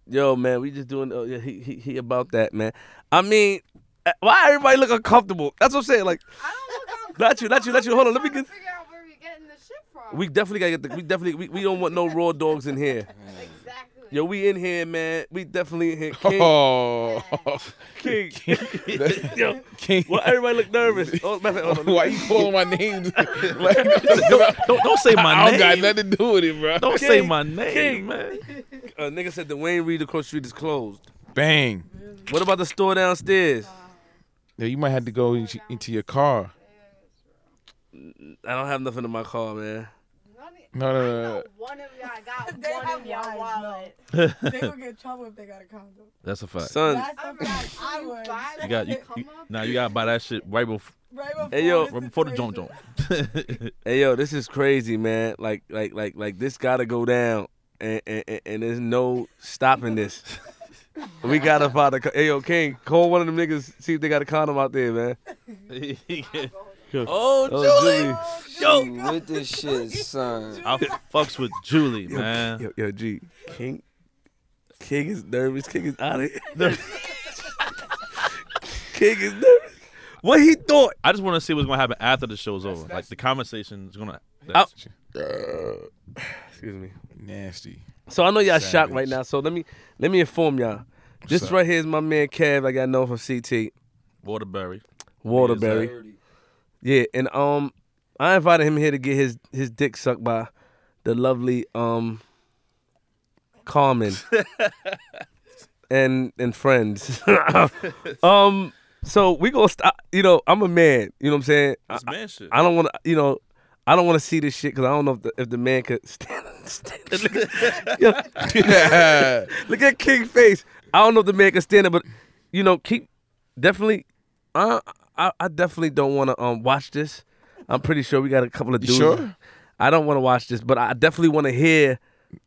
[SPEAKER 1] Yo, man, we just doing. Oh, yeah, he, he he about that, man. I mean, uh, why everybody look uncomfortable? That's what I'm saying. Like,
[SPEAKER 6] I don't look on.
[SPEAKER 1] Not you, not you, not you. Hold on, let me
[SPEAKER 6] Trying to
[SPEAKER 1] get-
[SPEAKER 6] Figure out where you're getting the shit from.
[SPEAKER 1] we definitely gotta get the. We definitely we, we don't want no raw dogs in here.
[SPEAKER 6] Exactly.
[SPEAKER 1] Yo, we in here, man. We definitely in here. King,
[SPEAKER 3] Oh,
[SPEAKER 1] king. Yo,
[SPEAKER 3] King.
[SPEAKER 1] well, everybody look nervous. Oh, matter of fact, hold on, let me-
[SPEAKER 3] Why you calling my name?
[SPEAKER 2] Don't don't say my
[SPEAKER 3] I
[SPEAKER 2] name.
[SPEAKER 3] don't got nothing to do with it, bro.
[SPEAKER 2] don't
[SPEAKER 1] King,
[SPEAKER 2] say my name,
[SPEAKER 1] King.
[SPEAKER 2] man.
[SPEAKER 1] Uh, nigga said the Wayne Reed across the street is closed.
[SPEAKER 3] Bang.
[SPEAKER 1] What about the store downstairs?
[SPEAKER 3] Yeah, you might have to go into, into your car.
[SPEAKER 1] I don't have nothing in my car, man.
[SPEAKER 6] None of-
[SPEAKER 3] No, no, no.
[SPEAKER 6] not
[SPEAKER 3] no.
[SPEAKER 6] One of y'all got
[SPEAKER 8] They
[SPEAKER 6] one
[SPEAKER 8] have
[SPEAKER 6] of y'all
[SPEAKER 8] wives,
[SPEAKER 6] wallet.
[SPEAKER 8] they gonna get in trouble if they got a condom.
[SPEAKER 2] That's a fact.
[SPEAKER 1] Son,
[SPEAKER 8] That's
[SPEAKER 6] I'm
[SPEAKER 8] something
[SPEAKER 6] like,
[SPEAKER 8] I
[SPEAKER 6] you
[SPEAKER 8] would.
[SPEAKER 6] buy
[SPEAKER 2] You got you, you now you gotta buy that shit right before
[SPEAKER 8] Right before.
[SPEAKER 1] Hey, yo,
[SPEAKER 8] the
[SPEAKER 2] right before the joint
[SPEAKER 8] situation.
[SPEAKER 2] joint.
[SPEAKER 1] hey yo, this is crazy, man. Like, like, like, like this gotta go down, and and, and- and there's no stopping this. We gotta find a. co- Hey, yo, King, call one of them niggas. See if they got a condom out there, man.
[SPEAKER 2] oh,
[SPEAKER 1] Oh,
[SPEAKER 7] Yo, with this shit, son.
[SPEAKER 2] I fucks with Julie, man.
[SPEAKER 1] Yo, yo, G, King, King is nervous. King is out of here. King is nervous. What he thought?
[SPEAKER 2] I just want to see what's gonna happen after the show's over. Like the conversation is gonna.
[SPEAKER 1] Out. Excuse me.
[SPEAKER 3] Nasty.
[SPEAKER 1] So I know y'all shocked
[SPEAKER 3] Savage.
[SPEAKER 1] right now. So let me let me inform y'all. This
[SPEAKER 3] up?
[SPEAKER 1] right here is my man Kev. I got known from CT
[SPEAKER 2] Waterbury.
[SPEAKER 1] Waterbury. Yeah, and um, I invited him here to get his his dick sucked by the lovely um Carmen and and friends. um, so we gonna stop. You know, I'm a man. You know what I'm saying? I,
[SPEAKER 2] It's man shit.
[SPEAKER 1] I don't want to. You know. I don't want to see this shit because I don't know if the, if the man could stand, stand it. Yo, Look at King face. I don't know if the man can stand it, but you know, keep definitely. I I, I definitely don't want to um watch this. I'm pretty sure we got a couple of
[SPEAKER 3] You
[SPEAKER 1] dudes.
[SPEAKER 3] sure?
[SPEAKER 1] I don't want to watch this, but I definitely want to hear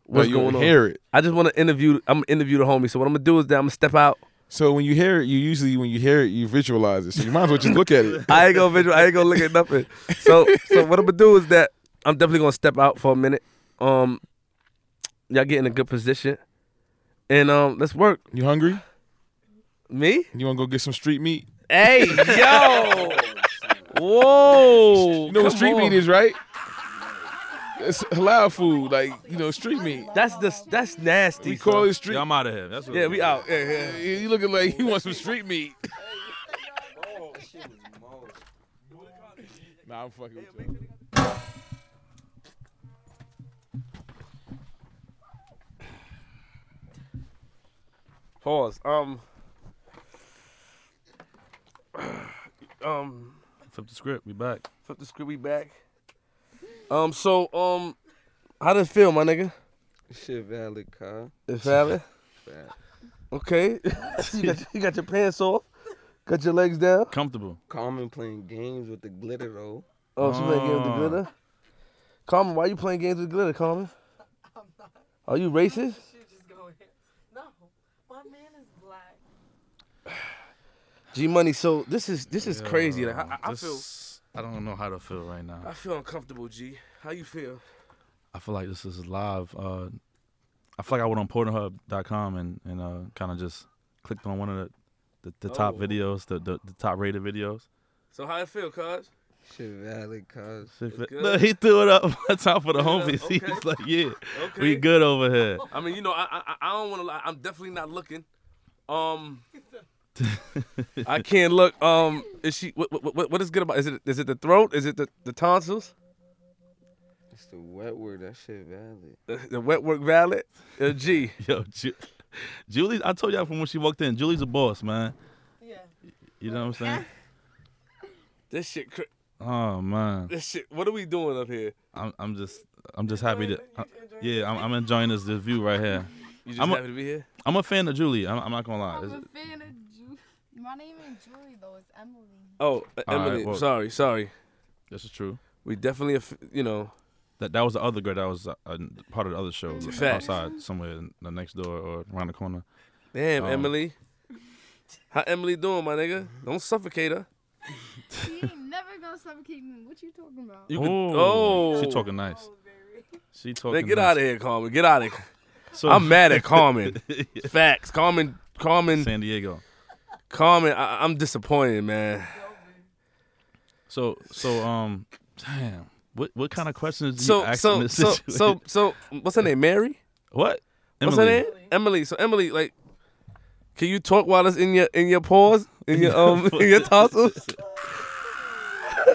[SPEAKER 1] what's
[SPEAKER 3] you
[SPEAKER 1] going on.
[SPEAKER 3] hear it.
[SPEAKER 1] I just want to interview. I'm gonna interview the homie. So what I'm gonna do is that I'm gonna step out.
[SPEAKER 3] So when you hear it, you usually when you hear it, you visualize it. So you might as well just look at it.
[SPEAKER 1] I ain't gonna visual, I ain't gonna look at nothing. So so what I'm gonna do is that I'm definitely gonna step out for a minute. Um, y'all get in a good position, and um, let's work.
[SPEAKER 3] You hungry?
[SPEAKER 1] Me?
[SPEAKER 3] You want to go get some street meat?
[SPEAKER 1] Hey yo! Whoa!
[SPEAKER 3] You know what
[SPEAKER 1] Oh, come
[SPEAKER 3] street
[SPEAKER 1] on.
[SPEAKER 3] meat is, right? It's halal food, like you know, street meat.
[SPEAKER 1] That's the that's nasty.
[SPEAKER 3] We call
[SPEAKER 1] son.
[SPEAKER 3] it street.
[SPEAKER 2] Yeah, I'm out of here. That's what
[SPEAKER 1] Yeah, we out. Yeah, yeah.
[SPEAKER 3] You looking like you want some street meat? Nah, I'm fucking with you.
[SPEAKER 1] Pause. Um. Um.
[SPEAKER 2] Flip the script. We back.
[SPEAKER 1] Flip the script. We back. Um. So um, how does it feel, my nigga?
[SPEAKER 7] Shit, valid, Kyle.
[SPEAKER 1] It's valid. Okay. you, got, you got your pants off. Got your legs down.
[SPEAKER 2] Comfortable.
[SPEAKER 7] Common playing games with the glitter though.
[SPEAKER 1] Oh, she playing games with
[SPEAKER 2] Ah.
[SPEAKER 1] the glitter. Carmen, why you playing games with glitter, Carmen? Are you racist?
[SPEAKER 8] She just going here. No, my man is black.
[SPEAKER 1] G Money. So this is this is crazy. Like, I, I, I feel
[SPEAKER 2] This- I don't know how to feel right now.
[SPEAKER 1] I feel uncomfortable. G, how you feel?
[SPEAKER 2] I feel like this is live. Uh, I feel like I went on Pornhub.com and and uh, kind of just clicked on one of the the, the top
[SPEAKER 1] Oh.
[SPEAKER 2] videos, the, the the top rated videos.
[SPEAKER 1] So how you feel, cuz?
[SPEAKER 7] Shit, valid, Kyle.
[SPEAKER 1] good.
[SPEAKER 2] Look, he threw it up on top of the
[SPEAKER 1] Yeah,
[SPEAKER 2] homies. He
[SPEAKER 1] okay.
[SPEAKER 2] was like, "Yeah,
[SPEAKER 1] Okay.
[SPEAKER 2] we good over here."
[SPEAKER 1] I mean, you know, I I, I don't want to lie. I'm definitely not looking. Um, I can't look. Um, is she? What, what, what- what is good about? Is it is it the throat? Is it the, the tonsils?
[SPEAKER 7] It's the wet word. That shit valid.
[SPEAKER 1] The, the wet work valid? Uh, G.
[SPEAKER 2] Yo, Ju- Julie, I told y'all from when she walked in, Julie's a boss, man.
[SPEAKER 8] Yeah.
[SPEAKER 2] You know what I'm saying?
[SPEAKER 1] This shit. cra-
[SPEAKER 2] Oh man,
[SPEAKER 1] This shit. What are we doing up here?
[SPEAKER 2] I'm I'm just I'm just happy to. uh,
[SPEAKER 8] Enjoying- you enjoying
[SPEAKER 2] yeah, I'm, I'm enjoying this this view right here.
[SPEAKER 1] You just
[SPEAKER 2] I'm a-
[SPEAKER 1] happy to be here.
[SPEAKER 2] I'm a fan of Julie. I'm, I'm not gonna lie.
[SPEAKER 6] I'm
[SPEAKER 1] Uh-huh.
[SPEAKER 2] It's-
[SPEAKER 6] a fan of Julie. My name ain't Julie though. It's Emily.
[SPEAKER 1] Oh, uh,
[SPEAKER 2] All right,
[SPEAKER 1] Emily.
[SPEAKER 2] well-
[SPEAKER 1] sorry, sorry.
[SPEAKER 2] This is true.
[SPEAKER 1] We definitely, aff- you know,
[SPEAKER 2] That that was the other girl that was uh, uh, part of the other show
[SPEAKER 1] Facts.
[SPEAKER 2] outside somewhere in the next door or around the corner.
[SPEAKER 1] damn
[SPEAKER 2] Oh.
[SPEAKER 1] Emily. How Emily doing, my nigga? Don't suffocate her.
[SPEAKER 6] She ain't never gonna suffocate me. What you talking about?
[SPEAKER 1] You could-
[SPEAKER 2] Ooh, she
[SPEAKER 1] oh.
[SPEAKER 2] talking nice. She talking.
[SPEAKER 1] Man, get
[SPEAKER 2] nice.
[SPEAKER 1] out of here, Carmen. Get out of here.
[SPEAKER 2] So,
[SPEAKER 1] I'm mad at Carmen. Facts. Carmen. Carmen.
[SPEAKER 2] San Diego.
[SPEAKER 1] Carmen, I, I'm disappointed, man.
[SPEAKER 2] So so um, damn. What what kind of questions do you
[SPEAKER 1] So
[SPEAKER 2] ask in
[SPEAKER 1] so
[SPEAKER 2] this
[SPEAKER 1] so
[SPEAKER 2] situation?
[SPEAKER 1] so so what's her name? Mary?
[SPEAKER 2] what?
[SPEAKER 1] What's
[SPEAKER 2] Emily.
[SPEAKER 1] her name? Emily. So Emily, like, can you talk while it's in your in your paws, in your um in your tonsils?
[SPEAKER 6] How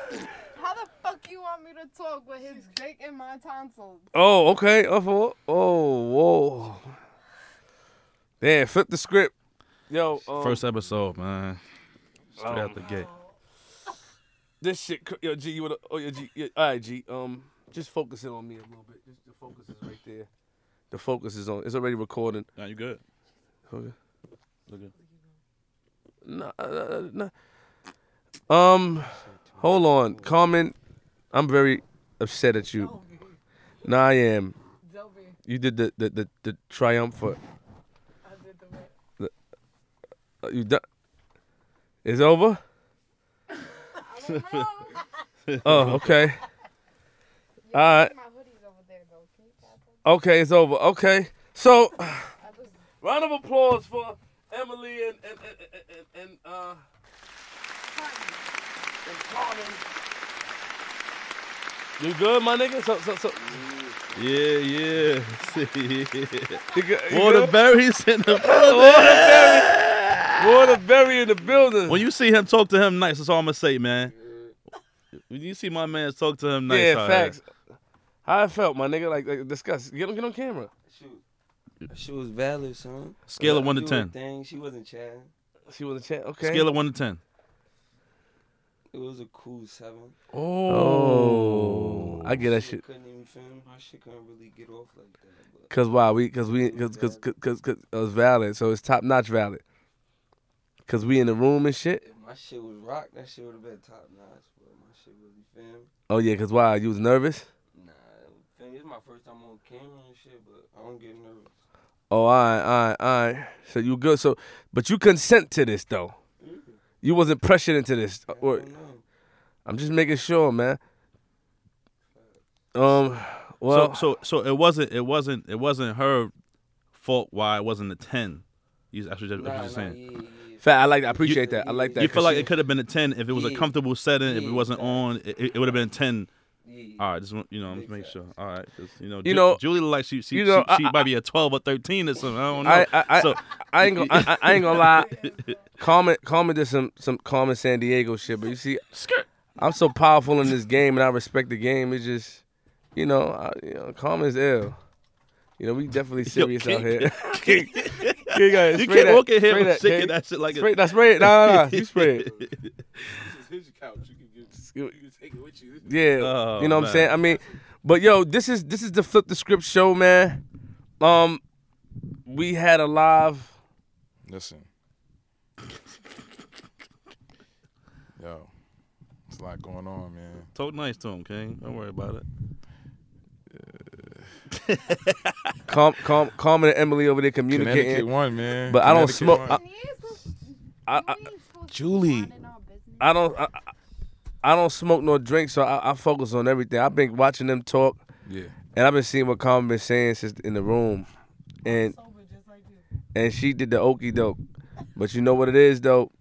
[SPEAKER 6] the fuck you want me to talk with his dick in my tonsils?
[SPEAKER 1] Oh, okay. Oh, for- oh, whoa. Damn, flip the script. Yo, um,
[SPEAKER 2] First episode, man. Straight out the gate.
[SPEAKER 1] this shit. cr- Yo, G, you wanna? Oh, yo, G. Yeah, all right, G. Um, just focus in on me a little bit. Just the focus is right there. The focus is on. It's already recording.
[SPEAKER 2] Now you good?
[SPEAKER 1] Okay.
[SPEAKER 2] Okay.
[SPEAKER 1] No, no, no, no. uh, Um, hold on. Carmen, I'm very upset at you. Nah, I am.
[SPEAKER 8] Don't be.
[SPEAKER 1] You did the the the, the triumphant.
[SPEAKER 8] I did the right.
[SPEAKER 1] The, Are you done? It's over. oh, okay. All right.
[SPEAKER 6] My hoodie's over there, though. Can you pass it?
[SPEAKER 1] Okay, it's over. Okay. So, round of applause for Emily and and and and, and uh and Carmen. You good, my nigga? So so so.
[SPEAKER 2] Yeah, yeah.
[SPEAKER 1] You good, you good?
[SPEAKER 2] Waterbury's in the building.
[SPEAKER 1] Waterbury. Waterbury in the building.
[SPEAKER 2] When you see him, talk to him nice. That's all I'm gonna say, man. When you see my man, talk to him nice.
[SPEAKER 1] yeah,
[SPEAKER 2] all right.
[SPEAKER 1] facts. How I felt, my nigga. Like, like discuss. Get on, get on camera.
[SPEAKER 7] Shoot. She was valid, son.
[SPEAKER 2] Scale of one to
[SPEAKER 7] She was a
[SPEAKER 2] ten.
[SPEAKER 7] Thing. She wasn't chatting.
[SPEAKER 1] She was a chat. Okay.
[SPEAKER 2] Scale of one to ten.
[SPEAKER 7] It was a cool seven.
[SPEAKER 1] Oh, I get that
[SPEAKER 7] She
[SPEAKER 1] shit.
[SPEAKER 7] Couldn't even film. My shit couldn't really get off like that. But
[SPEAKER 1] Cause why we? Cause we? Cause cause cause, cause, cause it was valid. So it's top notch valid. Cause we in the room and shit.
[SPEAKER 7] if my shit was rock, that shit would have been top notch. But my shit really film.
[SPEAKER 1] Oh yeah. Cause why? You was nervous.
[SPEAKER 7] Nah, fam, it's my first time on camera and shit, but I don't get nervous.
[SPEAKER 1] Oh, all right, all right, all right. So you good? So, but you consent to this though. You wasn't pressured into this. Or
[SPEAKER 7] I don't know.
[SPEAKER 1] I'm just making sure, man. Um. Well.
[SPEAKER 2] so so so it wasn't it wasn't it wasn't her fault why it wasn't a ten. You actually just,
[SPEAKER 7] Nah,
[SPEAKER 2] what
[SPEAKER 7] nah,
[SPEAKER 2] you're saying.
[SPEAKER 7] yeah, yeah.
[SPEAKER 1] Fat, I like. I appreciate that. I like that.
[SPEAKER 2] You
[SPEAKER 1] 'cause
[SPEAKER 2] feel like
[SPEAKER 1] she-
[SPEAKER 2] it could have been a ten if it was a
[SPEAKER 7] Yeah.
[SPEAKER 2] comfortable setting. If it
[SPEAKER 7] Yeah,
[SPEAKER 2] wasn't on, it, it would have been a ten.
[SPEAKER 7] Yeah, yeah.
[SPEAKER 2] All right, just want- you know, just make sure.
[SPEAKER 7] Exactly.
[SPEAKER 2] All right, 'cause, you know,
[SPEAKER 1] You
[SPEAKER 2] Ju-
[SPEAKER 1] know-
[SPEAKER 2] Julie look like she she
[SPEAKER 1] you know,
[SPEAKER 2] she, she
[SPEAKER 1] I-
[SPEAKER 2] might be a twelve or thirteen or something. I don't know.
[SPEAKER 1] I I, I,
[SPEAKER 2] so
[SPEAKER 1] I ain't gonna I, I I ain't gonna lie. Carmen Carmen did some some Carmen San Diego shit, but you see,
[SPEAKER 2] skirt.
[SPEAKER 1] I'm so powerful in this game, and I respect the game. It's just, you know, I, you know, Carmen's ill. You know, we definitely serious out here. King, King, uh,
[SPEAKER 2] You
[SPEAKER 1] spray
[SPEAKER 2] can't
[SPEAKER 1] that-
[SPEAKER 2] walk in here
[SPEAKER 1] spray
[SPEAKER 2] with
[SPEAKER 1] that,
[SPEAKER 2] shaking
[SPEAKER 1] King.
[SPEAKER 2] that shit like
[SPEAKER 1] Spray,
[SPEAKER 2] a.
[SPEAKER 1] that's spray it. Nah, nah, nah, you spray it.
[SPEAKER 4] This is his couch. You can, get, you can take it with you.
[SPEAKER 1] Yeah,
[SPEAKER 2] Oh,
[SPEAKER 1] you know what I'm
[SPEAKER 2] man.
[SPEAKER 1] saying. I mean, but yo, this is this is the flip the script show, man. Um, we had a live.
[SPEAKER 3] Listen. Yo, it's a lot going on, man.
[SPEAKER 2] Talk nice to him, King. Don't worry about it.
[SPEAKER 1] Carm, Carm, Carmen and Emily over there
[SPEAKER 3] Connecticut
[SPEAKER 1] communicating.
[SPEAKER 3] one, man.
[SPEAKER 1] But I don't
[SPEAKER 3] Connecticut
[SPEAKER 1] smoke.
[SPEAKER 3] one.
[SPEAKER 1] I,
[SPEAKER 6] You ain't supposed-
[SPEAKER 1] I, I,
[SPEAKER 6] you ain't supposed to
[SPEAKER 3] Julie.
[SPEAKER 6] mind in our business.
[SPEAKER 1] I don't I, I- I don't smoke nor drink, so I, I focus on everything. I've been watching them talk,
[SPEAKER 3] yeah.
[SPEAKER 1] and I've been seeing what Carmen been saying since in the room, and
[SPEAKER 8] Sober, just like you.
[SPEAKER 1] and she did the okey doke. But you know what it is though,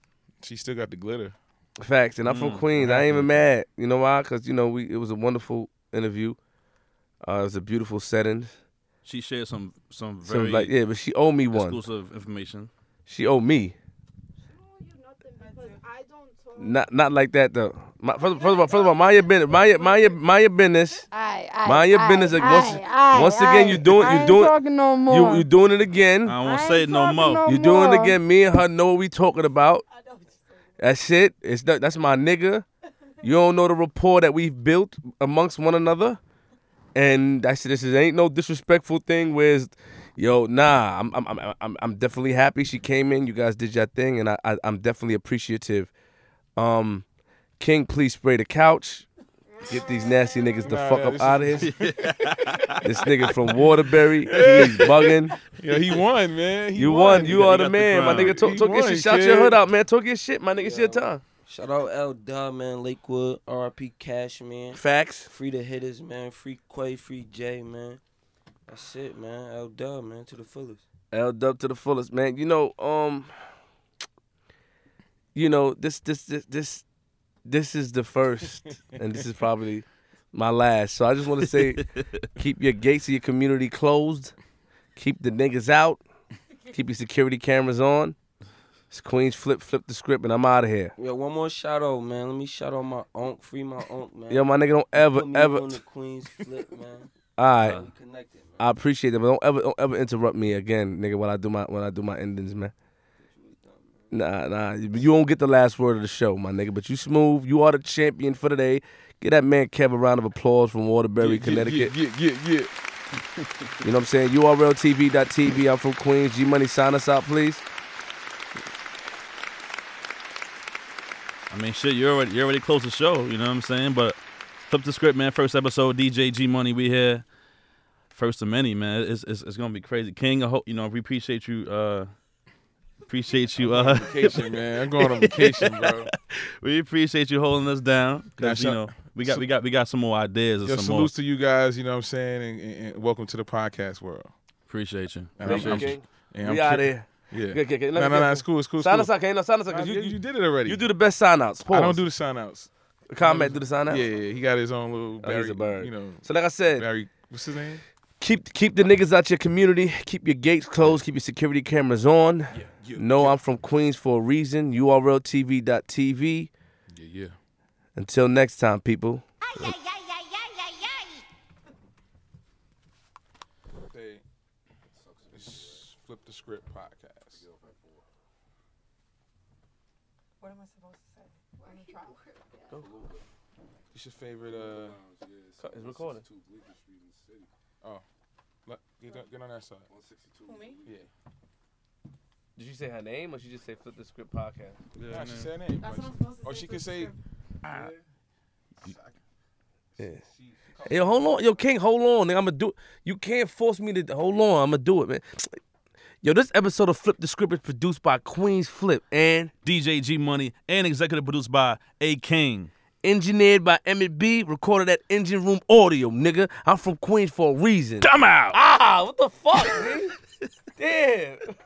[SPEAKER 3] She still got the glitter.
[SPEAKER 1] facts. And I'm from Queens. I ain't even mad. You know why? Cause you know we it was a wonderful interview. Uh, it was a beautiful setting.
[SPEAKER 2] She shared some some
[SPEAKER 1] So
[SPEAKER 2] very
[SPEAKER 1] like yeah, but she owed me one.
[SPEAKER 2] exclusive information.
[SPEAKER 1] She owed me.
[SPEAKER 6] I don't owe you nothing because I don't talk.
[SPEAKER 1] Not not like that though. My, first, first of all, first of all, mind your business. Mind your, mind your, mind your business.
[SPEAKER 6] Aye, aye,
[SPEAKER 1] Mind your
[SPEAKER 6] aye,
[SPEAKER 1] business, like, once-
[SPEAKER 6] aye, aye,
[SPEAKER 1] once again,
[SPEAKER 6] aye.
[SPEAKER 1] you doing-
[SPEAKER 6] I
[SPEAKER 1] you
[SPEAKER 6] ain't
[SPEAKER 1] doing-
[SPEAKER 6] talking no more.
[SPEAKER 1] You you doing it again.
[SPEAKER 2] I won't
[SPEAKER 6] I
[SPEAKER 2] say
[SPEAKER 6] ain't
[SPEAKER 2] no
[SPEAKER 6] talking
[SPEAKER 2] more.
[SPEAKER 6] no-
[SPEAKER 1] You doing it
[SPEAKER 6] more.
[SPEAKER 1] again. Me and her know what we talking about.
[SPEAKER 8] I know what you're saying.
[SPEAKER 1] That's it. It's not, that's my nigga. You don't know the rapport that we've built amongst one another. And I said, this is ain't no disrespectful thing. Where's, yo, nah, I'm I'm I'm I'm, I'm definitely happy she came in. You guys did your thing, and I, I I'm definitely appreciative. Um, King, please spray the couch. Get these nasty niggas the
[SPEAKER 3] Nah,
[SPEAKER 1] fuck
[SPEAKER 3] nah,
[SPEAKER 1] up
[SPEAKER 3] this
[SPEAKER 1] out of here. this nigga from Waterbury, he's bugging.
[SPEAKER 3] Yeah, he won, man. He
[SPEAKER 1] You won. You
[SPEAKER 2] got-
[SPEAKER 1] are the
[SPEAKER 2] you got the
[SPEAKER 1] man, my
[SPEAKER 2] crown.
[SPEAKER 1] nigga. Talk,
[SPEAKER 3] He
[SPEAKER 1] talk your
[SPEAKER 3] won,
[SPEAKER 1] shit. Shout your hood
[SPEAKER 3] kid.
[SPEAKER 1] out, man. Talk your shit, my nigga. It's your
[SPEAKER 7] Yeah.
[SPEAKER 1] time.
[SPEAKER 7] Shout out L Dub, man. Lakewood, RP Cash, man.
[SPEAKER 1] Facts.
[SPEAKER 7] Free the hitters, man. Free Quay, free J, man. That's it, man. L Dub, man, to the fullest.
[SPEAKER 1] L dub to the fullest, man. You know, um, you know this, this, this, this, this is the first, and this is probably my last. So I just want to say, keep your gates of your community closed. Keep the niggas out. Keep your security cameras on. It's Queens flip, flip the script, and I'm out of here.
[SPEAKER 7] Yo, one more shout out, man. Let me shout out my onk, free my onk, man.
[SPEAKER 1] Yo, my nigga, don't ever,
[SPEAKER 7] Put me
[SPEAKER 1] ever.
[SPEAKER 7] on the Queens flip, man.
[SPEAKER 1] All right.
[SPEAKER 7] How we connected, man.
[SPEAKER 1] I appreciate that, but don't ever don't ever interrupt me again, nigga. When I do my when I do my endings, man. Nah, nah. You you don't get the last word of the show, my nigga. But you smooth. You are the champion for today. Get that man Kev a round of applause from Waterbury, Connecticut.
[SPEAKER 3] Yeah, yeah, yeah.
[SPEAKER 1] You know what I'm saying? URLTV.tv. I'm from Queens. G Money, sign us out, please.
[SPEAKER 2] I mean, shit, you already you already closed the show. You know what I'm saying? But flip the script, man. First episode, DJ G Money, we here. First of many, man. It's it's, it's gonna be crazy. King, I hope you know we appreciate you uh Appreciate you. Uh,
[SPEAKER 3] Vacation, man. I'm going on vacation, bro.
[SPEAKER 2] we appreciate you holding us down because
[SPEAKER 3] Now,
[SPEAKER 2] you
[SPEAKER 3] so-
[SPEAKER 2] know we got
[SPEAKER 3] so-
[SPEAKER 2] we got we got some more ideas and
[SPEAKER 3] Yo,
[SPEAKER 2] some more.
[SPEAKER 3] salutes to you guys. You know what I'm saying, and, and, and welcome to the podcast world.
[SPEAKER 2] Appreciate you.
[SPEAKER 3] And I'm-
[SPEAKER 1] Appreciate
[SPEAKER 3] I'm-
[SPEAKER 1] you,
[SPEAKER 2] Appreciate
[SPEAKER 1] King.
[SPEAKER 3] And
[SPEAKER 1] we
[SPEAKER 3] I'm
[SPEAKER 1] out
[SPEAKER 3] ki-
[SPEAKER 1] here.
[SPEAKER 3] Yeah.
[SPEAKER 1] Okay, okay, let
[SPEAKER 3] No,
[SPEAKER 1] me-
[SPEAKER 3] no, no. It's cool. It's cool. It's
[SPEAKER 1] Sign
[SPEAKER 3] cool.
[SPEAKER 1] us out, King. No, sign us out.
[SPEAKER 3] Nah,
[SPEAKER 1] 'cause
[SPEAKER 3] You,
[SPEAKER 1] you,
[SPEAKER 3] you
[SPEAKER 1] you,
[SPEAKER 3] did it already.
[SPEAKER 1] you do the best sign outs. Pause.
[SPEAKER 3] I don't do the sign outs.
[SPEAKER 1] Comment, do the sign
[SPEAKER 3] Yeah,
[SPEAKER 1] out.
[SPEAKER 3] yeah, he got his own little.
[SPEAKER 1] Oh,
[SPEAKER 3] Barry,
[SPEAKER 1] he's a bird.
[SPEAKER 3] You know,
[SPEAKER 1] So like I said,
[SPEAKER 3] Barry. What's his name?
[SPEAKER 1] keep keep the niggas out your community. Keep your gates closed. Keep your security cameras on. no, I'm from Queens for a reason. URLTV.tv.
[SPEAKER 3] Yeah, yeah.
[SPEAKER 1] Until next time, people.
[SPEAKER 3] They it's flip the script podcast.
[SPEAKER 8] What am I supposed to say? Let me try.
[SPEAKER 3] What's your favorite? Uh,
[SPEAKER 1] It's recording.
[SPEAKER 3] let- get, on- get on that side.
[SPEAKER 1] Did you say her name or she just say flip the script podcast?
[SPEAKER 3] Nah, she said name.
[SPEAKER 8] That's what I'm supposed to say.
[SPEAKER 3] Or Oh, she
[SPEAKER 8] for the
[SPEAKER 3] could say.
[SPEAKER 8] script.
[SPEAKER 1] Yo, hold on. Yo, King, hold on. Nigga. I'ma do it. You can't force me to hold on. I'ma do it, man. Yo, this episode of Flip the Script is produced by Queens Flip and
[SPEAKER 2] DJ G Money and executive produced by A King.
[SPEAKER 1] engineered by Emmett B, recorded at Engine Room Audio, nigga. I'm from Queens for a reason.
[SPEAKER 2] I'm out.
[SPEAKER 1] Ah, what the fuck, nigga? Damn.